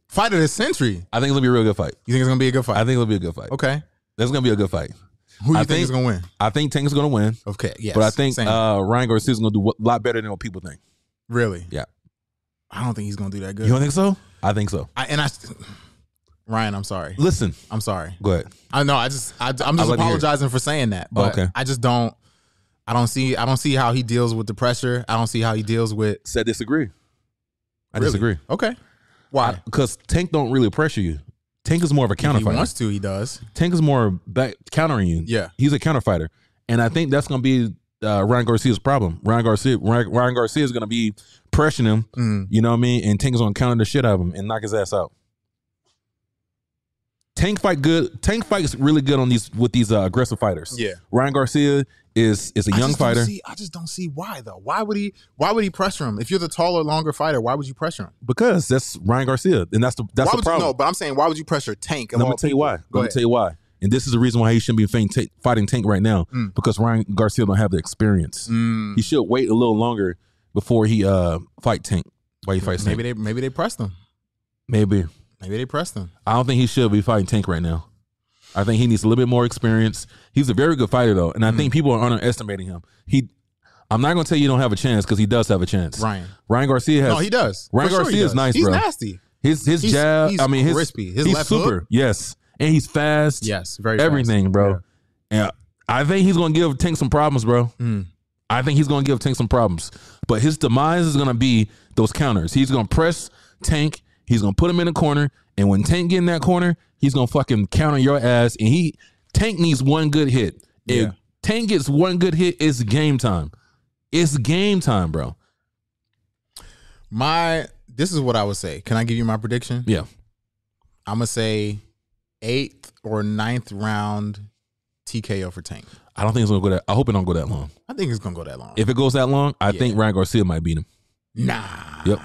Speaker 3: Fight of the century.
Speaker 2: I think it'll be a real good fight.
Speaker 3: You think it's gonna be a good
Speaker 2: I
Speaker 3: fight?
Speaker 2: think it'll be a good fight.
Speaker 3: Okay.
Speaker 2: That's gonna be a good fight.
Speaker 3: Who do you
Speaker 2: I
Speaker 3: think,
Speaker 2: think-
Speaker 3: is gonna win?
Speaker 2: I think Tank's gonna win,
Speaker 3: Okay. Yes.
Speaker 2: but I think
Speaker 3: Same.
Speaker 2: uh, Ryan Garcia's gonna do a lot better than what people think.
Speaker 3: really.
Speaker 2: yeah.
Speaker 3: I don't think he's gonna do that
Speaker 2: You
Speaker 3: good.
Speaker 2: don't think so? I think so.
Speaker 3: I, and I, Ryan, I'm sorry.
Speaker 2: Listen,
Speaker 3: I'm sorry.
Speaker 2: go ahead.
Speaker 3: I know. I just I,
Speaker 2: I
Speaker 3: I'm just
Speaker 2: love to hear it.
Speaker 3: apologizing for saying that, but
Speaker 2: Okay.
Speaker 3: I just don't. I don't see. I don't see how he deals with the pressure. I don't see how he deals with.
Speaker 2: Said disagree. I
Speaker 3: Really?
Speaker 2: disagree.
Speaker 3: Okay. Why?
Speaker 2: Because Tank don't really pressure you. Tank is more of a
Speaker 3: If he
Speaker 2: counterfighter.
Speaker 3: wants to. He does.
Speaker 2: Tank is more back countering you.
Speaker 3: Yeah.
Speaker 2: He's a counterfighter. And I think that's gonna be uh, Ryan Garcia's problem. Ryan Garcia Ryan, Ryan Garcia is gonna be pressuring him,
Speaker 3: Mm.
Speaker 2: you know what I mean? And Tank's gonna counter the shit out of him and knock his ass out. Tank fight good. Tank fight's really good on these with these uh, aggressive fighters.
Speaker 3: Yeah.
Speaker 2: Ryan Garcia is is a
Speaker 3: I
Speaker 2: young
Speaker 3: just don't
Speaker 2: fighter
Speaker 3: see- I just don't see why though. Why would he? Why would he pressure him? If you're the taller, longer fighter, why would you pressure him?
Speaker 2: because that's Ryan Garcia, and that's the that's
Speaker 3: why
Speaker 2: the
Speaker 3: would
Speaker 2: problem.
Speaker 3: You, no, but I'm saying why would you pressure Tank?
Speaker 2: And I'm gonna tell you why. I'm
Speaker 3: Go
Speaker 2: gonna
Speaker 3: ahead.
Speaker 2: tell you why. And this is the reason why he shouldn't be fain- ta- fighting Tank right now
Speaker 3: Mm.
Speaker 2: because Ryan Garcia don't have the experience.
Speaker 3: Mm,
Speaker 2: He should wait a little longer before he uh fight Tank. Why he fights
Speaker 3: maybe
Speaker 2: Tank?
Speaker 3: they maybe they pressed him.
Speaker 2: Maybe.
Speaker 3: Maybe they pressed him.
Speaker 2: I don't think he should be fighting Tank right now. I think he needs a little bit more experience. He's a very good fighter though, and I
Speaker 3: Mm.
Speaker 2: think people are underestimating him. He, I'm not gonna tell you you don't have a chance because he does have a chance.
Speaker 3: Ryan.
Speaker 2: Ryan Garcia has
Speaker 3: No, he does.
Speaker 2: Ryan
Speaker 3: For sure he
Speaker 2: Garcia's
Speaker 3: does.
Speaker 2: nice,
Speaker 3: He's
Speaker 2: bro.
Speaker 3: nasty.
Speaker 2: his his
Speaker 3: he's-
Speaker 2: jab.
Speaker 3: he's
Speaker 2: I mean, his
Speaker 3: crispy. His
Speaker 2: he's
Speaker 3: left hook-
Speaker 2: super. Yes, and he's fast.
Speaker 3: Yes, very
Speaker 2: everything, bro.
Speaker 3: Yeah.
Speaker 2: And I think he's gonna give Tank some problems, bro.
Speaker 3: Mm.
Speaker 2: I think he's gonna give Tank some problems. But his demise is gonna be those counters. He's gonna press Tank. He's gonna put him in a corner, and when Tank get in that corner, he's gonna fucking counter your ass. And he Tank needs one good hit. If
Speaker 3: Yeah.
Speaker 2: Tank gets one good hit, it's game time. It's game time, bro.
Speaker 3: My this is what I would say. Can I give you my prediction?
Speaker 2: Yeah,
Speaker 3: I'm gonna say eighth or ninth round TKO for Tank.
Speaker 2: I don't think it's gonna go that. I hope it don't go that long.
Speaker 3: I think it's gonna go that long.
Speaker 2: If it goes that long, I
Speaker 3: Yeah.
Speaker 2: think Ryan Garcia might beat him.
Speaker 3: nah.
Speaker 2: Yep.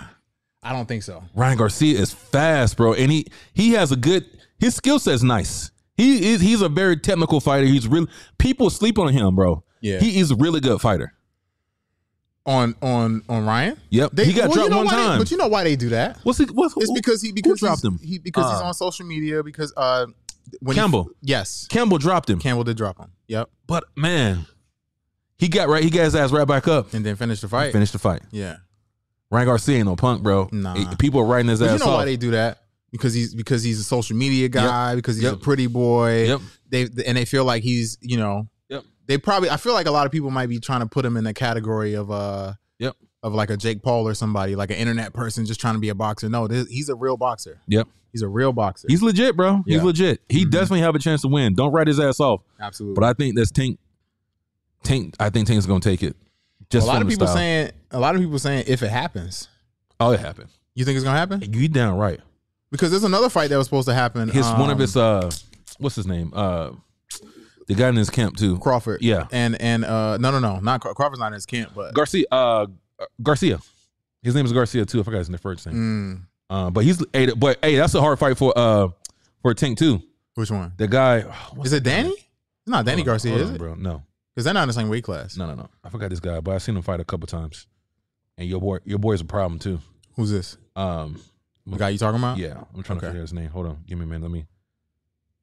Speaker 3: I don't think so.
Speaker 2: Ryan Garcia is fast, bro, and he he has a good his skill set's nice. He is he's a very technical fighter. He's really people sleep on him, bro.
Speaker 3: Yeah.
Speaker 2: he is a really good fighter.
Speaker 3: On on on Ryan.
Speaker 2: Yep,
Speaker 3: They,
Speaker 2: he got
Speaker 3: well, you
Speaker 2: dropped
Speaker 3: know
Speaker 2: one
Speaker 3: why they-
Speaker 2: time.
Speaker 3: but you know why they do that?
Speaker 2: what's he, what's
Speaker 3: It's
Speaker 2: who-
Speaker 3: because he because
Speaker 2: who dropped
Speaker 3: he's-
Speaker 2: him?
Speaker 3: He because he's
Speaker 2: Uh,
Speaker 3: on social media because uh when he-
Speaker 2: Campbell.
Speaker 3: yes,
Speaker 2: Campbell dropped him,
Speaker 3: Campbell did drop him. Yep,
Speaker 2: but man, he got right. He got his ass right back up.
Speaker 3: and then finished the fight.
Speaker 2: Finished the fight.
Speaker 3: Yeah,
Speaker 2: Ryan Garcia ain't no punk, bro.
Speaker 3: Nah.
Speaker 2: Eh, people are writing his
Speaker 3: but you
Speaker 2: ass
Speaker 3: know why
Speaker 2: off.
Speaker 3: they do that? Because he's because he's a social media guy. Because he's
Speaker 2: Yep.
Speaker 3: a pretty boy.
Speaker 2: Yep.
Speaker 3: They and they feel like he's you know.
Speaker 2: Yep.
Speaker 3: They probably I feel like a lot of people might be trying to put him in the category of uh
Speaker 2: Yep.
Speaker 3: of like a Jake Paul or somebody like an internet person just trying to be a boxer. No, this, he's a real boxer.
Speaker 2: Yep.
Speaker 3: He's a real boxer.
Speaker 2: He's legit, bro. He's
Speaker 3: Yeah.
Speaker 2: legit. He
Speaker 3: Mhm.
Speaker 2: definitely have a chance to win. Don't write his ass off.
Speaker 3: absolutely.
Speaker 2: But I think that's Tank. Tank. I think Tank's gonna take it. Just
Speaker 3: a lot
Speaker 2: from
Speaker 3: of
Speaker 2: the
Speaker 3: people
Speaker 2: style.
Speaker 3: saying a lot of people saying if it happens,
Speaker 2: "Oh, it happened."
Speaker 3: you think it's gonna happen?
Speaker 2: You down right.
Speaker 3: Because there's another fight that was supposed to happen.
Speaker 2: His one of
Speaker 3: um,
Speaker 2: his uh, what's his name? Uh, the guy in his camp too.
Speaker 3: Crawford.
Speaker 2: Yeah.
Speaker 3: And and uh no no no not Craw- Crawford's not in his camp but
Speaker 2: Garcia. Uh, Garcia. His name is Garcia too. I forgot his name, first name.
Speaker 3: Mm,
Speaker 2: Uh, but he's hey, but hey, that's a hard fight for uh for Tank too.
Speaker 3: which one
Speaker 2: The guy
Speaker 3: is it Danny? It's not Danny Garcia, is it?
Speaker 2: Bro, no,
Speaker 3: Because they're not in the same weight class.
Speaker 2: no, no, no. I forgot this guy, but I've seen him fight a couple times. And your boy, your boy's a problem too.
Speaker 3: Who's this?
Speaker 2: Um,
Speaker 3: The guy you talking about?
Speaker 2: yeah, I'm trying to
Speaker 3: Okay.
Speaker 2: figure his name. Hold on, give me a minute. Let me.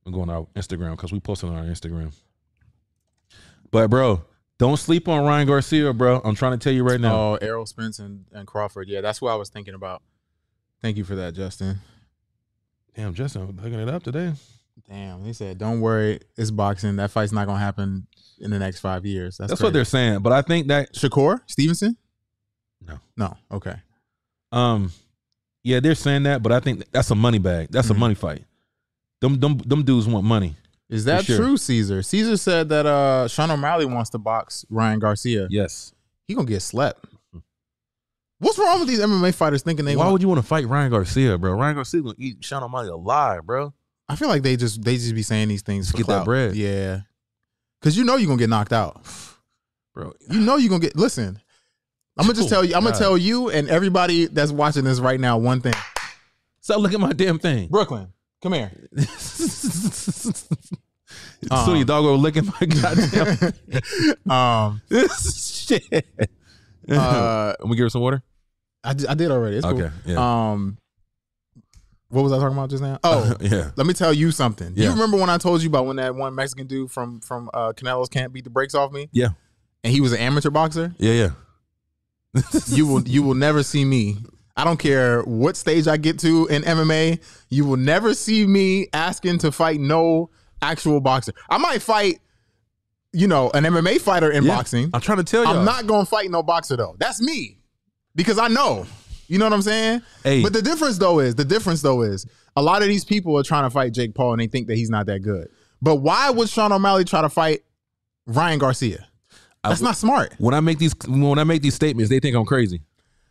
Speaker 2: I'm going to our Instagram because we posted on our Instagram. But bro, don't sleep on Ryan Garcia, bro. I'm trying to tell you right now.
Speaker 3: Oh, Errol Spence and, and Crawford. Yeah, that's what I was thinking about. Thank you for that, Justin.
Speaker 2: Damn, Justin, hooking it up today.
Speaker 3: Damn, they said, don't worry, it's boxing. That fight's not gonna happen in the next five years. That's,
Speaker 2: That's, what they're
Speaker 3: crazy.
Speaker 2: saying. But I think that
Speaker 3: Shakur Stevenson.
Speaker 2: No.
Speaker 3: no, okay.
Speaker 2: um, yeah, they're saying that. But I think that's a money bag. That's
Speaker 3: Mhm.
Speaker 2: a money fight. Them, them, them dudes want money.
Speaker 3: Is that
Speaker 2: sure.
Speaker 3: true, Caesar? Caesar said that uh Sean O'Malley wants to box Ryan Garcia.
Speaker 2: Yes.
Speaker 3: He gonna get slept. What's wrong with these MMA fighters thinking they?
Speaker 2: Hmm. Why
Speaker 3: want-
Speaker 2: would you want to fight Ryan Garcia, bro? Ryan Garcia gonna eat Sean O'Malley alive, bro.
Speaker 3: I feel like they just they just be saying these things
Speaker 2: Just
Speaker 3: for
Speaker 2: get that
Speaker 3: clout.
Speaker 2: bread.
Speaker 3: Yeah, because you know you're gonna get knocked out.
Speaker 2: Bro,
Speaker 3: You know you're gonna get. Listen, I'm gonna just
Speaker 2: Oh,
Speaker 3: tell you. I'm gonna
Speaker 2: God.
Speaker 3: tell you and everybody that's watching this right now one thing.
Speaker 2: stop looking at my damn thing.
Speaker 3: Brooklyn, come here. Um.
Speaker 2: Sonny Doggo licking my goddamn
Speaker 3: um,
Speaker 2: shit. I'm
Speaker 3: uh,
Speaker 2: gonna give her some water.
Speaker 3: I, di- I did already. It's cool.
Speaker 2: Okay, yeah.
Speaker 3: Um, what was I talking about just now? Oh,
Speaker 2: yeah.
Speaker 3: let me tell you something. Do You
Speaker 2: Yeah.
Speaker 3: remember when I told you about when that one Mexican dude from from uh, Canelo's camp beat the brakes off me?
Speaker 2: Yeah.
Speaker 3: and he was an amateur boxer.
Speaker 2: Yeah, yeah.
Speaker 3: you will you will never see me. I don't care what stage I get to in MMA. You will never see me asking to fight no actual boxer. I might fight, you know, an MMA fighter in
Speaker 2: Yeah.
Speaker 3: boxing.
Speaker 2: I'm trying to tell you.
Speaker 3: I'm not gonna fight no boxer though. That's me because I know. You know what I'm saying?
Speaker 2: Hey.
Speaker 3: But the difference though is the difference though is a lot of these people are trying to fight Jake Paul and they think that he's not that good. But why would Sean O'Malley try to fight Ryan Garcia? That's not smart.
Speaker 2: When I make these when I make these statements, they think I'm crazy.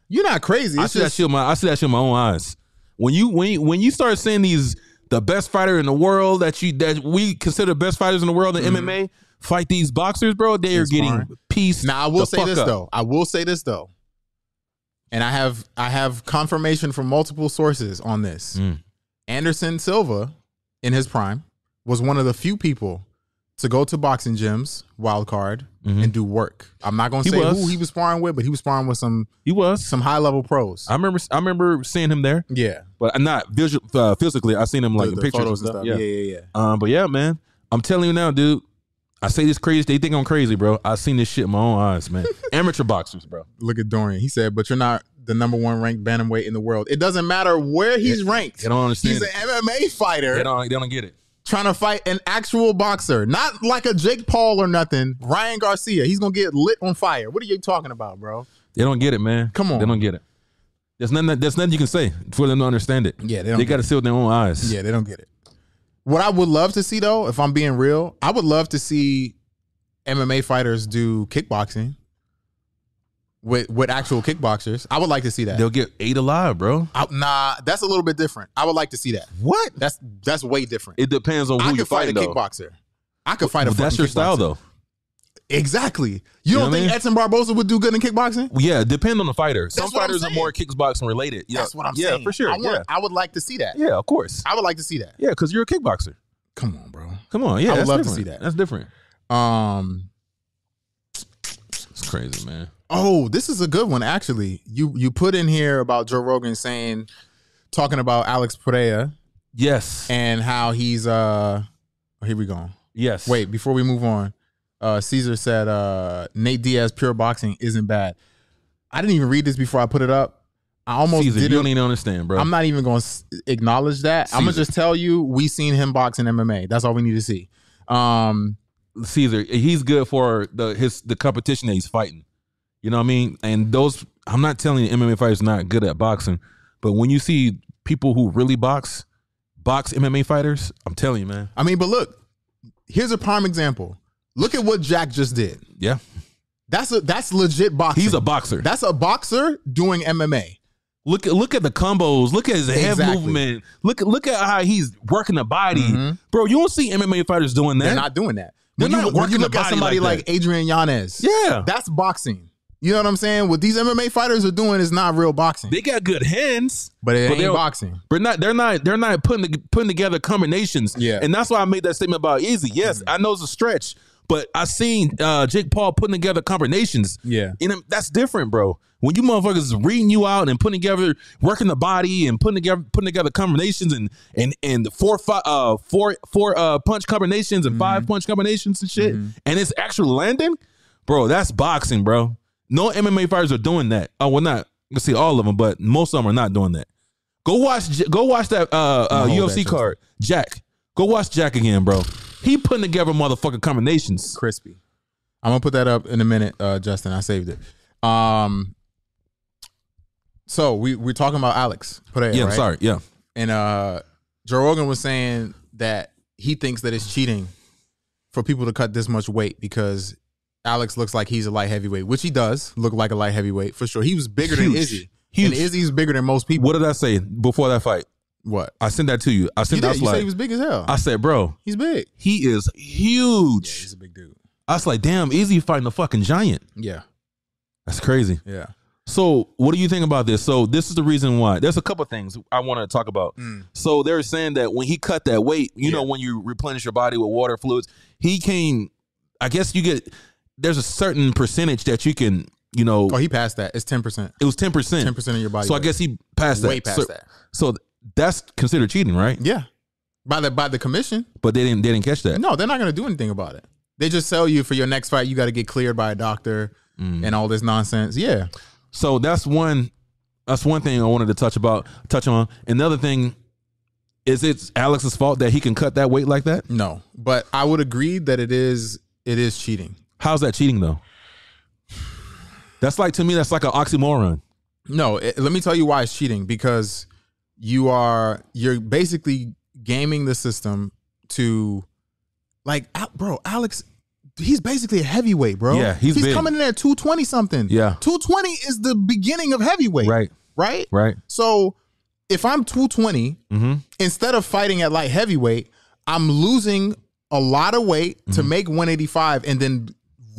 Speaker 3: You're not crazy.
Speaker 2: I
Speaker 3: It's
Speaker 2: see that
Speaker 3: just-
Speaker 2: shit. in My I see that shit in my own eyes. When you when you, when you start saying these the best fighter in the world that you that we consider best fighters in the world in
Speaker 3: Mm-hmm.
Speaker 2: MMA fight these boxers, bro. They are
Speaker 3: It's
Speaker 2: getting
Speaker 3: fine.
Speaker 2: pieced.
Speaker 3: Now I will
Speaker 2: the
Speaker 3: say
Speaker 2: fuck
Speaker 3: this
Speaker 2: up.
Speaker 3: though. I will say this though. And I have I have confirmation from multiple sources on this.
Speaker 2: Mm.
Speaker 3: Anderson Silva in his prime was one of the few people to go to boxing gyms, wild card,
Speaker 2: Mhm.
Speaker 3: and do work. I'm not gonna
Speaker 2: He
Speaker 3: say
Speaker 2: was.
Speaker 3: who he was sparring with, but he was sparring with some
Speaker 2: He was.
Speaker 3: some high level pros.
Speaker 2: I remember. I remember seeing him there,
Speaker 3: yeah,
Speaker 2: but I'm not visual, uh, physically. I seen him like
Speaker 3: The-
Speaker 2: in
Speaker 3: the
Speaker 2: pictures and stuff.
Speaker 3: Yeah,
Speaker 2: Yeah.
Speaker 3: yeah, yeah.
Speaker 2: Um. But yeah, man. I'm telling you now, dude. I say this crazy. They think I'm crazy, bro. I seen this shit in my own eyes, man. Amateur boxers, bro.
Speaker 3: Look at Dorian. He said, "But you're not the number one ranked bantamweight in the world. It doesn't matter where he's ranked.
Speaker 2: They don't understand.
Speaker 3: He's an
Speaker 2: it.
Speaker 3: MMA fighter.
Speaker 2: They don't. They don't get it.
Speaker 3: trying to fight an actual boxer, not like a Jake Paul or nothing. Ryan Garcia, he's gonna get lit on fire. What are you talking about, bro?
Speaker 2: They don't get it, man.
Speaker 3: Come on.
Speaker 2: They don't get it. There's nothing. That, there's nothing you can say for them to understand it.
Speaker 3: Yeah, they
Speaker 2: They,
Speaker 3: don't.
Speaker 2: got to see with their own eyes.
Speaker 3: yeah, they don't get it. What I would love to see though, if I'm being real, I would love to see MMA fighters do kickboxing with with actual kickboxers. I would like to see that.
Speaker 2: They'll get eight alive, bro.
Speaker 3: I- nah, that's a little bit different. I would like to see that.
Speaker 2: What?
Speaker 3: That's that's way different.
Speaker 2: It depends on who
Speaker 3: I
Speaker 2: you
Speaker 3: could fight a
Speaker 2: fight, though.
Speaker 3: kickboxer. I could fight a.
Speaker 2: But that's
Speaker 3: fucking
Speaker 2: your style,
Speaker 3: kickboxer.
Speaker 2: though.
Speaker 3: Exactly. You,
Speaker 2: know
Speaker 3: don't
Speaker 2: what I
Speaker 3: think Edson Barboza would do good in kickboxing?
Speaker 2: Yeah, depend on the fighter. Some
Speaker 3: That's what I'm
Speaker 2: fighters are
Speaker 3: saying.
Speaker 2: more kickboxing related. Yeah,
Speaker 3: That's what I'm
Speaker 2: yeah,
Speaker 3: saying.
Speaker 2: Yeah, for sure.
Speaker 3: I, want,
Speaker 2: yeah,
Speaker 3: I would like to see that.
Speaker 2: yeah, of course.
Speaker 3: I would like to see that.
Speaker 2: Yeah, because you're a kickboxer.
Speaker 3: Come on, bro.
Speaker 2: Come on, yeah,
Speaker 3: I would
Speaker 2: that's
Speaker 3: love to
Speaker 2: different.
Speaker 3: see that.
Speaker 2: That's different.
Speaker 3: Um.
Speaker 2: It's crazy, man.
Speaker 3: Oh, this is a good one actually. You you put in here about Joe Rogan saying, talking about Alex Perea
Speaker 2: Yes,
Speaker 3: and how he's uh. oh, Here we go.
Speaker 2: yes.
Speaker 3: Wait, before we move on, uh, Caesar said uh, Nate Diaz pure boxing isn't bad. I didn't even read this before I put it up. I almost
Speaker 2: Caesar, you
Speaker 3: didn't
Speaker 2: don't even understand, bro.
Speaker 3: I'm not even going to acknowledge that. I'm gonna
Speaker 2: Caesar.
Speaker 3: just tell you we seen him box in MMA. That's all we need to see. Um,
Speaker 2: Caesar, he's good for the his the competition that he's fighting. You know what I mean? And those, I'm not telling you, MMA fighters not good at boxing, but when you see people who really box, box MMA fighters, I'm telling you, man.
Speaker 3: I mean, but look, here's a prime example. Look at what Jack just did.
Speaker 2: Yeah,
Speaker 3: That's a that's legit boxing.
Speaker 2: he's a boxer.
Speaker 3: that's a boxer doing MMA.
Speaker 2: Look at look at the combos. Look at his head
Speaker 3: Exactly.
Speaker 2: movement. Look at look at how he's working the body,
Speaker 3: Mhm.
Speaker 2: bro. You don't see MMA fighters doing that.
Speaker 3: They're not doing that.
Speaker 2: They're
Speaker 3: When you,
Speaker 2: not
Speaker 3: when you
Speaker 2: working the
Speaker 3: look at
Speaker 2: body
Speaker 3: somebody
Speaker 2: like
Speaker 3: like, Adrian Yanez,
Speaker 2: yeah,
Speaker 3: that's boxing. You know what I'm saying? What these MMA fighters are doing is not real boxing,
Speaker 2: they got good hands,
Speaker 3: but it
Speaker 2: but
Speaker 3: ain't
Speaker 2: they'll-
Speaker 3: boxing.
Speaker 2: but not they're not they're not putting the, putting together combinations.
Speaker 3: Yeah. Mm-hmm.
Speaker 2: and that's why I made that statement about Easy. Yes, I know it's a stretch, but I seen uh, Jake Paul putting together combinations.
Speaker 3: Yeah.
Speaker 2: and um, that's different, bro. When you motherfuckers is reading you out and putting together, working the body and putting together, putting together combinations and and and the four five uh four four uh punch combinations and five
Speaker 3: Mm-hmm.
Speaker 2: punch combinations and shit, and it's actually landing, bro. That's boxing, bro. No MMA fighters are doing that. Oh, well, not. Let's see, all of them, but most of them are not doing that. Go watch, J- go watch that uh, uh
Speaker 3: Hold that,
Speaker 2: UFC
Speaker 3: Justin.
Speaker 2: card, Jack. Go watch Jack again, bro. He putting together motherfucking combinations.
Speaker 3: crispy. I'm gonna put that up in a minute, uh, Justin. I saved it. Um, so we we're talking about Alex Pereira,
Speaker 2: Yeah, I'm
Speaker 3: right?
Speaker 2: sorry. Yeah,
Speaker 3: And uh, Joe Rogan was saying that he thinks that it's cheating for people to cut this much weight because Alex looks like he's a light heavyweight, which he does look like a light heavyweight for sure. He was bigger than
Speaker 2: Huge.
Speaker 3: Izzy.
Speaker 2: Huge.
Speaker 3: And Izzy's bigger than most people.
Speaker 2: What did I say before that fight?
Speaker 3: What?
Speaker 2: I sent that to you. I
Speaker 3: You,
Speaker 2: sent that
Speaker 3: did. you said he
Speaker 2: slide.
Speaker 3: was big as hell.
Speaker 2: I said, bro,
Speaker 3: he's big.
Speaker 2: he is huge.
Speaker 3: a big dude.
Speaker 2: I was like, damn, easy fighting a fucking giant.
Speaker 3: Yeah,
Speaker 2: That's crazy.
Speaker 3: yeah.
Speaker 2: So, what do you think about this? So, this is the reason why. There's a couple things I want to talk about.
Speaker 3: Mm.
Speaker 2: So, they're saying that when he cut that weight, you know, when you replenish your body with water fluids, he can. I guess you get. There's a certain percentage that you can, you know,
Speaker 3: Oh, he passed that. It's ten percent.
Speaker 2: it was ten percent.
Speaker 3: Ten percent of your body.
Speaker 2: So I
Speaker 3: weight.
Speaker 2: guess he passed that.
Speaker 3: way past
Speaker 2: so,
Speaker 3: that.
Speaker 2: So that's considered cheating, right?
Speaker 3: Yeah. By the by the commission.
Speaker 2: But they didn't. They didn't catch that.
Speaker 3: No, they're not gonna do anything about it. They just sell you for your next fight, you gotta get cleared by a doctor
Speaker 2: Mm-hmm.
Speaker 3: and all this nonsense. Yeah.
Speaker 2: So that's one. That's one thing I wanted to touch about. Touch on another thing. Is it Alex's fault that he can cut that weight like that?
Speaker 3: No. But I would agree that it is it is cheating.
Speaker 2: How's that cheating though? That's like to me. That's like an oxymoron.
Speaker 3: No, it- let me tell you why it's cheating because you are you're basically gaming the system to like Al- bro, Alex he's basically a heavyweight, bro.
Speaker 2: Yeah, he's
Speaker 3: he's
Speaker 2: big.
Speaker 3: coming in at 220 something.
Speaker 2: Yeah.
Speaker 3: 220 is the beginning of heavyweight.
Speaker 2: Right. Mm-hmm.
Speaker 3: Right?
Speaker 2: Right.
Speaker 3: So if I'm 220, instead of fighting at light heavyweight, I'm losing a lot of weight to
Speaker 2: Mm-hmm.
Speaker 3: make 185 and then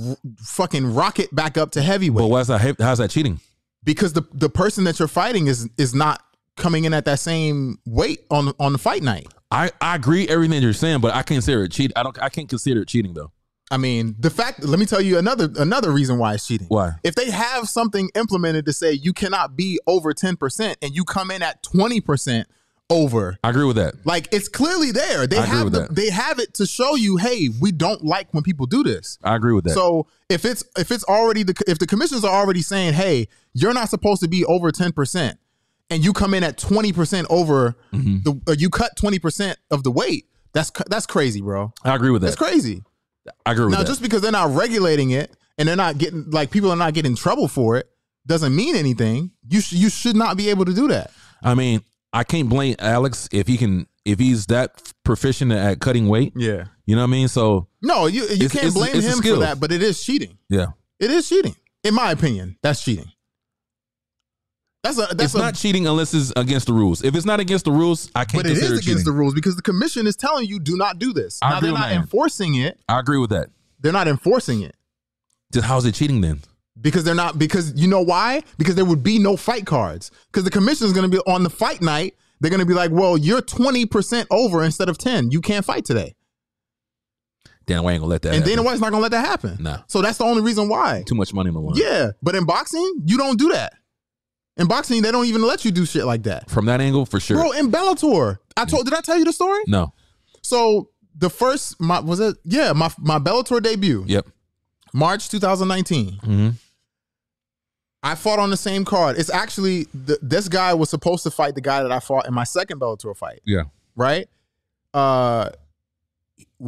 Speaker 3: r- fucking rocket back up to heavyweight
Speaker 2: But why's that? hip- How's that cheating?
Speaker 3: because the the person that you're fighting is is not coming in at that same weight on on the fight night.
Speaker 2: I, I agree everything you're saying, but I consider it cheat. I don't. I can't consider it cheating though.
Speaker 3: I mean, the fact. Let me tell you another another reason why it's cheating.
Speaker 2: Why?
Speaker 3: If they have something implemented to say you cannot be over ten percent, and you come in at twenty percent over,
Speaker 2: I agree with that.
Speaker 3: like it's clearly there. They
Speaker 2: I agree
Speaker 3: have
Speaker 2: with
Speaker 3: the,
Speaker 2: that.
Speaker 3: they have it to show you, hey, we don't like when people do this.
Speaker 2: I agree with that.
Speaker 3: So if it's if it's already the if the commissions are already saying, hey, you're not supposed to be over ten percent, and you come in at twenty percent over
Speaker 2: Mm-hmm.
Speaker 3: the uh, you cut twenty percent of the weight. That's cu- that's crazy, bro.
Speaker 2: I agree with that.
Speaker 3: That's crazy.
Speaker 2: I agree with
Speaker 3: Now,
Speaker 2: that.
Speaker 3: just because they're not regulating it and they're not getting like people are not getting in trouble for it doesn't mean anything. You sh- you should not be able to do that.
Speaker 2: I mean, I can't blame Alex if he can if he's that proficient at cutting weight.
Speaker 3: Yeah.
Speaker 2: You know what I mean? So
Speaker 3: No, you you
Speaker 2: It's-
Speaker 3: can't
Speaker 2: it's-
Speaker 3: blame
Speaker 2: it's a
Speaker 3: him for
Speaker 2: skill.
Speaker 3: that, but it is cheating.
Speaker 2: yeah,
Speaker 3: It is cheating, in my opinion. That's cheating. That's a that's
Speaker 2: it's
Speaker 3: a,
Speaker 2: not cheating unless it's against the rules. If it's not against the rules, I can't
Speaker 3: but it is
Speaker 2: consider
Speaker 3: against
Speaker 2: it cheating.
Speaker 3: the rules because the commission is telling you do not do this.
Speaker 2: I
Speaker 3: now they're
Speaker 2: agree with
Speaker 3: not
Speaker 2: that.
Speaker 3: enforcing it.
Speaker 2: I agree with that.
Speaker 3: They're not enforcing it
Speaker 2: Just how's it cheating then?
Speaker 3: because they're not because you know why? Because there would be no fight cards because the commission is going to be on the fight night. They're going to be like, well, you're twenty percent over instead of ten. You can't fight today.
Speaker 2: Damn, I ain't gonna let that.
Speaker 3: and Dana
Speaker 2: happen.
Speaker 3: White's not gonna let that happen.
Speaker 2: Nah.
Speaker 3: So that's the only reason why.
Speaker 2: Too much money in the line.
Speaker 3: Yeah, but in boxing, you don't do that. In boxing, they don't even let you do shit like that,
Speaker 2: From that angle, for sure. Mm.
Speaker 3: bro. In Bellator, I told. Did I tell you the story?
Speaker 2: no.
Speaker 3: So the first, my was it? Yeah, my my Bellator debut,
Speaker 2: Yep.
Speaker 3: March 2019.
Speaker 2: Mhm.
Speaker 3: I fought on the same card. It's actually th- this guy was supposed to fight the guy that I fought in my second Bellator fight,
Speaker 2: Yeah.
Speaker 3: right? Uh,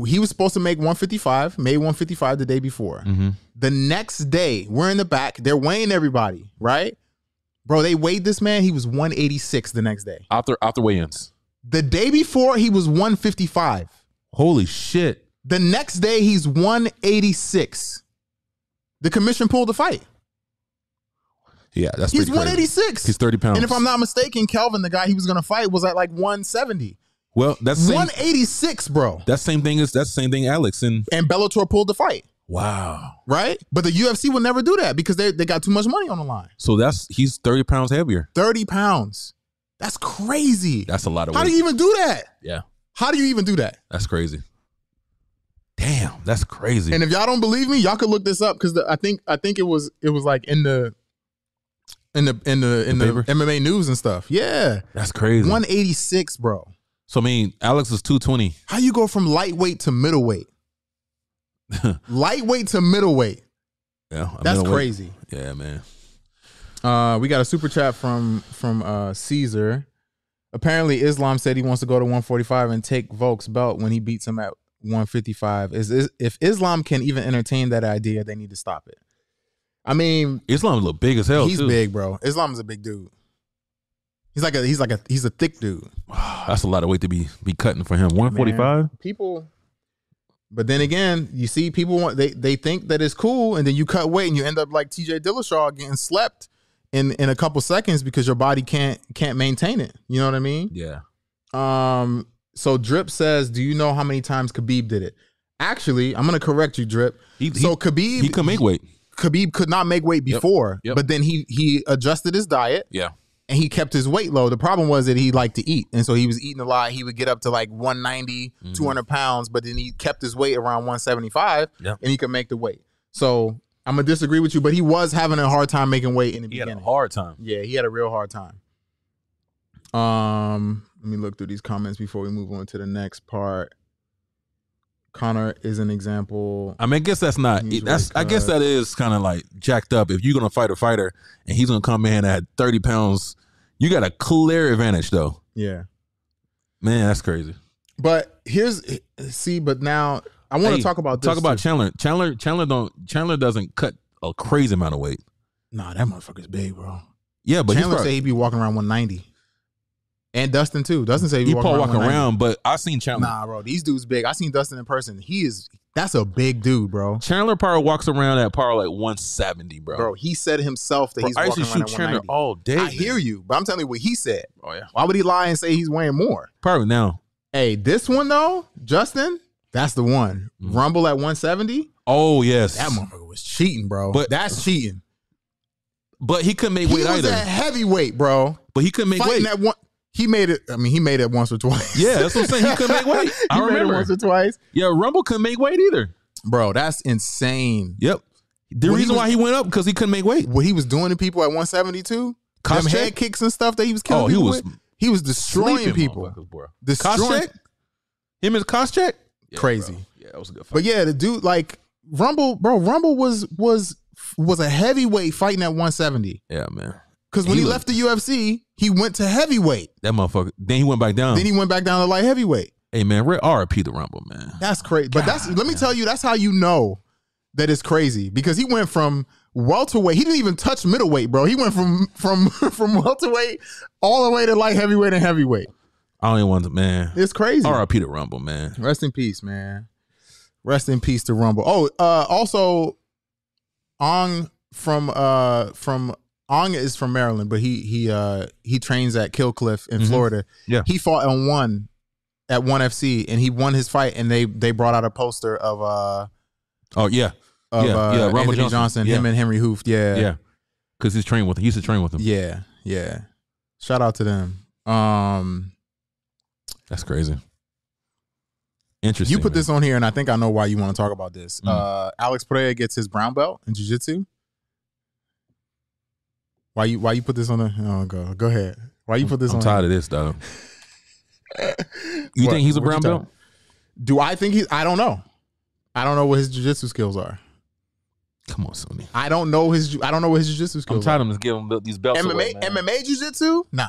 Speaker 3: he was supposed to make 155, made 155 the day before.
Speaker 2: Mm-hmm.
Speaker 3: The next day, we're in the back. They're weighing everybody, right? Bro, they weighed this man. He was 186 the next day.
Speaker 2: After after weigh-ins.
Speaker 3: The day before, he was 155.
Speaker 2: Holy shit.
Speaker 3: The next day, he's 186. The commission pulled the fight.
Speaker 2: Yeah, that's
Speaker 3: He's
Speaker 2: pretty crazy.
Speaker 3: 186.
Speaker 2: He's thirty pounds.
Speaker 3: And if I'm not mistaken, Kelvin, the guy he was going to fight, was at like 170.
Speaker 2: well, that's same.
Speaker 3: 186, bro.
Speaker 2: that same thing is that's the same thing. Alex and
Speaker 3: And Bellator pulled the fight,
Speaker 2: wow.
Speaker 3: right? But the UFC will never do that because they, they got too much money on the line.
Speaker 2: So that's he's thirty pounds heavier.
Speaker 3: 30 pounds. That's crazy.
Speaker 2: That's a lot of
Speaker 3: How
Speaker 2: weight.
Speaker 3: do you even do that?
Speaker 2: yeah.
Speaker 3: How do you even do that?
Speaker 2: That's crazy. Damn, that's crazy.
Speaker 3: And if y'all don't believe me, y'all could look this up because I think I think it was it was like in the in the in the in
Speaker 2: The
Speaker 3: the,
Speaker 2: paper?
Speaker 3: MMA news and stuff. Yeah,
Speaker 2: that's crazy.
Speaker 3: one eighty six, bro.
Speaker 2: so I mean, Alex is two twenty.
Speaker 3: How you go from lightweight to middleweight? lightweight to middleweight.
Speaker 2: Yeah, a
Speaker 3: That's
Speaker 2: middleweight.
Speaker 3: crazy.
Speaker 2: Yeah, man.
Speaker 3: Uh, we got a super chat from from uh, Caesar. Apparently, Islam said he wants to go to 145 and take Volk's belt when he beats him at 155. Is, is if Islam can even entertain that idea, they need to stop it. I mean,
Speaker 2: Islam look big as hell.
Speaker 3: he's
Speaker 2: too.
Speaker 3: big, bro. Islam's a big dude. He's like a he's like a he's a thick dude.
Speaker 2: That's a lot of weight to be be cutting for him. One forty five.
Speaker 3: People, but then again, you see, people want they they think that it's cool, and then you cut weight and you end up like T.J. Dillashaw getting slept in in a couple seconds because your body can't can't maintain it. You know what I mean?
Speaker 2: Yeah.
Speaker 3: Um. So Drip says, "Do you know how many times Khabib did it?" Actually, I'm gonna correct you, Drip.
Speaker 2: He-
Speaker 3: so
Speaker 2: he-
Speaker 3: Khabib
Speaker 2: He can make weight.
Speaker 3: Khabib could not make weight before,
Speaker 2: Yep.
Speaker 3: but then he he adjusted his diet.
Speaker 2: Yeah.
Speaker 3: and he kept his weight low. The problem was that he liked to eat. And so he was eating a lot. He would get up to like 190,
Speaker 2: Mm-hmm.
Speaker 3: 200 pounds, but then he kept his weight around 175
Speaker 2: Yeah.
Speaker 3: and he could make the weight. So I'm going to disagree with you, but he was having a hard time making weight in the
Speaker 2: He had a
Speaker 3: beginning.
Speaker 2: hard time.
Speaker 3: yeah, he had a real hard time. Um, let me look through these comments before we move on to the next part. Connor is an example.
Speaker 2: I mean, I guess that's not.
Speaker 3: He's
Speaker 2: That's.
Speaker 3: really
Speaker 2: I guess
Speaker 3: cut.
Speaker 2: that is kind of like jacked up. If you're gonna fight a fighter and he's gonna come in at thirty pounds, you got a clear advantage though.
Speaker 3: Yeah.
Speaker 2: Man, that's crazy.
Speaker 3: But here's see, but now I want to
Speaker 2: Hey,
Speaker 3: talk about this
Speaker 2: Talk about
Speaker 3: too.
Speaker 2: Chandler. Chandler. Chandler don't. Chandler doesn't cut a crazy amount of weight.
Speaker 3: Nah, that motherfucker's big, bro.
Speaker 2: Yeah, but
Speaker 3: Chandler
Speaker 2: he's
Speaker 3: say
Speaker 2: probably,
Speaker 3: he be walking around 190. And Dustin too. Dustin say he,
Speaker 2: he
Speaker 3: walking
Speaker 2: probably
Speaker 3: around
Speaker 2: walking
Speaker 3: 190.
Speaker 2: around. But I seen Chandler.
Speaker 3: Nah, bro, these dudes big. I seen Dustin in person. He is That's a big dude, bro.
Speaker 2: Chandler Power walks around at Power like 170, bro.
Speaker 3: Bro, he said himself that
Speaker 2: Bro,
Speaker 3: he's
Speaker 2: I used
Speaker 3: walking
Speaker 2: to
Speaker 3: around
Speaker 2: shoot
Speaker 3: at
Speaker 2: Chandler
Speaker 3: 190.
Speaker 2: all day.
Speaker 3: I hear you, but I'm telling you what he said.
Speaker 2: Oh yeah,
Speaker 3: Why would he lie and say he's weighing more?
Speaker 2: probably now.
Speaker 3: Hey, this one though, Justin, that's the one.
Speaker 2: Mm.
Speaker 3: Rumble at 170.
Speaker 2: Oh yes,
Speaker 3: That motherfucker was cheating, bro.
Speaker 2: But-
Speaker 3: that's cheating.
Speaker 2: but he couldn't make
Speaker 3: He
Speaker 2: weight
Speaker 3: was
Speaker 2: either.
Speaker 3: a heavyweight, bro.
Speaker 2: but he couldn't make
Speaker 3: Fighting
Speaker 2: weight.
Speaker 3: that one. He made it. I mean, he made it once or twice.
Speaker 2: Yeah, that's what I'm saying. He couldn't make weight. I
Speaker 3: he made
Speaker 2: remember.
Speaker 3: it once or twice,
Speaker 2: yeah, Rumble couldn't make weight either.
Speaker 3: bro. That's insane.
Speaker 2: Yep. The
Speaker 3: When he
Speaker 2: reason
Speaker 3: was-
Speaker 2: why he went up because he couldn't make weight.
Speaker 3: What he was doing to people at 172, them
Speaker 2: Koscheck?
Speaker 3: head kicks and stuff that he was killing.
Speaker 2: Oh, he
Speaker 3: people
Speaker 2: was
Speaker 3: with, he was destroying
Speaker 2: Sleeping
Speaker 3: people.
Speaker 2: motherfuckers, bro.
Speaker 3: Destroying.
Speaker 2: Koscheck? Him and Koscheck? Yeah,
Speaker 3: Crazy.
Speaker 2: bro. Yeah, that was a good fight.
Speaker 3: But yeah, the dude like Rumble, bro. Rumble was was was a heavyweight fighting at 170.
Speaker 2: yeah, man.
Speaker 3: Because when
Speaker 2: He
Speaker 3: he,
Speaker 2: was-
Speaker 3: left the UFC, he went to heavyweight.
Speaker 2: That motherfucker. Then he went back down.
Speaker 3: Then he went back down to light heavyweight.
Speaker 2: hey, man, re- RIP the Rumble, man.
Speaker 3: That's crazy. But that's
Speaker 2: God,
Speaker 3: let me
Speaker 2: man.
Speaker 3: tell you, that's how you know that it's crazy because he went from welterweight. He didn't even touch middleweight, bro. He went from from from welterweight all the way to light heavyweight and heavyweight.
Speaker 2: I don't even want to, man.
Speaker 3: It's crazy.
Speaker 2: RIP the Rumble, man.
Speaker 3: Rest in peace, man. Rest in peace to Rumble. Oh, uh also Ong from uh from Ong is from Maryland, but he he uh he trains at Killcliff in
Speaker 2: Mhm.
Speaker 3: Florida.
Speaker 2: Yeah.
Speaker 3: He fought and won at one FC and he won his fight and they they brought out a poster of uh
Speaker 2: Oh, yeah.
Speaker 3: of
Speaker 2: Yeah,
Speaker 3: uh
Speaker 2: yeah, Rumble
Speaker 3: Anthony Johnson,
Speaker 2: Johnson. Yeah.
Speaker 3: him and Henry Hoof. Yeah.
Speaker 2: Yeah. Because he's training with him. He used to train with him.
Speaker 3: Yeah. Yeah. Shout out to them. Um
Speaker 2: That's crazy. Interesting.
Speaker 3: you put
Speaker 2: man.
Speaker 3: this on here and I think I know why you want to talk about this.
Speaker 2: Mm.
Speaker 3: Uh Alex Pereira gets his brown belt in jiu-jitsu. Why you why you put this on the Oh go go ahead. Why you put this
Speaker 2: I'm
Speaker 3: on
Speaker 2: tired of this, dog.
Speaker 3: here?
Speaker 2: You
Speaker 3: What-
Speaker 2: think he's a
Speaker 3: what you
Speaker 2: brown
Speaker 3: talking-
Speaker 2: belt?
Speaker 3: Do I think he's I don't know. I don't know what his jiu-jitsu skills are.
Speaker 2: Come on, Sony.
Speaker 3: I don't know his ju- I don't know what his jiu-jitsu skills
Speaker 2: I'm
Speaker 3: are.
Speaker 2: tired of him just giving him these belts.
Speaker 3: MMA,
Speaker 2: away, man.
Speaker 3: MMA jujitsu? Nah.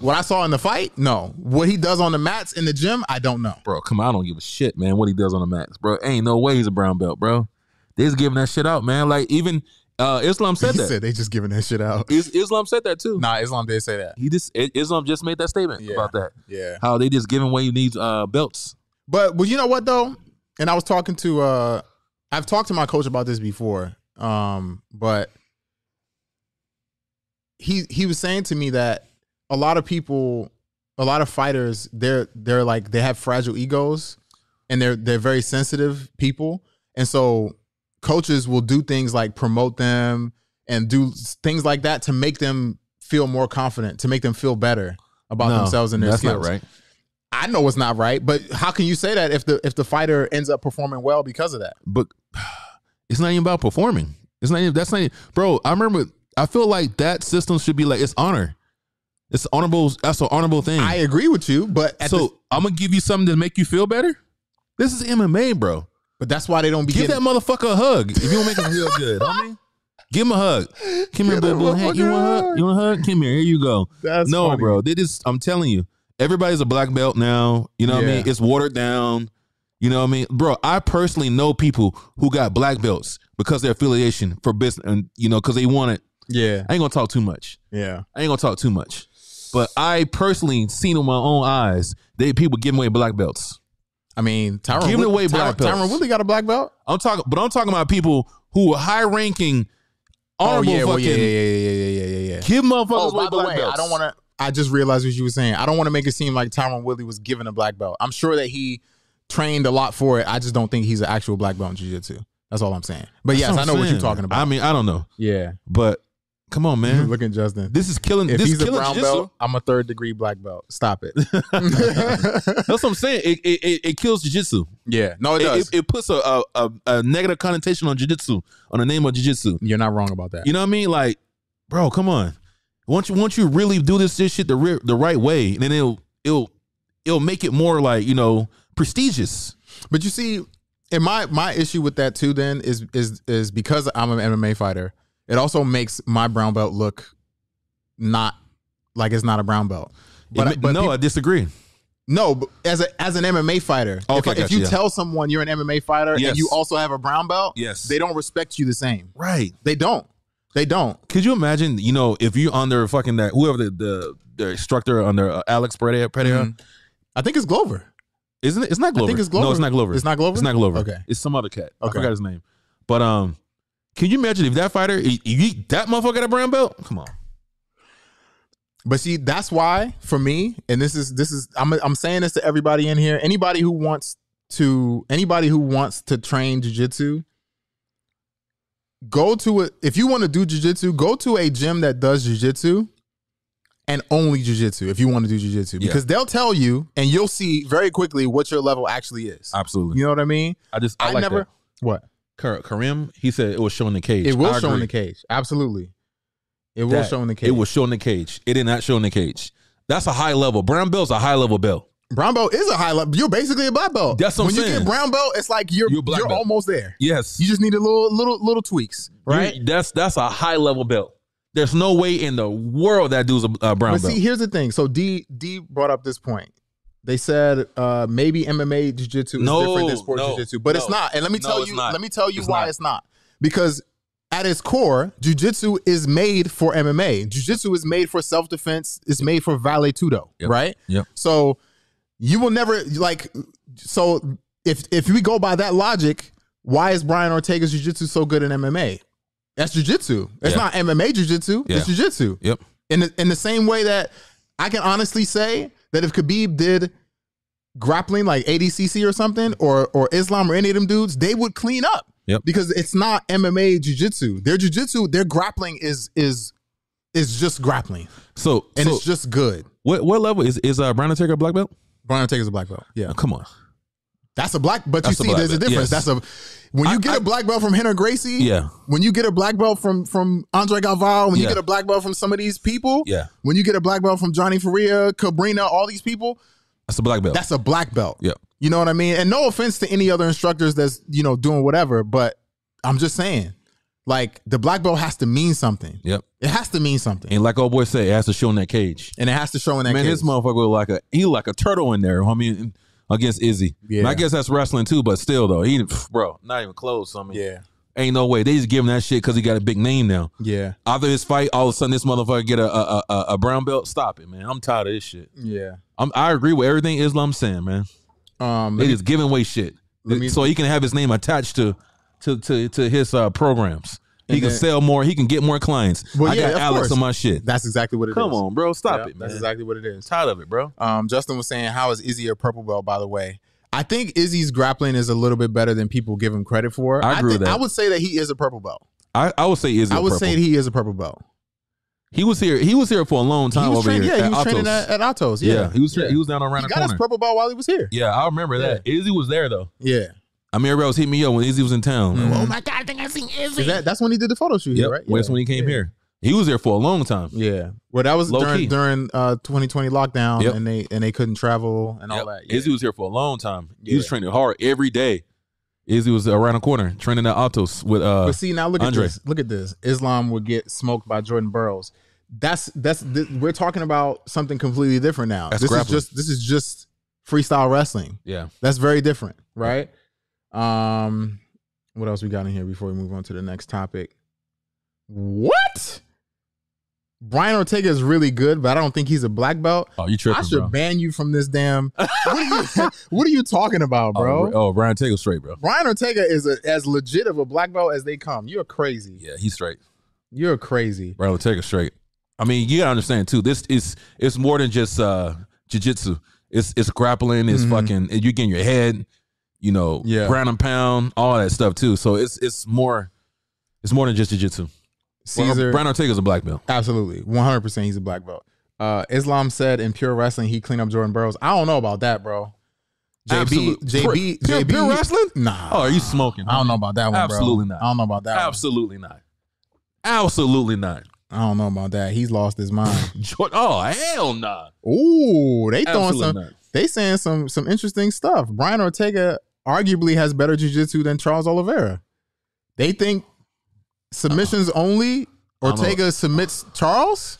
Speaker 3: What I saw in the fight? No. What he does on the mats in the gym? I don't know.
Speaker 2: bro. Come on, I don't give a shit, man. What he does on the mats, bro. Ain't no way he's a brown belt, bro. They just giving that shit out, man. Like even uh, Islam said
Speaker 3: he
Speaker 2: that.
Speaker 3: said they just giving that shit out.
Speaker 2: Is- Islam said that too.
Speaker 3: Nah, Islam did say that.
Speaker 2: He just I- Islam just made that statement
Speaker 3: Yeah.
Speaker 2: about that.
Speaker 3: Yeah.
Speaker 2: How they just giving away these uh, belts.
Speaker 3: But well, you know what though? And I was talking to uh I've talked to my coach about this before. Um, but he he was saying to me that a lot of people a lot of fighters they're they're like they have fragile egos and they're they're very sensitive people. And so coaches will do things like promote them and do things like that to make them feel more confident, to make them feel better about
Speaker 2: No,
Speaker 3: themselves and their
Speaker 2: that's
Speaker 3: skills.
Speaker 2: not right.
Speaker 3: I know it's not right, but how can you say that if the if the fighter ends up performing well because of that?
Speaker 2: But it's not even about performing. It's not even that's not even, bro. I remember. I feel like that system should be like it's honor. It's honorable. That's an honorable thing.
Speaker 3: I agree with you, but at
Speaker 2: so
Speaker 3: the,
Speaker 2: I'm gonna give you something to make you feel better. This is MMA, bro.
Speaker 3: but that's why they don't be
Speaker 2: Give that
Speaker 3: getting,
Speaker 2: motherfucker a hug. If you don't make him feel good, homie. Give him a hug. Come here, boo
Speaker 3: Give that
Speaker 2: boo. Hey, you
Speaker 3: motherfucker
Speaker 2: want
Speaker 3: a
Speaker 2: a
Speaker 3: hug.
Speaker 2: hug? You want a hug? Come here. Here you go.
Speaker 3: That's
Speaker 2: no,
Speaker 3: funny.
Speaker 2: bro. They just. I'm telling you, everybody's a black belt now. You know what I mean?
Speaker 3: Yeah.
Speaker 2: It's watered down. You know what I mean, bro? I personally know people who got black belts because their affiliation for business, and you know, because they want it.
Speaker 3: Yeah,
Speaker 2: I ain't gonna talk too much.
Speaker 3: yeah.
Speaker 2: I ain't gonna talk too much. But I personally seen with my own eyes they people giving away black belts.
Speaker 3: I mean, Tyron
Speaker 2: Giving
Speaker 3: Wood-
Speaker 2: away
Speaker 3: Tyron-
Speaker 2: black belts.
Speaker 3: Tyron Woodley got a black belt.
Speaker 2: I'm talking, but I'm talking about people who are high ranking, honorable
Speaker 3: Oh, yeah,
Speaker 2: fucking
Speaker 3: well, yeah, yeah, yeah, yeah, yeah, yeah, yeah.
Speaker 2: give motherfuckers
Speaker 3: Oh,
Speaker 2: away
Speaker 3: by the
Speaker 2: black
Speaker 3: way,
Speaker 2: belts.
Speaker 3: I don't want to. I just realized what you were saying. I don't want to make it seem like Tyron Woodley was given a black belt. I'm sure that he trained a lot for it. I just don't think he's an actual black belt in jiu-jitsu. That's all I'm saying. But yes, I know what you're talking about.
Speaker 2: I mean, I don't know,
Speaker 3: yeah,
Speaker 2: but come on, man,
Speaker 3: look at Justin.
Speaker 2: this is killing.
Speaker 3: If
Speaker 2: this
Speaker 3: he's
Speaker 2: is
Speaker 3: a
Speaker 2: killing
Speaker 3: brown
Speaker 2: jiu-jitsu.
Speaker 3: belt, I'm a third degree black belt. Stop it.
Speaker 2: That's what I'm saying. It it, it, it kills jujitsu.
Speaker 3: yeah, no, it
Speaker 2: It,
Speaker 3: does.
Speaker 2: it, it puts a, a, a, a negative connotation on jujitsu on the name of jujitsu.
Speaker 3: You're not wrong about that.
Speaker 2: You know what I mean? Like, bro, come on. Once you once you really do this this shit the re- the right way, then it'll it'll it'll make it more like you know prestigious.
Speaker 3: But you see, and my my issue with that too then is is is because I'm an MMA fighter, it also makes my brown belt look not like it's not a brown belt.
Speaker 2: But,
Speaker 3: But, but
Speaker 2: no,
Speaker 3: peop-
Speaker 2: I disagree.
Speaker 3: no, but as a as an MMA fighter, if-
Speaker 2: Okay,
Speaker 3: if,
Speaker 2: gotcha,
Speaker 3: you
Speaker 2: yeah.
Speaker 3: tell someone you're an MMA fighter
Speaker 2: Yes.
Speaker 3: and you also have a brown belt,
Speaker 2: Yes.
Speaker 3: they don't respect you the same.
Speaker 2: Right.
Speaker 3: They don't. They don't.
Speaker 2: Could you imagine, you know, if you under fucking that whoever the the, the instructor under uh, Alex Pereira, Pereira
Speaker 3: Mm-hmm. I think it's Glover.
Speaker 2: Isn't it? It's not Glover.
Speaker 3: think it's Glover.
Speaker 2: No, it's not Glover.
Speaker 3: It's not Glover?
Speaker 2: It's not Glover.
Speaker 3: Okay.
Speaker 2: It's some other cat. I
Speaker 3: Okay.
Speaker 2: forgot his name. But um, can you imagine if that fighter, he- he- that motherfucker got a brown belt? Come on.
Speaker 3: But see, that's why for me, and this is this is I'm I'm saying this to everybody in here. Anybody who wants to anybody who wants to train jujitsu, go to a if you want to do jujitsu, go to a gym that does jujitsu and only jujitsu if you want to do jujitsu.
Speaker 2: Yeah.
Speaker 3: Because they'll tell you and you'll see very quickly what your level actually is.
Speaker 2: Absolutely.
Speaker 3: You know what I mean?
Speaker 2: I just I,
Speaker 3: I,
Speaker 2: like
Speaker 3: never
Speaker 2: never.
Speaker 3: what?
Speaker 2: Karim, he said it was shown in the cage.
Speaker 3: It will
Speaker 2: I
Speaker 3: show in
Speaker 2: agree.
Speaker 3: the cage. Absolutely. It will
Speaker 2: That-
Speaker 3: show in the cage.
Speaker 2: It was shown in the cage. It did not show in the cage. That's a high level. Brown belt's a high level belt.
Speaker 3: Brown belt is a high level. You're basically a black belt.
Speaker 2: That's what I'm
Speaker 3: when you
Speaker 2: saying.
Speaker 3: get brown belt, it's like
Speaker 2: You're
Speaker 3: you're you're,
Speaker 2: a black belt.
Speaker 3: almost there.
Speaker 2: Yes.
Speaker 3: You just need a little little little tweaks, right?
Speaker 2: You- that's that's a high level belt. There's no way in the world that dude's a, a brown
Speaker 3: but
Speaker 2: belt.
Speaker 3: see, here's the thing. So D D brought up this point. They said uh, maybe MMA jiu-jitsu is
Speaker 2: No,
Speaker 3: different than sports
Speaker 2: no,
Speaker 3: jiu-jitsu, but it's
Speaker 2: no.
Speaker 3: not. And let me
Speaker 2: No,
Speaker 3: tell
Speaker 2: it's
Speaker 3: you,
Speaker 2: not.
Speaker 3: let me tell you
Speaker 2: It's
Speaker 3: why
Speaker 2: not.
Speaker 3: it's not. Because at its core, jiu-jitsu is made for MMA. Jiu-jitsu is made for self-defense. It's made for vale tudo,
Speaker 2: Yep.
Speaker 3: right?
Speaker 2: Yep.
Speaker 3: So you will never like. So if if we go by that logic, why is Brian Ortega's jiu-jitsu so good in MMA? That's jiu-jitsu. It's
Speaker 2: Yeah.
Speaker 3: not MMA jiu-jitsu.
Speaker 2: Yeah.
Speaker 3: It's jiu-jitsu
Speaker 2: yep.
Speaker 3: in the, in the same way that I can honestly say that if Khabib did grappling like ADCC or something or or Islam or any of them dudes, they would clean up.
Speaker 2: Yep.
Speaker 3: Because it's not MMA jujitsu. Their jujitsu, their grappling is is is just grappling
Speaker 2: So
Speaker 3: and
Speaker 2: so
Speaker 3: it's just good.
Speaker 2: what what level is is uh, Brown Taker a black belt?
Speaker 3: Brian Ortega's a black belt. Yeah.
Speaker 2: Oh, come on.
Speaker 3: That's a black but
Speaker 2: That's a
Speaker 3: you see
Speaker 2: black
Speaker 3: there's a
Speaker 2: belt,
Speaker 3: difference.
Speaker 2: yes.
Speaker 3: That's a when you
Speaker 2: I-
Speaker 3: get a
Speaker 2: I-
Speaker 3: black belt from Henry Gracie,
Speaker 2: Yeah.
Speaker 3: when you get a black belt from from Andre Galvao, when
Speaker 2: Yeah.
Speaker 3: you get a black belt from some of these people,
Speaker 2: Yeah.
Speaker 3: when you get a black belt from Johnny Faria, Cabrina, all these people,
Speaker 2: That's a black belt.
Speaker 3: that's a black belt.
Speaker 2: Yep.
Speaker 3: You know what I mean? And no offense to any other instructors that's, you know, doing whatever, but I'm just saying, like, the black belt has to mean something.
Speaker 2: Yep.
Speaker 3: It has to mean something.
Speaker 2: And like old boy said, it has to show in that cage.
Speaker 3: And it has to show in that
Speaker 2: Man,
Speaker 3: case.
Speaker 2: this motherfucker was like a he like a turtle in there. I mean, against Izzy.
Speaker 3: Yeah.
Speaker 2: And I guess that's wrestling too, but still though, he pff, bro, not even close. I mean,
Speaker 3: yeah.
Speaker 2: ain't no way they just give him that shit because he got a big name now.
Speaker 3: Yeah.
Speaker 2: After his fight, all of a sudden this motherfucker get a a, a a brown belt. Stop it, man. I'm tired of this shit.
Speaker 3: Yeah.
Speaker 2: I'm, I agree with everything Islam saying, man.
Speaker 3: Um,
Speaker 2: They
Speaker 3: let me-
Speaker 2: just giving away shit
Speaker 3: Let me-
Speaker 2: so he can have his name attached to to to, to his uh, programs. He
Speaker 3: And
Speaker 2: can
Speaker 3: then-
Speaker 2: sell more. He can get more clients.
Speaker 3: Well,
Speaker 2: I
Speaker 3: yeah,
Speaker 2: got
Speaker 3: of
Speaker 2: Alex
Speaker 3: course.
Speaker 2: on my shit.
Speaker 3: that's exactly what it is.
Speaker 2: Come on, bro. Stop
Speaker 3: Yeah,
Speaker 2: it, man.
Speaker 3: That's exactly what it is.
Speaker 2: tired of it, bro.
Speaker 3: Um, Justin was saying, "How is Izzy a purple belt?" By the way, I think Izzy's grappling is a little bit better than people give him credit for.
Speaker 2: I agree
Speaker 3: think-
Speaker 2: with that.
Speaker 3: I would say that he is a purple belt.
Speaker 2: I, I would say Izzy.
Speaker 3: I would
Speaker 2: purple.
Speaker 3: say he is a purple belt.
Speaker 2: he was here. He was here for a long
Speaker 3: He
Speaker 2: time
Speaker 3: was
Speaker 2: over
Speaker 3: trained,
Speaker 2: here.
Speaker 3: yeah, he was
Speaker 2: Otto's.
Speaker 3: training at, at Otto's. Yeah,
Speaker 2: yeah. he was.
Speaker 3: Yeah.
Speaker 2: He was down around
Speaker 3: He
Speaker 2: the
Speaker 3: got
Speaker 2: corner.
Speaker 3: his purple belt while he was here.
Speaker 2: yeah, I remember that. Izzy was there though.
Speaker 3: Yeah,
Speaker 2: I mean, everybody was hitting me up when Izzy was in town. Like,
Speaker 3: Mhm.
Speaker 2: oh my god, I think I seen Izzy.
Speaker 3: Is that, that's when he did the photo shoot,
Speaker 2: yep.
Speaker 3: here, right?
Speaker 2: well, That's when he came here. He was there for a long time.
Speaker 3: Yeah, well, that was
Speaker 2: Low
Speaker 3: during
Speaker 2: key.
Speaker 3: during uh 2020 lockdown,
Speaker 2: Yep.
Speaker 3: and they and they couldn't travel and all
Speaker 2: Yep.
Speaker 3: that. Yeah.
Speaker 2: Izzy was here for a long time. He was
Speaker 3: Yeah.
Speaker 2: training hard every day. Izzy was around the corner training at Autos with uh
Speaker 3: But see now, look
Speaker 2: Andre.
Speaker 3: at this. Look at this. Islam would get smoked by Jordan Burroughs. That's that's th- we're talking about something completely different now.
Speaker 2: That's
Speaker 3: this
Speaker 2: grappling.
Speaker 3: is just this is just freestyle wrestling.
Speaker 2: yeah.
Speaker 3: That's very different, right? Um, what else we got in here before we move on to the next topic? What? Brian Ortega is really good, but I don't think he's a black belt.
Speaker 2: Oh, you
Speaker 3: I
Speaker 2: tripping,
Speaker 3: should
Speaker 2: bro?
Speaker 3: ban you from this damn. What are you, what are you talking about, bro?
Speaker 2: Oh, oh, Brian Taylor straight, bro.
Speaker 3: Brian Ortega is a, as legit of a black belt as they come. You're crazy.
Speaker 2: Yeah, he's straight.
Speaker 3: You're crazy.
Speaker 2: Brian Ortega straight. I mean, you gotta understand too. This is it's more than just uh jujitsu. It's it's grappling. It's
Speaker 3: Mhm.
Speaker 2: fucking. You getting your head. You know,
Speaker 3: Yeah.
Speaker 2: ground and pound, all that stuff too. So it's it's more. It's more than just jujitsu.
Speaker 3: Caesar,
Speaker 2: Brian Ortega's a black belt.
Speaker 3: absolutely, 100. percent He's a black belt. Uh, Islam said in pure wrestling he cleaned up Jordan Burroughs. I don't know about that, bro. JB,
Speaker 2: Absolute.
Speaker 3: JB,
Speaker 2: Pure- pure-
Speaker 3: JB,
Speaker 2: pure wrestling?
Speaker 3: Nah,
Speaker 2: Oh, are you smoking?
Speaker 3: I don't know about that one. bro.
Speaker 2: Absolutely not.
Speaker 3: I don't know about that. one.
Speaker 2: Absolutely not. Absolutely not.
Speaker 3: I don't know about that. He's lost his mind.
Speaker 2: Jordan, oh hell nah.
Speaker 3: Ooh, they throwing
Speaker 2: Absolutely
Speaker 3: some.
Speaker 2: not.
Speaker 3: They saying some some interesting stuff. Brian Ortega arguably has better jujitsu than Charles Oliveira. They think submissions only.
Speaker 2: Uh-uh. I don't know.
Speaker 3: Ortega submits Charles.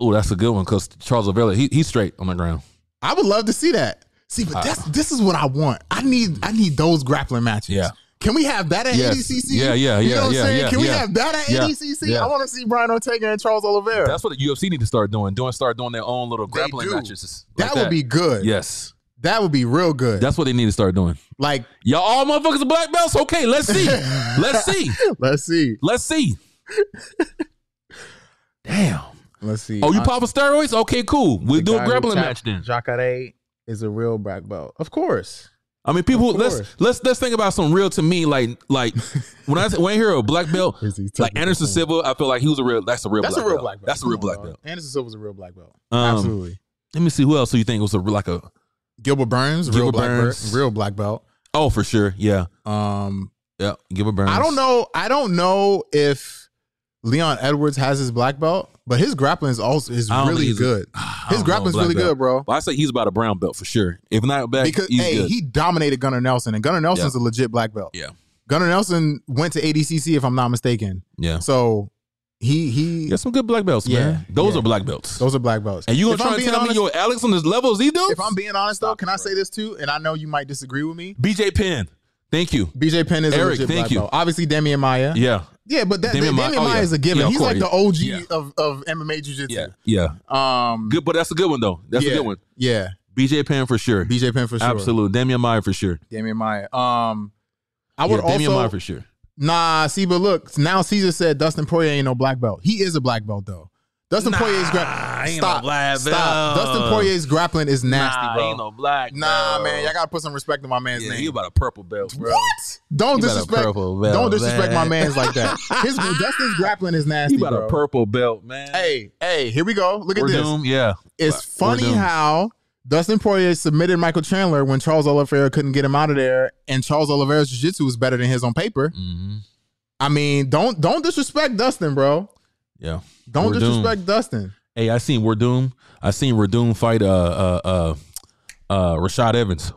Speaker 2: Oh, that's a good one because Charles Avella, he he's straight on the ground.
Speaker 3: I would love to see that. See,
Speaker 2: Uh,
Speaker 3: but that's this is what I want. I need I need those grappling matches.
Speaker 2: Yeah.
Speaker 3: Can we have that at
Speaker 2: Yes.
Speaker 3: ADCC?
Speaker 2: Yeah, yeah,
Speaker 3: You
Speaker 2: yeah,
Speaker 3: know what
Speaker 2: yeah,
Speaker 3: I'm saying?
Speaker 2: yeah,
Speaker 3: Can we
Speaker 2: yeah.
Speaker 3: have that at
Speaker 2: Yeah,
Speaker 3: ADCC?
Speaker 2: yeah.
Speaker 3: I want to see Brian Ortega and Charles Oliveira.
Speaker 2: That's what the UFC need to start doing. Doing start doing their own little grappling
Speaker 3: do.
Speaker 2: matches. like
Speaker 3: that would be good.
Speaker 2: yes.
Speaker 3: That would be real good.
Speaker 2: That's what they need to start doing.
Speaker 3: like,
Speaker 2: Y'all all motherfuckers are black belts. Okay, let's see. let's see.
Speaker 3: let's see.
Speaker 2: Let's see. Damn.
Speaker 3: Let's see.
Speaker 2: Oh, you
Speaker 3: Uh,
Speaker 2: popping steroids? Okay, cool. We'll
Speaker 3: the
Speaker 2: do
Speaker 3: guy
Speaker 2: a
Speaker 3: who
Speaker 2: grappling
Speaker 3: tapped
Speaker 2: match then.
Speaker 3: Jacare is a real black belt. Of course.
Speaker 2: I mean, people.
Speaker 3: Of
Speaker 2: Let's
Speaker 3: course.
Speaker 2: let's let's think about some real to me. Like like when I when I hear a black belt,
Speaker 3: Is he
Speaker 2: like
Speaker 3: technically-
Speaker 2: Anderson Silva, I feel like he was a real. That's a real.
Speaker 3: That's
Speaker 2: black
Speaker 3: a real
Speaker 2: belt.
Speaker 3: black belt.
Speaker 2: That's a real
Speaker 3: Come on,
Speaker 2: black
Speaker 3: dog.
Speaker 2: belt.
Speaker 3: Anderson Silva's a real black belt.
Speaker 2: Um,
Speaker 3: Absolutely.
Speaker 2: Let me see who else do you think was a like a.
Speaker 3: Gilbert Burns, real
Speaker 2: Gilbert
Speaker 3: black
Speaker 2: Burns.
Speaker 3: belt. Real black belt.
Speaker 2: Oh, for sure. Yeah.
Speaker 3: Um,
Speaker 2: Yeah. Give a burn.
Speaker 3: I don't know. I don't know if Leon Edwards has his black belt, but his grappling is also is
Speaker 2: I don't
Speaker 3: really
Speaker 2: think he's a-
Speaker 3: good. His grappling's really good, bro.
Speaker 2: But I say he's about a brown belt for sure. If not back,
Speaker 3: Because
Speaker 2: he's
Speaker 3: hey,
Speaker 2: good.
Speaker 3: he dominated Gunnar Nelson, and Gunnar Nelson's a legit black belt.
Speaker 2: Yeah.
Speaker 3: Gunnar Nelson went to ADCC, if I'm not mistaken.
Speaker 2: yeah.
Speaker 3: So he he,
Speaker 2: Got some good black belts, man.
Speaker 3: Yeah,
Speaker 2: Those
Speaker 3: yeah.
Speaker 2: are black belts.
Speaker 3: those are black belts.
Speaker 2: and you gonna
Speaker 3: If I'm
Speaker 2: try to
Speaker 3: being
Speaker 2: tell me
Speaker 3: honest-
Speaker 2: your Alex on this level as he do?
Speaker 3: If I'm being honest though, can I say this too? And I know you might disagree with me.
Speaker 2: BJ Penn. Thank you.
Speaker 3: BJ Penn is a
Speaker 2: Eric,
Speaker 3: legit
Speaker 2: thank
Speaker 3: black
Speaker 2: you.
Speaker 3: belt. Obviously, Damian Maya. Yeah,
Speaker 2: Yeah.
Speaker 3: but that,
Speaker 2: Damian
Speaker 3: Damian,
Speaker 2: Ma- oh,
Speaker 3: Maya
Speaker 2: yeah.
Speaker 3: is a given.
Speaker 2: Yeah, of
Speaker 3: He's
Speaker 2: course,
Speaker 3: like the
Speaker 2: yeah.
Speaker 3: OG
Speaker 2: Yeah.
Speaker 3: of, of MMA Jiu Jitsu.
Speaker 2: Yeah. Yeah.
Speaker 3: Um,
Speaker 2: Good, but that's a good one though. That's
Speaker 3: yeah,
Speaker 2: a good one.
Speaker 3: Yeah,
Speaker 2: BJ Penn for sure.
Speaker 3: BJ Penn for sure.
Speaker 2: Absolute. Damian Meyer for sure.
Speaker 3: Damian Maya. Um, I would
Speaker 2: yeah, Damian Meyer
Speaker 3: also
Speaker 2: for sure.
Speaker 3: nah. See, but look, now Caesar said Dustin Poirier ain't no black belt. He is a black belt though. Dustin
Speaker 2: Nah,
Speaker 3: Poirier's
Speaker 2: I
Speaker 3: gra-
Speaker 2: ain't no
Speaker 3: stop.
Speaker 2: black
Speaker 3: Stop.
Speaker 2: belt.
Speaker 3: Dustin Poirier's grappling is nasty, bro.
Speaker 2: ain't no black.
Speaker 3: nah,
Speaker 2: bro.
Speaker 3: man, y'all gotta put some respect on my man's
Speaker 2: yeah,
Speaker 3: name.
Speaker 2: he about a purple belt, bro.
Speaker 3: What? Don't
Speaker 2: He about a
Speaker 3: disrespect.
Speaker 2: purple belt,
Speaker 3: don't disrespect
Speaker 2: man.
Speaker 3: my man's like that. His Dustin's grappling is
Speaker 2: He
Speaker 3: nasty,
Speaker 2: about
Speaker 3: bro.
Speaker 2: a purple belt, man.
Speaker 3: hey, hey, here we go. Look at
Speaker 2: We're
Speaker 3: this.
Speaker 2: doomed. Yeah.
Speaker 3: It's
Speaker 2: We're
Speaker 3: funny
Speaker 2: doomed.
Speaker 3: how Dustin Poirier submitted Michael Chandler when Charles Oliveira couldn't get him out of there, and Charles Oliveira's jiu-jitsu was better than his on paper.
Speaker 2: hmm
Speaker 3: I mean, don't don't disrespect Dustin, bro.
Speaker 2: Yeah.
Speaker 3: Don't
Speaker 2: We're doomed.
Speaker 3: disrespect Dustin.
Speaker 2: Hey, I seen Werdum. I seen Werdum fight uh uh uh uh Rashad Evans.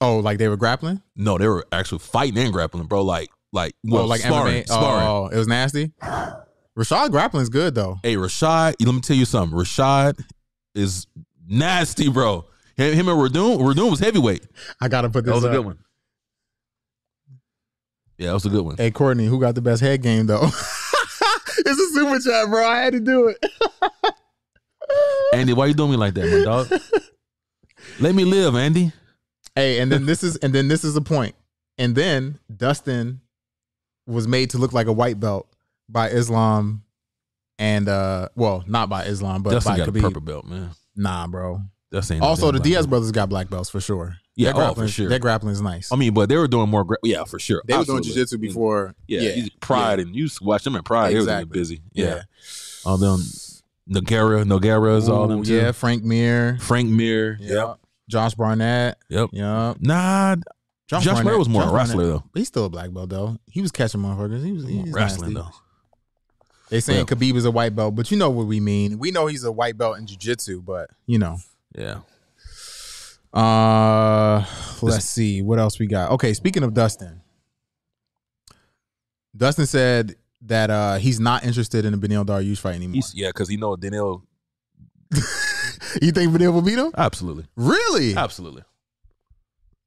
Speaker 3: Oh, like they were grappling?
Speaker 2: No, they were actually fighting and grappling, bro. Like like well,
Speaker 3: oh,
Speaker 2: like
Speaker 3: like
Speaker 2: sparring,
Speaker 3: MMA.
Speaker 2: sparring.
Speaker 3: Oh, it was nasty. Rashad grappling's good though.
Speaker 2: Hey, Rashad, let me tell you something. Rashad is nasty, bro. Him, him and Werdum, Werdum was heavyweight.
Speaker 3: I gotta put this. up.
Speaker 2: one. Yeah, that was a good one.
Speaker 3: Hey Courtney, who got the best head game though? it's a super chat, bro. I had to do it.
Speaker 2: Andy, why you doing me like that, my dog? Let me live, Andy.
Speaker 3: Hey, and then this is and then this is the point. And then Dustin was made to look like a white belt by Islam and uh well, not by Islam, but
Speaker 2: Dustin
Speaker 3: by
Speaker 2: got a
Speaker 3: Khabib.
Speaker 2: purple belt, man.
Speaker 3: Nah, bro.
Speaker 2: Dustin. ain't no
Speaker 3: Also,
Speaker 2: damn
Speaker 3: the
Speaker 2: black
Speaker 3: Diaz
Speaker 2: belt.
Speaker 3: brothers got black belts for sure.
Speaker 2: Yeah,
Speaker 3: their
Speaker 2: oh, for
Speaker 3: grappling's-
Speaker 2: sure.
Speaker 3: Their grappling's nice.
Speaker 2: I mean, but they were doing more. Gra- yeah, for sure.
Speaker 3: Um, they were doing
Speaker 2: Absolutely.
Speaker 3: jiu-jitsu before.
Speaker 2: Yeah, he's Pride and you used to watch them at Pride. They
Speaker 3: Exactly.
Speaker 2: was getting busy. Yeah, all them Noguera, Noguera's, all them.
Speaker 3: Ooh,
Speaker 2: Too.
Speaker 3: yeah, Frank Mir.
Speaker 2: Frank Mir.
Speaker 3: Yeah. Josh Barnett.
Speaker 2: Yep.
Speaker 3: Yep.
Speaker 2: Nah, Josh, Josh Murray was more a
Speaker 3: Josh
Speaker 2: wrestler
Speaker 3: Barnett-
Speaker 2: though.
Speaker 3: He's still a black belt though. He was catching motherfuckers. He was, he was
Speaker 2: Wrestling
Speaker 3: nasty.
Speaker 2: though.
Speaker 3: They saying
Speaker 2: Well-
Speaker 3: Khabib is a white belt, but you know what we mean. We know he's a white belt in jujitsu, but you know.
Speaker 2: Yeah.
Speaker 3: Uh let's see what else we got. Okay, speaking of Dustin, Dustin said that uh he's not interested in the Benil Dariush fight anymore.
Speaker 2: He's, yeah, because he know Daniel.
Speaker 3: you think Benil will beat him?
Speaker 2: Absolutely.
Speaker 3: Really?
Speaker 2: Absolutely.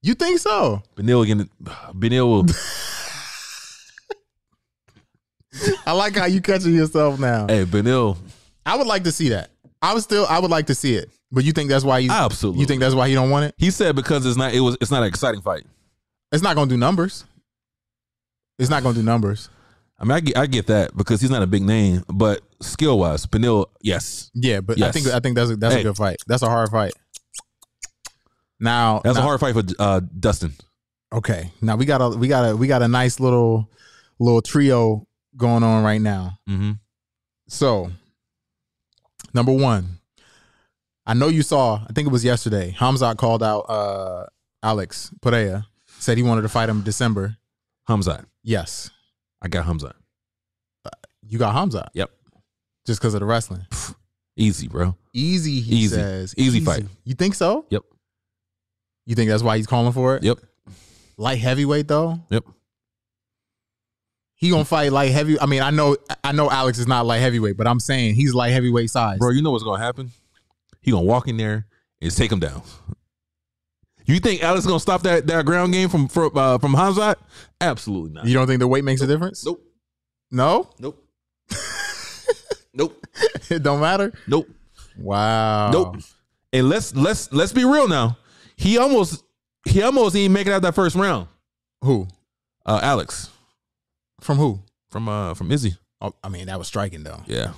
Speaker 3: You think so?
Speaker 2: Benil again. Benil will.
Speaker 3: I like how you catching yourself now.
Speaker 2: hey, Benil.
Speaker 3: I would like to see that. I would still I would like to see it. But you think that's why he's
Speaker 2: Absolutely.
Speaker 3: you think that's why he don't want it?
Speaker 2: he said because it's not. It was. It's not an exciting fight.
Speaker 3: It's not gonna do numbers. It's not gonna do numbers.
Speaker 2: I mean, I get, I get that because he's not a big name, but skill wise, Benil, yes,
Speaker 3: Yeah, but I
Speaker 2: Yes.
Speaker 3: think I think that's a, that's
Speaker 2: Hey.
Speaker 3: a good fight. That's a hard fight. Now
Speaker 2: that's a
Speaker 3: now-
Speaker 2: hard fight for uh, Dustin.
Speaker 3: Okay, now we got a we got a we got a nice little little trio going on right now.
Speaker 2: Mm-hmm.
Speaker 3: So, number one, I know you saw. I think it was yesterday. Hamzat called out uh Alex Perea, said he wanted to fight him December.
Speaker 2: Hamzat,
Speaker 3: Yes,
Speaker 2: I got Hamzat.
Speaker 3: you got Hamzat.
Speaker 2: Yep.
Speaker 3: just because of the wrestling.
Speaker 2: Easy, bro.
Speaker 3: Easy, he
Speaker 2: Easy.
Speaker 3: says.
Speaker 2: Easy fight.
Speaker 3: You think so?
Speaker 2: Yep.
Speaker 3: You think that's why he's calling for it?
Speaker 2: Yep.
Speaker 3: Light heavyweight though.
Speaker 2: Yep.
Speaker 3: He gonna fight light heavy. I mean, I know, I know Alex is not light heavyweight, but I'm saying he's light heavyweight size.
Speaker 2: Bro, you know what's gonna happen? He gonna walk in there and take him down. You think Alex gonna stop that, that ground game from from uh, from Hamzat? Absolutely not.
Speaker 3: you don't think the weight makes a difference?
Speaker 2: Nope.
Speaker 3: No,
Speaker 2: Nope. nope.
Speaker 3: it don't matter.
Speaker 2: Nope.
Speaker 3: Wow.
Speaker 2: Nope. Uh. And let's let's let's be real now. He almost he almost ain't making out that first round.
Speaker 3: Who?
Speaker 2: Uh, Alex
Speaker 3: From who?
Speaker 2: from uh from Izzy.
Speaker 3: Oh, I mean, that was striking though.
Speaker 2: Yeah,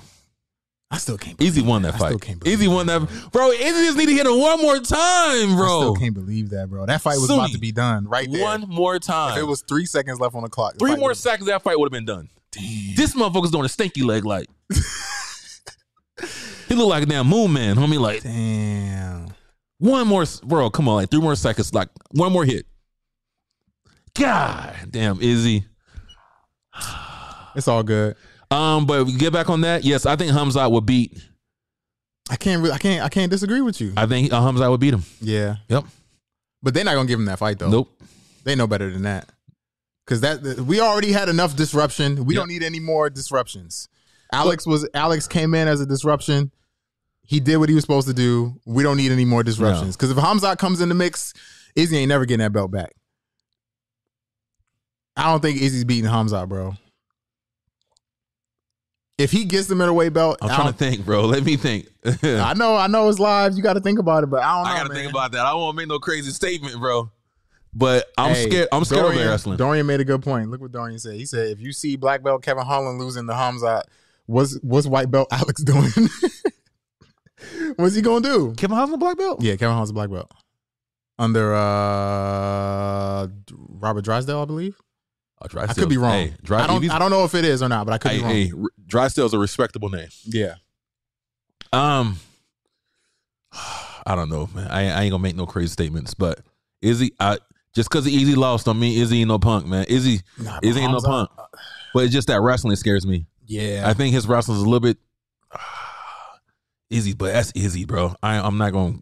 Speaker 3: I still can't. Believe
Speaker 2: Izzy won that
Speaker 3: I
Speaker 2: fight.
Speaker 3: still can't believe
Speaker 2: Izzy won that, bro. Izzy just need to hit him one more time,
Speaker 3: I
Speaker 2: bro.
Speaker 3: still can't believe that, bro. That fight was about
Speaker 2: Sunni.
Speaker 3: to be done right there.
Speaker 2: One more
Speaker 3: If
Speaker 2: time.
Speaker 3: it was three seconds left on the clock. the
Speaker 2: Three
Speaker 3: fight
Speaker 2: more
Speaker 3: was-
Speaker 2: seconds, that fight would have been done. This motherfucker's doing a stinky leg like. he look like a damn moon man, homie. Like
Speaker 3: Damn.
Speaker 2: one more, s- bro. Come on, like three more seconds, like one more hit. God damn, Izzy.
Speaker 3: It's all good.
Speaker 2: Um, but we get back on that. Yes, I think Hamzat would beat.
Speaker 3: I can't. Really, I can't. I can't disagree with you.
Speaker 2: I think uh, Hamzat would beat him.
Speaker 3: yeah.
Speaker 2: Yep.
Speaker 3: But they're not gonna give him that fight though.
Speaker 2: Nope.
Speaker 3: They know better than that. Cause that th- we already had enough disruption. We
Speaker 2: Yep.
Speaker 3: don't need any more disruptions. Alex was Alex came in as a disruption. He did what he was supposed to do. We don't need any more disruptions. Because if Hamzat comes in the mix, Izzy ain't never getting that belt back. I don't think Izzy's beating Hamzat, bro. If he gets the middleweight belt,
Speaker 2: I'm
Speaker 3: I,
Speaker 2: trying
Speaker 3: don't,
Speaker 2: to think, bro. Let me think. I,
Speaker 3: I know, I know it's live. You got to think about it, but I don't know.
Speaker 2: gotta
Speaker 3: man.
Speaker 2: think about that. I don't want to make no crazy statement, bro. But I'm
Speaker 3: Hey,
Speaker 2: scared. I'm scared
Speaker 3: Dorian,
Speaker 2: of wrestling.
Speaker 3: Dorian made a good point. Look what Dorian said. He said, if you see black belt Kevin Holland losing to Hamzat, what's what's white belt Alex doing? what's he gonna do?
Speaker 2: Kevin Holland a black belt.
Speaker 3: Yeah, Kevin Holland's a black belt. Under uh Robert Drysdale, I believe.
Speaker 2: Oh,
Speaker 3: I
Speaker 2: Drysdale.
Speaker 3: could be wrong.
Speaker 2: Hey, Dry,
Speaker 3: I
Speaker 2: if
Speaker 3: don't
Speaker 2: he's-
Speaker 3: I don't know if it is or not, but I could
Speaker 2: hey,
Speaker 3: be wrong.
Speaker 2: hey, R- Drysdale's a respectable name.
Speaker 3: Yeah.
Speaker 2: Um, I don't know, man. I, I ain't gonna make no crazy statements, but Izzy, I just because Easy lost on me, Izzy ain't no punk, man. Izzy,
Speaker 3: Nah, but
Speaker 2: Izzy ain't no
Speaker 3: Hamzat-
Speaker 2: punk. But it's just that wrestling scares me.
Speaker 3: Yeah.
Speaker 2: I think his wrestling's a little bit Izzy, but that's Izzy, bro. I, I'm not gonna.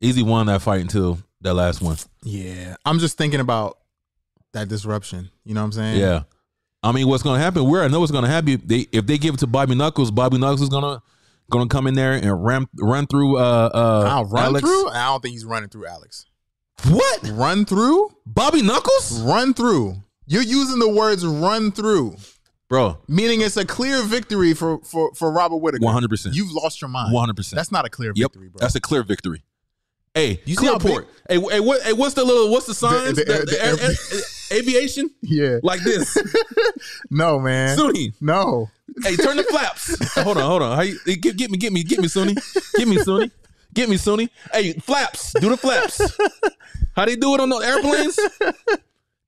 Speaker 2: Izzy won that fight until that last one.
Speaker 3: yeah. I'm just thinking about that disruption. You know what I'm saying?
Speaker 2: Yeah. I mean, what's gonna happen? Where I know what's gonna happen. They if they give it to Bobby Knuckles, Bobby Knuckles is gonna gonna come in there and ram, run through. Uh, uh,
Speaker 3: I'll run
Speaker 2: Alex.
Speaker 3: through. I don't think he's running through Alex.
Speaker 2: What?
Speaker 3: Run through?
Speaker 2: Bobby Knuckles,
Speaker 3: Run through. You're using the words run through,
Speaker 2: bro.
Speaker 3: meaning it's a clear victory for for, for Robert Whitaker.
Speaker 2: One hundred percent.
Speaker 3: You've lost your mind.
Speaker 2: One hundred percent.
Speaker 3: That's not a clear
Speaker 2: Yep.
Speaker 3: victory, bro.
Speaker 2: That's a clear victory. Hey,
Speaker 3: You
Speaker 2: you
Speaker 3: see how
Speaker 2: Clearport. Hey, wh- hey, what? Hey, what's the little? What's the signs?
Speaker 3: the-
Speaker 2: The,
Speaker 3: the-
Speaker 2: the-
Speaker 3: the-
Speaker 2: a- a- aviation
Speaker 3: yeah.
Speaker 2: like this.
Speaker 3: No, man.
Speaker 2: Sunny.
Speaker 3: No.
Speaker 2: Hey, turn the flaps. hold on, hold on. How you, hey, get, get me, get me, get me, Sunny. Get me, Sunny. Get me, Sunny. Hey, flaps. Do the flaps. How they do it on the airplanes?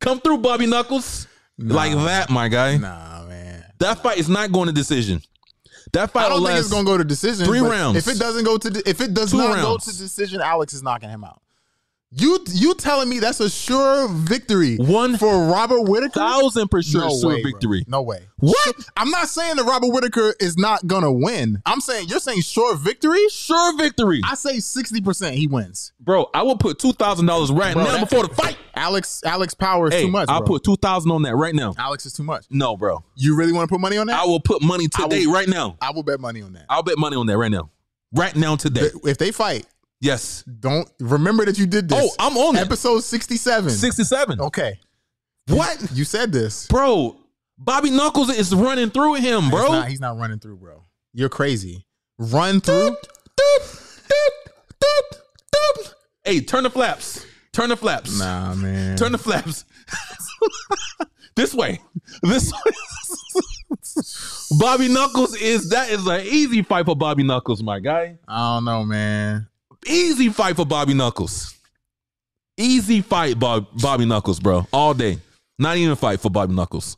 Speaker 2: Come through, Bobby Knuckles. Like that, my guy.
Speaker 3: Nah, man.
Speaker 2: That fight is not going to decision. That fight
Speaker 3: I don't
Speaker 2: will
Speaker 3: think
Speaker 2: last
Speaker 3: it's gonna go to decision.
Speaker 2: three
Speaker 3: but
Speaker 2: rounds.
Speaker 3: If it doesn't go to, de- if it does
Speaker 2: Two
Speaker 3: not go
Speaker 2: rounds.
Speaker 3: to decision, Alex is knocking him out. You you telling me that's a sure victory
Speaker 2: One
Speaker 3: for Robert Whitaker?
Speaker 2: thousand percent
Speaker 3: no
Speaker 2: sure
Speaker 3: way, bro.
Speaker 2: victory.
Speaker 3: No way.
Speaker 2: What?
Speaker 3: I'm not saying that Robert Whitaker is not gonna win. I'm saying you're saying sure victory.
Speaker 2: Sure victory,
Speaker 3: I say sixty percent he wins.
Speaker 2: bro. I will put two thousand dollars right
Speaker 3: Bro,
Speaker 2: now
Speaker 3: that-
Speaker 2: before the fight.
Speaker 3: Alex Alex Power is
Speaker 2: Hey,
Speaker 3: too much.
Speaker 2: I'll
Speaker 3: bro.
Speaker 2: put two thousand on that right now.
Speaker 3: Alex is too much.
Speaker 2: No, bro.
Speaker 3: You really want to put money on that?
Speaker 2: I will put money
Speaker 3: will-
Speaker 2: today, right now.
Speaker 3: I will bet money on that.
Speaker 2: I'll bet money on that right now, right now today.
Speaker 3: If they fight,
Speaker 2: Yes.
Speaker 3: don't remember that you did
Speaker 2: Oh,
Speaker 3: this.
Speaker 2: I'm on it.
Speaker 3: episode sixty-seven.
Speaker 2: Sixty-seven.
Speaker 3: Okay,
Speaker 2: What,
Speaker 3: you said this,
Speaker 2: bro? Bobby Knuckles is running through him,
Speaker 3: He's
Speaker 2: bro.
Speaker 3: not, he's not running through, bro. You're crazy. Run through.
Speaker 2: Hey, turn the flaps. Turn the flaps.
Speaker 3: Nah, man.
Speaker 2: Turn the flaps. this way. This way. Bobby Knuckles is that is an easy fight for Bobby Knuckles, my guy.
Speaker 3: I don't know, man.
Speaker 2: Easy fight for Bobby Knuckles. Easy fight, Bob, Bobby Knuckles, bro. All day. Not even a fight for Bobby Knuckles.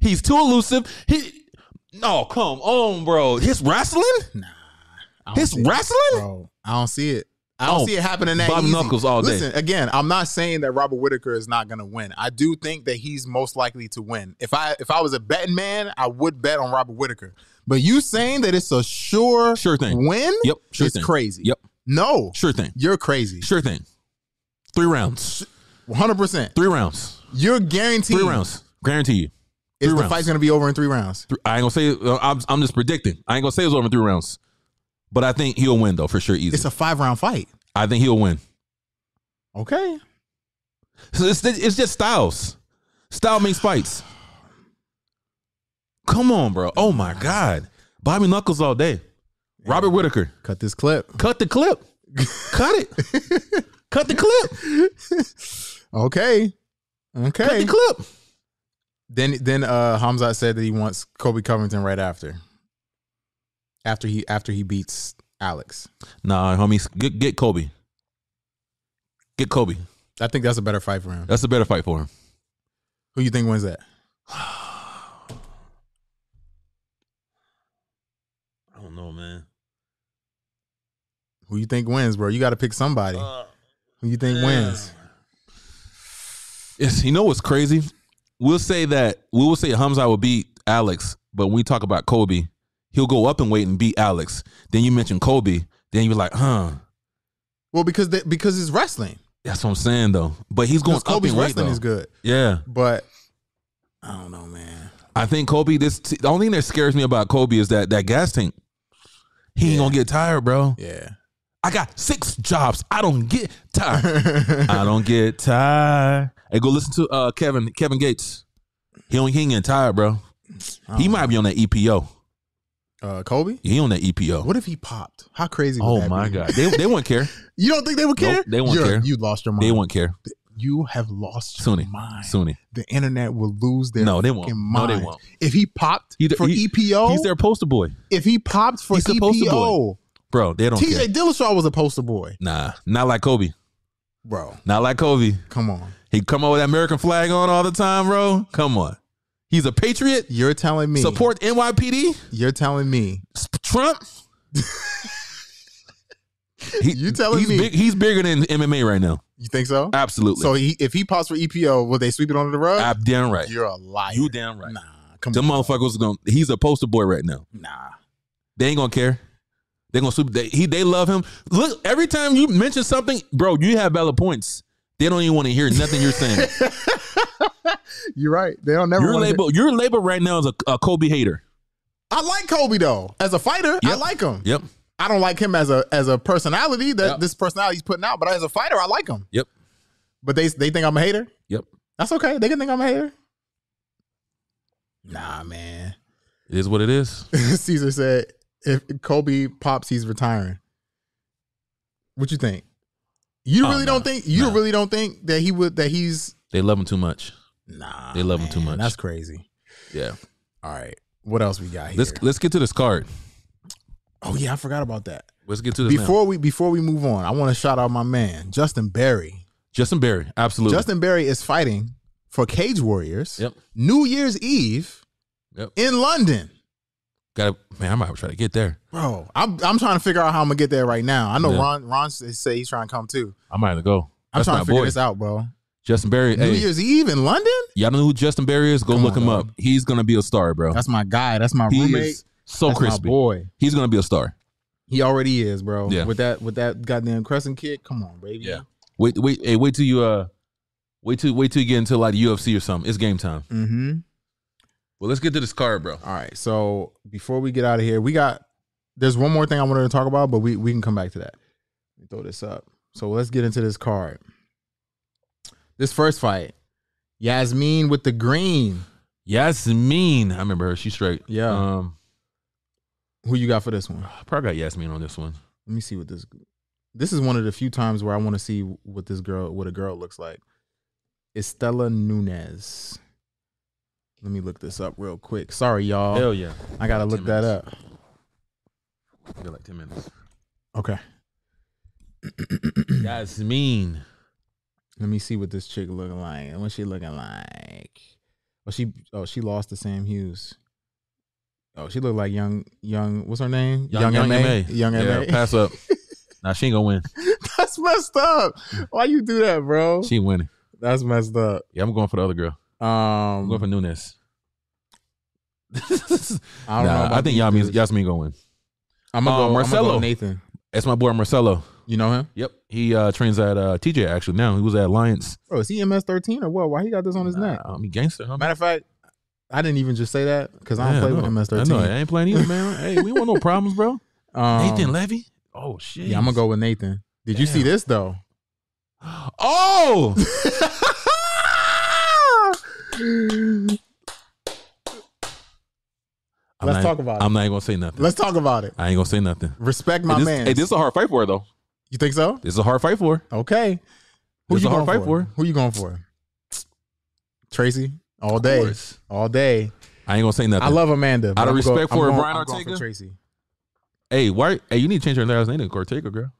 Speaker 2: He's too elusive. He no, come on, bro. His wrestling?
Speaker 3: I don't
Speaker 2: His
Speaker 3: see it,
Speaker 2: wrestling?
Speaker 3: bro. I don't see it. I don't
Speaker 2: Oh,
Speaker 3: see it happening that
Speaker 2: Bobby
Speaker 3: easy.
Speaker 2: Knuckles all day.
Speaker 3: Listen, again, I'm not saying that Robert Whitaker is not going to win. I do think that he's most likely to win. If I if I was a betting man, I would bet on Robert Whitaker. But you saying that it's a sure
Speaker 2: Sure thing.
Speaker 3: win?
Speaker 2: Yep, sure
Speaker 3: is
Speaker 2: thing.
Speaker 3: crazy.
Speaker 2: Yep.
Speaker 3: No,
Speaker 2: Sure thing.
Speaker 3: you're crazy.
Speaker 2: Sure thing. Three rounds.
Speaker 3: 100. percent
Speaker 2: Three rounds.
Speaker 3: You're guaranteed.
Speaker 2: Three rounds. Guarantee you. Three
Speaker 3: Is the
Speaker 2: rounds.
Speaker 3: fight's going to be over in three rounds?
Speaker 2: Th- I ain't gonna say. uh, I'm, I'm just predicting. I ain't gonna say it's over in three rounds, but I think he'll win though for sure. Easy.
Speaker 3: It's a five round fight.
Speaker 2: I think he'll win.
Speaker 3: Okay.
Speaker 2: So it's it's just styles. Style makes fights. Come on, bro. Oh my God, Bobby Knuckles all day. Robert Whitaker,
Speaker 3: Cut this clip.
Speaker 2: cut the clip. Cut it. Cut the clip.
Speaker 3: Okay.
Speaker 2: Cut
Speaker 3: Okay.
Speaker 2: the clip.
Speaker 3: Then then uh Hamzat said that he wants Kobe Covington right after. After he after he beats Alex.
Speaker 2: Nah, homies, get, get Kobe. Get Kobe.
Speaker 3: I think that's a better fight for him.
Speaker 2: That's a better fight for him.
Speaker 3: Who you think wins that?
Speaker 2: I don't know, man.
Speaker 3: Who you think wins, bro? You gotta pick somebody.
Speaker 2: Uh,
Speaker 3: Who you think wins?
Speaker 2: It's, you know what's crazy? We'll say that we will say Hamza will beat Alex, but when we talk about Kobe, he'll go up and wait and beat Alex. Then you mention Kobe, then you're like, huh?
Speaker 3: Well, because they, because it's wrestling.
Speaker 2: That's what I'm saying though. But he's going
Speaker 3: Because
Speaker 2: up
Speaker 3: Kobe's
Speaker 2: and wait,
Speaker 3: wrestling
Speaker 2: though.
Speaker 3: is good.
Speaker 2: Yeah,
Speaker 3: But I don't know, man.
Speaker 2: I think Kobe. This the only thing that scares me about Kobe is that that gas tank. He ain't
Speaker 3: Yeah.
Speaker 2: gonna get tired, bro.
Speaker 3: Yeah.
Speaker 2: I got six jobs. I don't get tired. I don't get tired. Hey, go listen to uh, Kevin Kevin Gates. He don't he ain't getting tired, bro. He
Speaker 3: Oh.
Speaker 2: might be on that EPO.
Speaker 3: uh Kobe?
Speaker 2: He on that EPO.
Speaker 3: What if he popped? How crazy would
Speaker 2: Oh
Speaker 3: that
Speaker 2: my
Speaker 3: be?
Speaker 2: god, they they won't care.
Speaker 3: You don't think they would care?
Speaker 2: Nope, they won't
Speaker 3: You're-
Speaker 2: care.
Speaker 3: You lost your mind.
Speaker 2: They won't care.
Speaker 3: You have lost
Speaker 2: Sunni.
Speaker 3: your mind.
Speaker 2: Sunni.
Speaker 3: The internet will lose their
Speaker 2: No, they won't.
Speaker 3: fucking
Speaker 2: No,
Speaker 3: mind.
Speaker 2: they won't.
Speaker 3: If he popped
Speaker 2: He-
Speaker 3: for
Speaker 2: he-
Speaker 3: EPO,
Speaker 2: He's their poster boy,
Speaker 3: if he popped for E
Speaker 2: He's the poster
Speaker 3: EPO,
Speaker 2: bro. They don't
Speaker 3: TJ
Speaker 2: care.
Speaker 3: Dillashaw was a poster boy,
Speaker 2: Nah, not like Kobe.
Speaker 3: bro.
Speaker 2: Not like Kobe.
Speaker 3: Come on.
Speaker 2: He come on with that American flag on all the time, bro. Come on. He's a patriot.
Speaker 3: You're telling me
Speaker 2: Support NYPD.
Speaker 3: You're telling me
Speaker 2: Sp- Trump. He-
Speaker 3: You telling
Speaker 2: he's
Speaker 3: me-
Speaker 2: big, he's bigger than MMA right now?
Speaker 3: you think so?
Speaker 2: Absolutely.
Speaker 3: So he, if he pops for E EPO, will they sweep it under the rug?
Speaker 2: I'm damn right.
Speaker 3: You're a liar.
Speaker 2: You damn right.
Speaker 3: Nah, come
Speaker 2: Them
Speaker 3: on.
Speaker 2: motherfuckers going. to He's a poster boy right now.
Speaker 3: Nah.
Speaker 2: They ain't gonna care. They gonna sweep. They, he they love him. Look, every time you mention something, bro, you have valid points. They don't even want to hear nothing you're saying.
Speaker 3: You're right. They don't never.
Speaker 2: your
Speaker 3: wanna-
Speaker 2: label, your label right now is a, a Kobe hater.
Speaker 3: I like Kobe though. As a fighter, I
Speaker 2: Yep.
Speaker 3: like him.
Speaker 2: Yep.
Speaker 3: I don't like him as a as a personality that
Speaker 2: Yep.
Speaker 3: this personality he's putting out, but as a fighter, I like him.
Speaker 2: Yep.
Speaker 3: But they they think I'm a hater.
Speaker 2: Yep.
Speaker 3: That's okay. They can think I'm a hater. Nah, man.
Speaker 2: It is what it is.
Speaker 3: Caesar said if Kobe pops, he's retiring. What you think? You
Speaker 2: Oh,
Speaker 3: really
Speaker 2: no.
Speaker 3: don't think you
Speaker 2: No.
Speaker 3: really don't think that he would that he's
Speaker 2: They love him too much.
Speaker 3: nah.
Speaker 2: They love him too much.
Speaker 3: That's crazy.
Speaker 2: Yeah.
Speaker 3: All right. What else we got here?
Speaker 2: Let's let's get to this card.
Speaker 3: oh yeah, I forgot about that.
Speaker 2: Let's get to this now.
Speaker 3: Before we before we move on, I want to shout out my man, Justin Berry.
Speaker 2: Justin Berry. Absolutely.
Speaker 3: Justin Berry is fighting for Cage Warriors.
Speaker 2: Yep.
Speaker 3: New Year's Eve
Speaker 2: Yep.
Speaker 3: in London.
Speaker 2: Got man. I might try to get there.
Speaker 3: Bro, I'm, I'm trying to figure out how I'm gonna get there right now. I know
Speaker 2: Yeah.
Speaker 3: Ron Ron s- say he's trying to come too.
Speaker 2: I might have to go.
Speaker 3: I'm
Speaker 2: That's
Speaker 3: trying
Speaker 2: my
Speaker 3: to figure
Speaker 2: boy.
Speaker 3: this out, bro.
Speaker 2: Justin Berry.
Speaker 3: New
Speaker 2: Hey,
Speaker 3: Year's Eve in London?
Speaker 2: y'all know who Justin Berry is? Go
Speaker 3: Come
Speaker 2: look
Speaker 3: on,
Speaker 2: him
Speaker 3: bro.
Speaker 2: up. He's gonna be a star, bro.
Speaker 3: That's my guy. That's my
Speaker 2: he
Speaker 3: roommate.
Speaker 2: is so
Speaker 3: That's
Speaker 2: crispy.
Speaker 3: my boy.
Speaker 2: He's gonna be a star.
Speaker 3: He already is, bro.
Speaker 2: Yeah.
Speaker 3: With that with that goddamn crescent kick. Come on, baby.
Speaker 2: Yeah. Wait, wait, hey, wait till you uh, wait till wait till you get into like UFC or something. It's game time.
Speaker 3: Mm-hmm.
Speaker 2: Well, let's get to this card, bro.
Speaker 3: All right. So before we get out of here, we got there's one more thing I wanted to talk about, but we, we can come back to that. Let me throw this up. So let's get into this card. This first fight, Yasmin with the green.
Speaker 2: Yasmin, I remember her. She's straight.
Speaker 3: Yeah.
Speaker 2: Um,
Speaker 3: Who you got for this one?
Speaker 2: I probably got Yasmin on this one.
Speaker 3: Let me see what this. This is one of the few times where I want to see what this girl, what a girl looks like. Estela Nunez. Let me look this up real quick. Sorry, y'all.
Speaker 2: Hell yeah.
Speaker 3: I gotta
Speaker 2: Ten
Speaker 3: look that
Speaker 2: minutes.
Speaker 3: up.
Speaker 2: We got like ten minutes.
Speaker 3: Okay.
Speaker 2: Yasmin.
Speaker 3: Let me see what this chick looking like. And what she looking like? Oh, she oh she lost to Sam Hughes. Oh, she looked like young young. What's her name? Young
Speaker 2: yeah,
Speaker 3: Ma.
Speaker 2: Pass up. Now she ain't gonna win.
Speaker 3: That's messed up. Why you do that, bro?
Speaker 2: She ain't winning.
Speaker 3: That's messed up.
Speaker 2: Yeah, I'm going for the other girl. I'm
Speaker 3: Um,
Speaker 2: going for Nunes. I
Speaker 3: I don't know.
Speaker 2: I
Speaker 3: about
Speaker 2: think
Speaker 3: these
Speaker 2: Yasmin,
Speaker 3: dudes.
Speaker 2: Yasmin gonna win.
Speaker 3: I'm gonna go.
Speaker 2: um,
Speaker 3: I'm gonna go
Speaker 2: Marcelo.
Speaker 3: Nathan.
Speaker 2: That's my boy Marcelo.
Speaker 3: You know him,
Speaker 2: Yep. He uh, trains at uh, TJ actually now. He was at Alliance.
Speaker 3: bro? Is he MS13 or what? Why he got this on his neck?
Speaker 2: Nah, I mean, gangster. Huh?
Speaker 3: Matter of fact, I didn't even just say that because I don't
Speaker 2: Yeah,
Speaker 3: play
Speaker 2: know.
Speaker 3: with MS13.
Speaker 2: I know. I ain't playing either, man. hey, we want no problems, bro.
Speaker 3: Um,
Speaker 2: eh? Nathan Levy. Oh shit.
Speaker 3: yeah, I'm gonna go with Nathan. Did you see
Speaker 2: Damn.
Speaker 3: this though?
Speaker 2: Oh, I'm not-
Speaker 3: Let's talk about it.
Speaker 2: I'm not even gonna say nothing.
Speaker 3: Let's talk about it.
Speaker 2: I ain't gonna say nothing.
Speaker 3: Respect
Speaker 2: hey,
Speaker 3: my
Speaker 2: this,
Speaker 3: man.
Speaker 2: hey, this is a hard fight for her though.
Speaker 3: You think so?
Speaker 2: This is a hard fight for. her.
Speaker 3: Okay. Who
Speaker 2: It's a
Speaker 3: you
Speaker 2: hard
Speaker 3: going
Speaker 2: fight
Speaker 3: for?
Speaker 2: for her.
Speaker 3: Who you going for? Tracy, all
Speaker 2: Of
Speaker 3: day,
Speaker 2: course.
Speaker 3: all day.
Speaker 2: I ain't gonna say nothing.
Speaker 3: I love Amanda. but
Speaker 2: Out of
Speaker 3: I'm go-
Speaker 2: respect
Speaker 3: I'm
Speaker 2: for
Speaker 3: going-
Speaker 2: Brian
Speaker 3: I'm going for
Speaker 2: Ortega?
Speaker 3: Tracy.
Speaker 2: hey, why? Hey, you need to change your last name to Cortega, girl.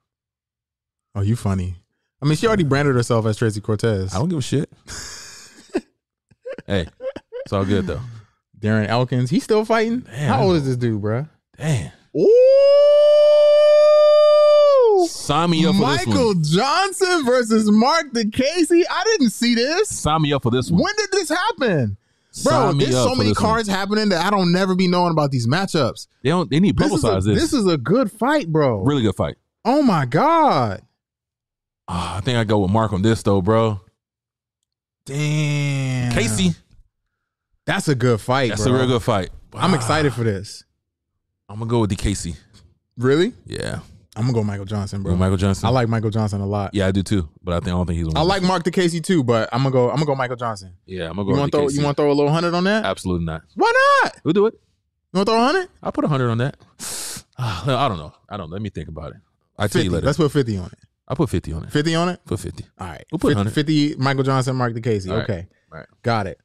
Speaker 3: Oh, you funny. I mean, she already branded herself as Tracy Cortez.
Speaker 2: I don't give a shit. hey, it's all good though.
Speaker 3: Darren Elkins, he's still fighting.
Speaker 2: Damn.
Speaker 3: How old is this dude, bruh?
Speaker 2: Damn,
Speaker 3: Ooh,
Speaker 2: sign me up for this
Speaker 3: Michael
Speaker 2: one.
Speaker 3: Johnson versus Mark DeCasey. I didn't see this.
Speaker 2: Sign me up for this one.
Speaker 3: When did this happen, bro?
Speaker 2: Sign me
Speaker 3: There's
Speaker 2: up
Speaker 3: so
Speaker 2: for
Speaker 3: many
Speaker 2: this one.
Speaker 3: cards happening that I don't never be knowing about these matchups.
Speaker 2: They don't. They need to
Speaker 3: This is, a,
Speaker 2: publicize this.
Speaker 3: this is a good fight, bro.
Speaker 2: really good fight.
Speaker 3: Oh my god,
Speaker 2: Ah, I think I go with Mark on this though, bro.
Speaker 3: damn,
Speaker 2: Casey,
Speaker 3: that's a good fight.
Speaker 2: that's
Speaker 3: bro.
Speaker 2: a real good fight.
Speaker 3: I'm
Speaker 2: Ah,
Speaker 3: excited for this.
Speaker 2: I'm gonna go with the Casey.
Speaker 3: Really,
Speaker 2: Yeah,
Speaker 3: I'm gonna go Michael Johnson, bro.
Speaker 2: with Michael Johnson.
Speaker 3: I like Michael Johnson a lot.
Speaker 2: yeah, I do too, but I think I don't think he's. One
Speaker 3: I like Mark DeCasey too, but I'm gonna go. I'm gonna go Michael Johnson.
Speaker 2: Yeah, I'm gonna go.
Speaker 3: You want
Speaker 2: with
Speaker 3: to throw?
Speaker 2: DKC.
Speaker 3: You want to throw a little hundred on that?
Speaker 2: Absolutely not.
Speaker 3: Why not?
Speaker 2: We'll do it.
Speaker 3: You want to throw a hundred?
Speaker 2: I'll put a hundred on that. Ah, I don't know. I don't. Let me think about it. I tell
Speaker 3: 50.
Speaker 2: you later.
Speaker 3: Let's put fifty on it.
Speaker 2: I put fifty on it.
Speaker 3: Fifty on it.
Speaker 2: Put fifty.
Speaker 3: All right.
Speaker 2: We'll put
Speaker 3: 50,
Speaker 2: 100.
Speaker 3: 50 Michael Johnson, Mark DeCasey.
Speaker 2: All right.
Speaker 3: okay.
Speaker 2: All right.
Speaker 3: Got it.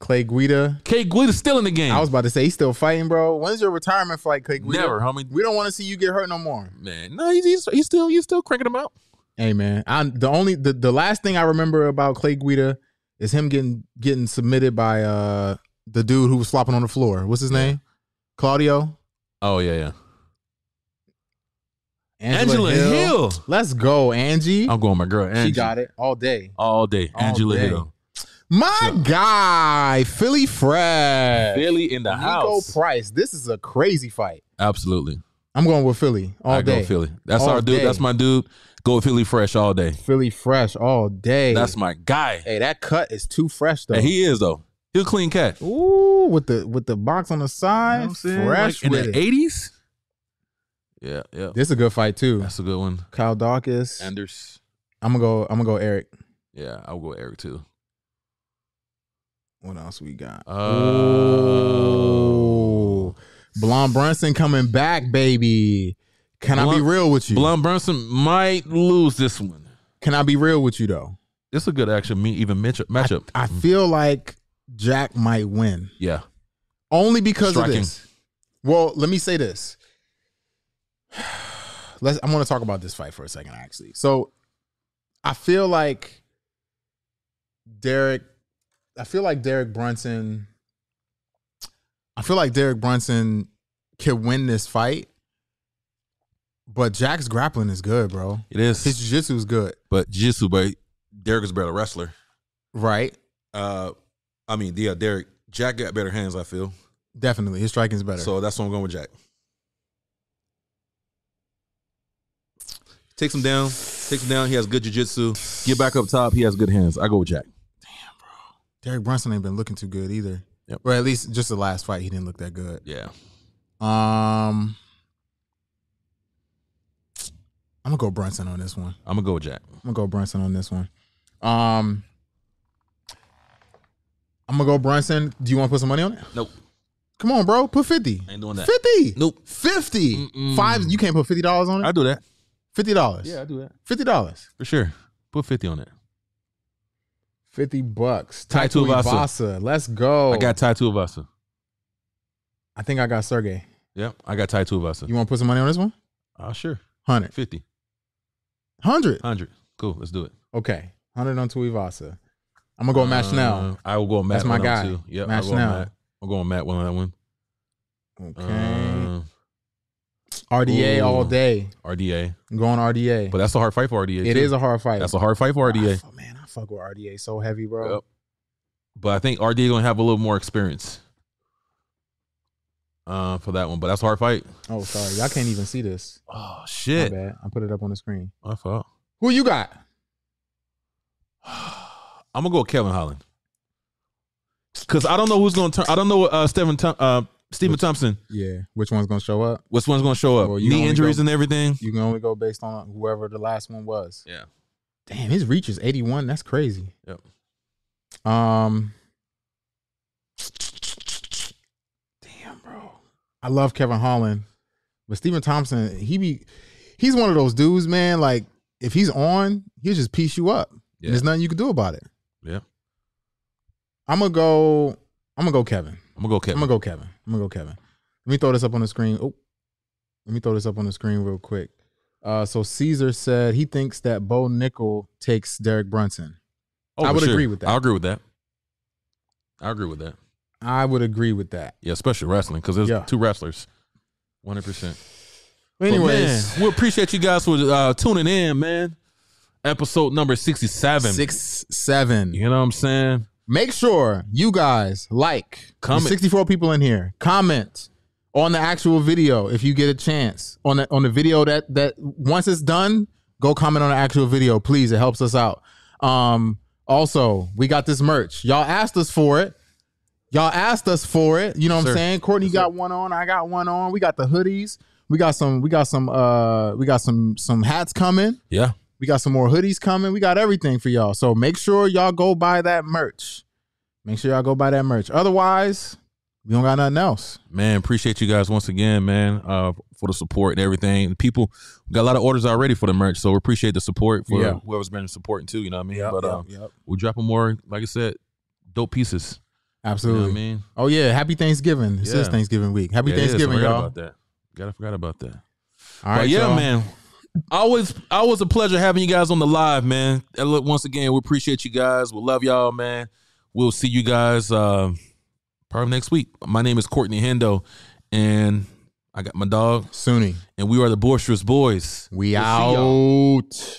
Speaker 3: Clay Guida.
Speaker 2: K. Guida's still in the game.
Speaker 3: I was about to say he's still fighting, bro. When's your retirement fight, Clay Guida?
Speaker 2: never, homie.
Speaker 3: We don't want to see you get hurt no more.
Speaker 2: Man, no, he's, he's he's still he's still cranking them out.
Speaker 3: Hey man, I'm the only the, the last thing I remember about Clay Guida is him getting getting submitted by uh the dude who was flopping on the floor. What's his name? Claudio.
Speaker 2: Oh yeah, yeah.
Speaker 3: Angela, Hill. Let's go, Angie.
Speaker 2: I'm going my girl. Angie.
Speaker 3: She got it all day.
Speaker 2: all day.
Speaker 3: All
Speaker 2: Angela
Speaker 3: day.
Speaker 2: Hill.
Speaker 3: My
Speaker 2: So-
Speaker 3: guy, Philly Fresh.
Speaker 2: Philly in the
Speaker 3: Nico
Speaker 2: house.
Speaker 3: Price. This is a crazy fight.
Speaker 2: Absolutely.
Speaker 3: I'm going with Philly all
Speaker 2: I
Speaker 3: day.
Speaker 2: go Philly. That's
Speaker 3: All
Speaker 2: our dude.
Speaker 3: day.
Speaker 2: That's my dude. Go Philly fresh all day.
Speaker 3: Philly Fresh all day.
Speaker 2: That's my guy.
Speaker 3: hey, that cut is too fresh though.
Speaker 2: And he is though. He's a clean cat.
Speaker 3: Ooh, with the with the box on the
Speaker 2: You know
Speaker 3: side,
Speaker 2: what I'm saying?
Speaker 3: fresh
Speaker 2: Like,
Speaker 3: with
Speaker 2: in
Speaker 3: it.
Speaker 2: the eighties. Yeah, yeah.
Speaker 3: This is a good fight too.
Speaker 2: That's a good one.
Speaker 3: Kyle Dawkins.
Speaker 2: Anders.
Speaker 3: I'm gonna go. I'm gonna go Eric.
Speaker 2: Yeah, I'll go Eric too.
Speaker 3: What else we got?
Speaker 2: Oh.
Speaker 3: Ooh. Blond Brunson coming back, baby. Can I be
Speaker 2: Blon-
Speaker 3: real with you?
Speaker 2: Blum Brunson might lose this one.
Speaker 3: Can I be real with you though?
Speaker 2: It's a good action, me even matchup. matchup. Mm-hmm.
Speaker 3: I feel like Jack might win.
Speaker 2: yeah.
Speaker 3: Only because
Speaker 2: Striking.
Speaker 3: of this. Well, let me say this. Let's I want to talk about this fight for a second, actually. So I feel like Derek, I feel like Derek Brunson. I feel like Derek Brunson can win this fight. But Jack's grappling is good, bro.
Speaker 2: It is.
Speaker 3: His jiu-jitsu is good,
Speaker 2: but Jiu-Jitsu, but Derek is a better wrestler.
Speaker 3: right?
Speaker 2: Uh, I mean, yeah, Derek. Jack got better hands. I feel
Speaker 3: Definitely. His striking's better.
Speaker 2: so. That's what I'm going with Jack. Takes him down. Takes him down. He has good jiu-jitsu. Get back up top. He has good hands. I go with Jack.
Speaker 3: Derek Brunson ain't been looking too good either.
Speaker 2: Yep.
Speaker 3: Or at least just the last fight, he didn't look that good.
Speaker 2: Yeah.
Speaker 3: Um, I'm gonna go Brunson on this one.
Speaker 2: I'm gonna go with Jack.
Speaker 3: I'm gonna go Brunson on this one. Um, I'm gonna go Brunson. Do you want to put some money on it?
Speaker 2: Nope.
Speaker 3: Come on, bro. Put fifty.
Speaker 2: Ain't doing that.
Speaker 3: Fifty.
Speaker 2: Nope.
Speaker 3: Fifty.
Speaker 2: Mm-mm.
Speaker 3: Five. You can't put fifty dollars on
Speaker 2: I
Speaker 3: it.
Speaker 2: do that.
Speaker 3: Fifty dollars.
Speaker 2: do that
Speaker 3: Fifty dollars.
Speaker 2: for sure. Put fifty on it.
Speaker 3: Fifty bucks.
Speaker 2: Tai
Speaker 3: Taito
Speaker 2: Tuivasa.
Speaker 3: Ivasa. Let's go.
Speaker 2: I got Tai Tuivasa.
Speaker 3: I think I got Sergey.
Speaker 2: Yep. I got Tai Tuivasa.
Speaker 3: You want to put some money on this one?
Speaker 2: Ah, sure.
Speaker 3: Hundred.
Speaker 2: 50,
Speaker 3: Hundred.
Speaker 2: 100. Cool. Let's do it.
Speaker 3: Okay. Hundred on Tuivasa. I'm gonna go match now.
Speaker 2: Uh, I will go Matt.
Speaker 3: That's my
Speaker 2: on that
Speaker 3: guy.
Speaker 2: one, Too. Yep.
Speaker 3: Matt
Speaker 2: I'll go
Speaker 3: Schnell.
Speaker 2: Matt. I'm going Matt one on that one. Uh,
Speaker 3: Okay.
Speaker 2: Um,
Speaker 3: RDA all
Speaker 2: Ooh.
Speaker 3: day.
Speaker 2: RDA.
Speaker 3: I'm going RDA.
Speaker 2: But that's a hard fight for RDA.
Speaker 3: it
Speaker 2: too.
Speaker 3: is a hard fight.
Speaker 2: That's a hard fight for RDA.
Speaker 3: I f- man, I fuck with RDA so heavy, bro.
Speaker 2: Yep. But I think RDA gonna have a little more experience. Uh, for that one, but that's a hard fight.
Speaker 3: Oh, sorry. Y'all can't even see this.
Speaker 2: Oh
Speaker 3: My
Speaker 2: shit!
Speaker 3: bad. I put it up on the screen.
Speaker 2: My fault.
Speaker 3: Who you got?
Speaker 2: I'm gonna go with Kevin Holland because I don't know who's gonna turn. I don't know uh, Stephen Thom- uh, Stephen Thompson.
Speaker 3: Yeah. Which one's gonna show up?
Speaker 2: Which one's gonna show up?
Speaker 3: Well, you
Speaker 2: Knee
Speaker 3: only
Speaker 2: injuries
Speaker 3: go-
Speaker 2: and everything.
Speaker 3: You can only go based on whoever the last one was.
Speaker 2: Mm-hmm. Yeah.
Speaker 3: Damn, his reach is 81. That's crazy.
Speaker 2: Yep.
Speaker 3: Um. Damn, bro. I love Kevin Holland, but Stephen Thompson, he be he's one of those dudes, man. Like if he's on, he'll just piece you up.
Speaker 2: Yeah.
Speaker 3: And there's nothing you can do about it.
Speaker 2: Yeah.
Speaker 3: I'm gonna go. I'm gonna go Kevin.
Speaker 2: I'm gonna go Kevin.
Speaker 3: I'm gonna go Kevin. I'm gonna go Kevin. Let me throw this up on the screen. Oh, let me throw this up on the screen real quick. Uh, so Caesar said he thinks that Bo Nickel takes Derek Brunson.
Speaker 2: Oh,
Speaker 3: I
Speaker 2: for
Speaker 3: would agree with that.
Speaker 2: I agree with that. I agree with that.
Speaker 3: I would agree with that.
Speaker 2: Yeah, especially wrestling because there's
Speaker 3: Yeah.
Speaker 2: two wrestlers. One hundred percent.
Speaker 3: Anyways,
Speaker 2: we appreciate you guys for uh, tuning in, man. Episode number sixty-seven.
Speaker 3: six seven.
Speaker 2: You know what I'm saying?
Speaker 3: Make sure you guys like
Speaker 2: Comment.
Speaker 3: There's 64 people in here. Comment on the actual video if you get a chance. On the on the video that that once it's done, go comment on the actual video, please. It helps us out. Um also, we got this merch. Y'all asked us for it. Y'all asked us for it. You know what
Speaker 2: Sir.
Speaker 3: I'm saying? Courtney got one on, I got one on. We got the hoodies. We got some we got some uh we got some some hats coming.
Speaker 2: Yeah.
Speaker 3: We got some more hoodies coming. We got everything for y'all. So make sure y'all go buy that merch. Make sure y'all go buy that merch. Otherwise, we don't got nothing else.
Speaker 2: Man, appreciate you guys once again, man, uh, for the support and everything. The people we got a lot of orders already for the merch, so we appreciate the support for
Speaker 3: Yeah.
Speaker 2: whoever's been supporting too. You know what I mean? but um,
Speaker 3: yep.
Speaker 2: we're dropping more, like I said, dope pieces. You know
Speaker 3: Absolutely.
Speaker 2: what I mean?
Speaker 3: Oh yeah. Happy Thanksgiving. This
Speaker 2: Yeah.
Speaker 3: is Thanksgiving week. Happy
Speaker 2: Yeah, it is. I
Speaker 3: Thanksgiving,
Speaker 2: forgot
Speaker 3: y'all.
Speaker 2: About that. Gotta forgot about that.
Speaker 3: All right,
Speaker 2: but yeah,
Speaker 3: y'all.
Speaker 2: man. Always, always a pleasure having you guys on the live, man. And look, once again, we appreciate you guys. We love y'all, man. We'll see you guys uh, probably next week. My name is Courtney Hendo, and I got my dog,
Speaker 3: Suni,
Speaker 2: and we are the Boisterous Boys. We'll see
Speaker 3: we
Speaker 2: y'all.
Speaker 3: out.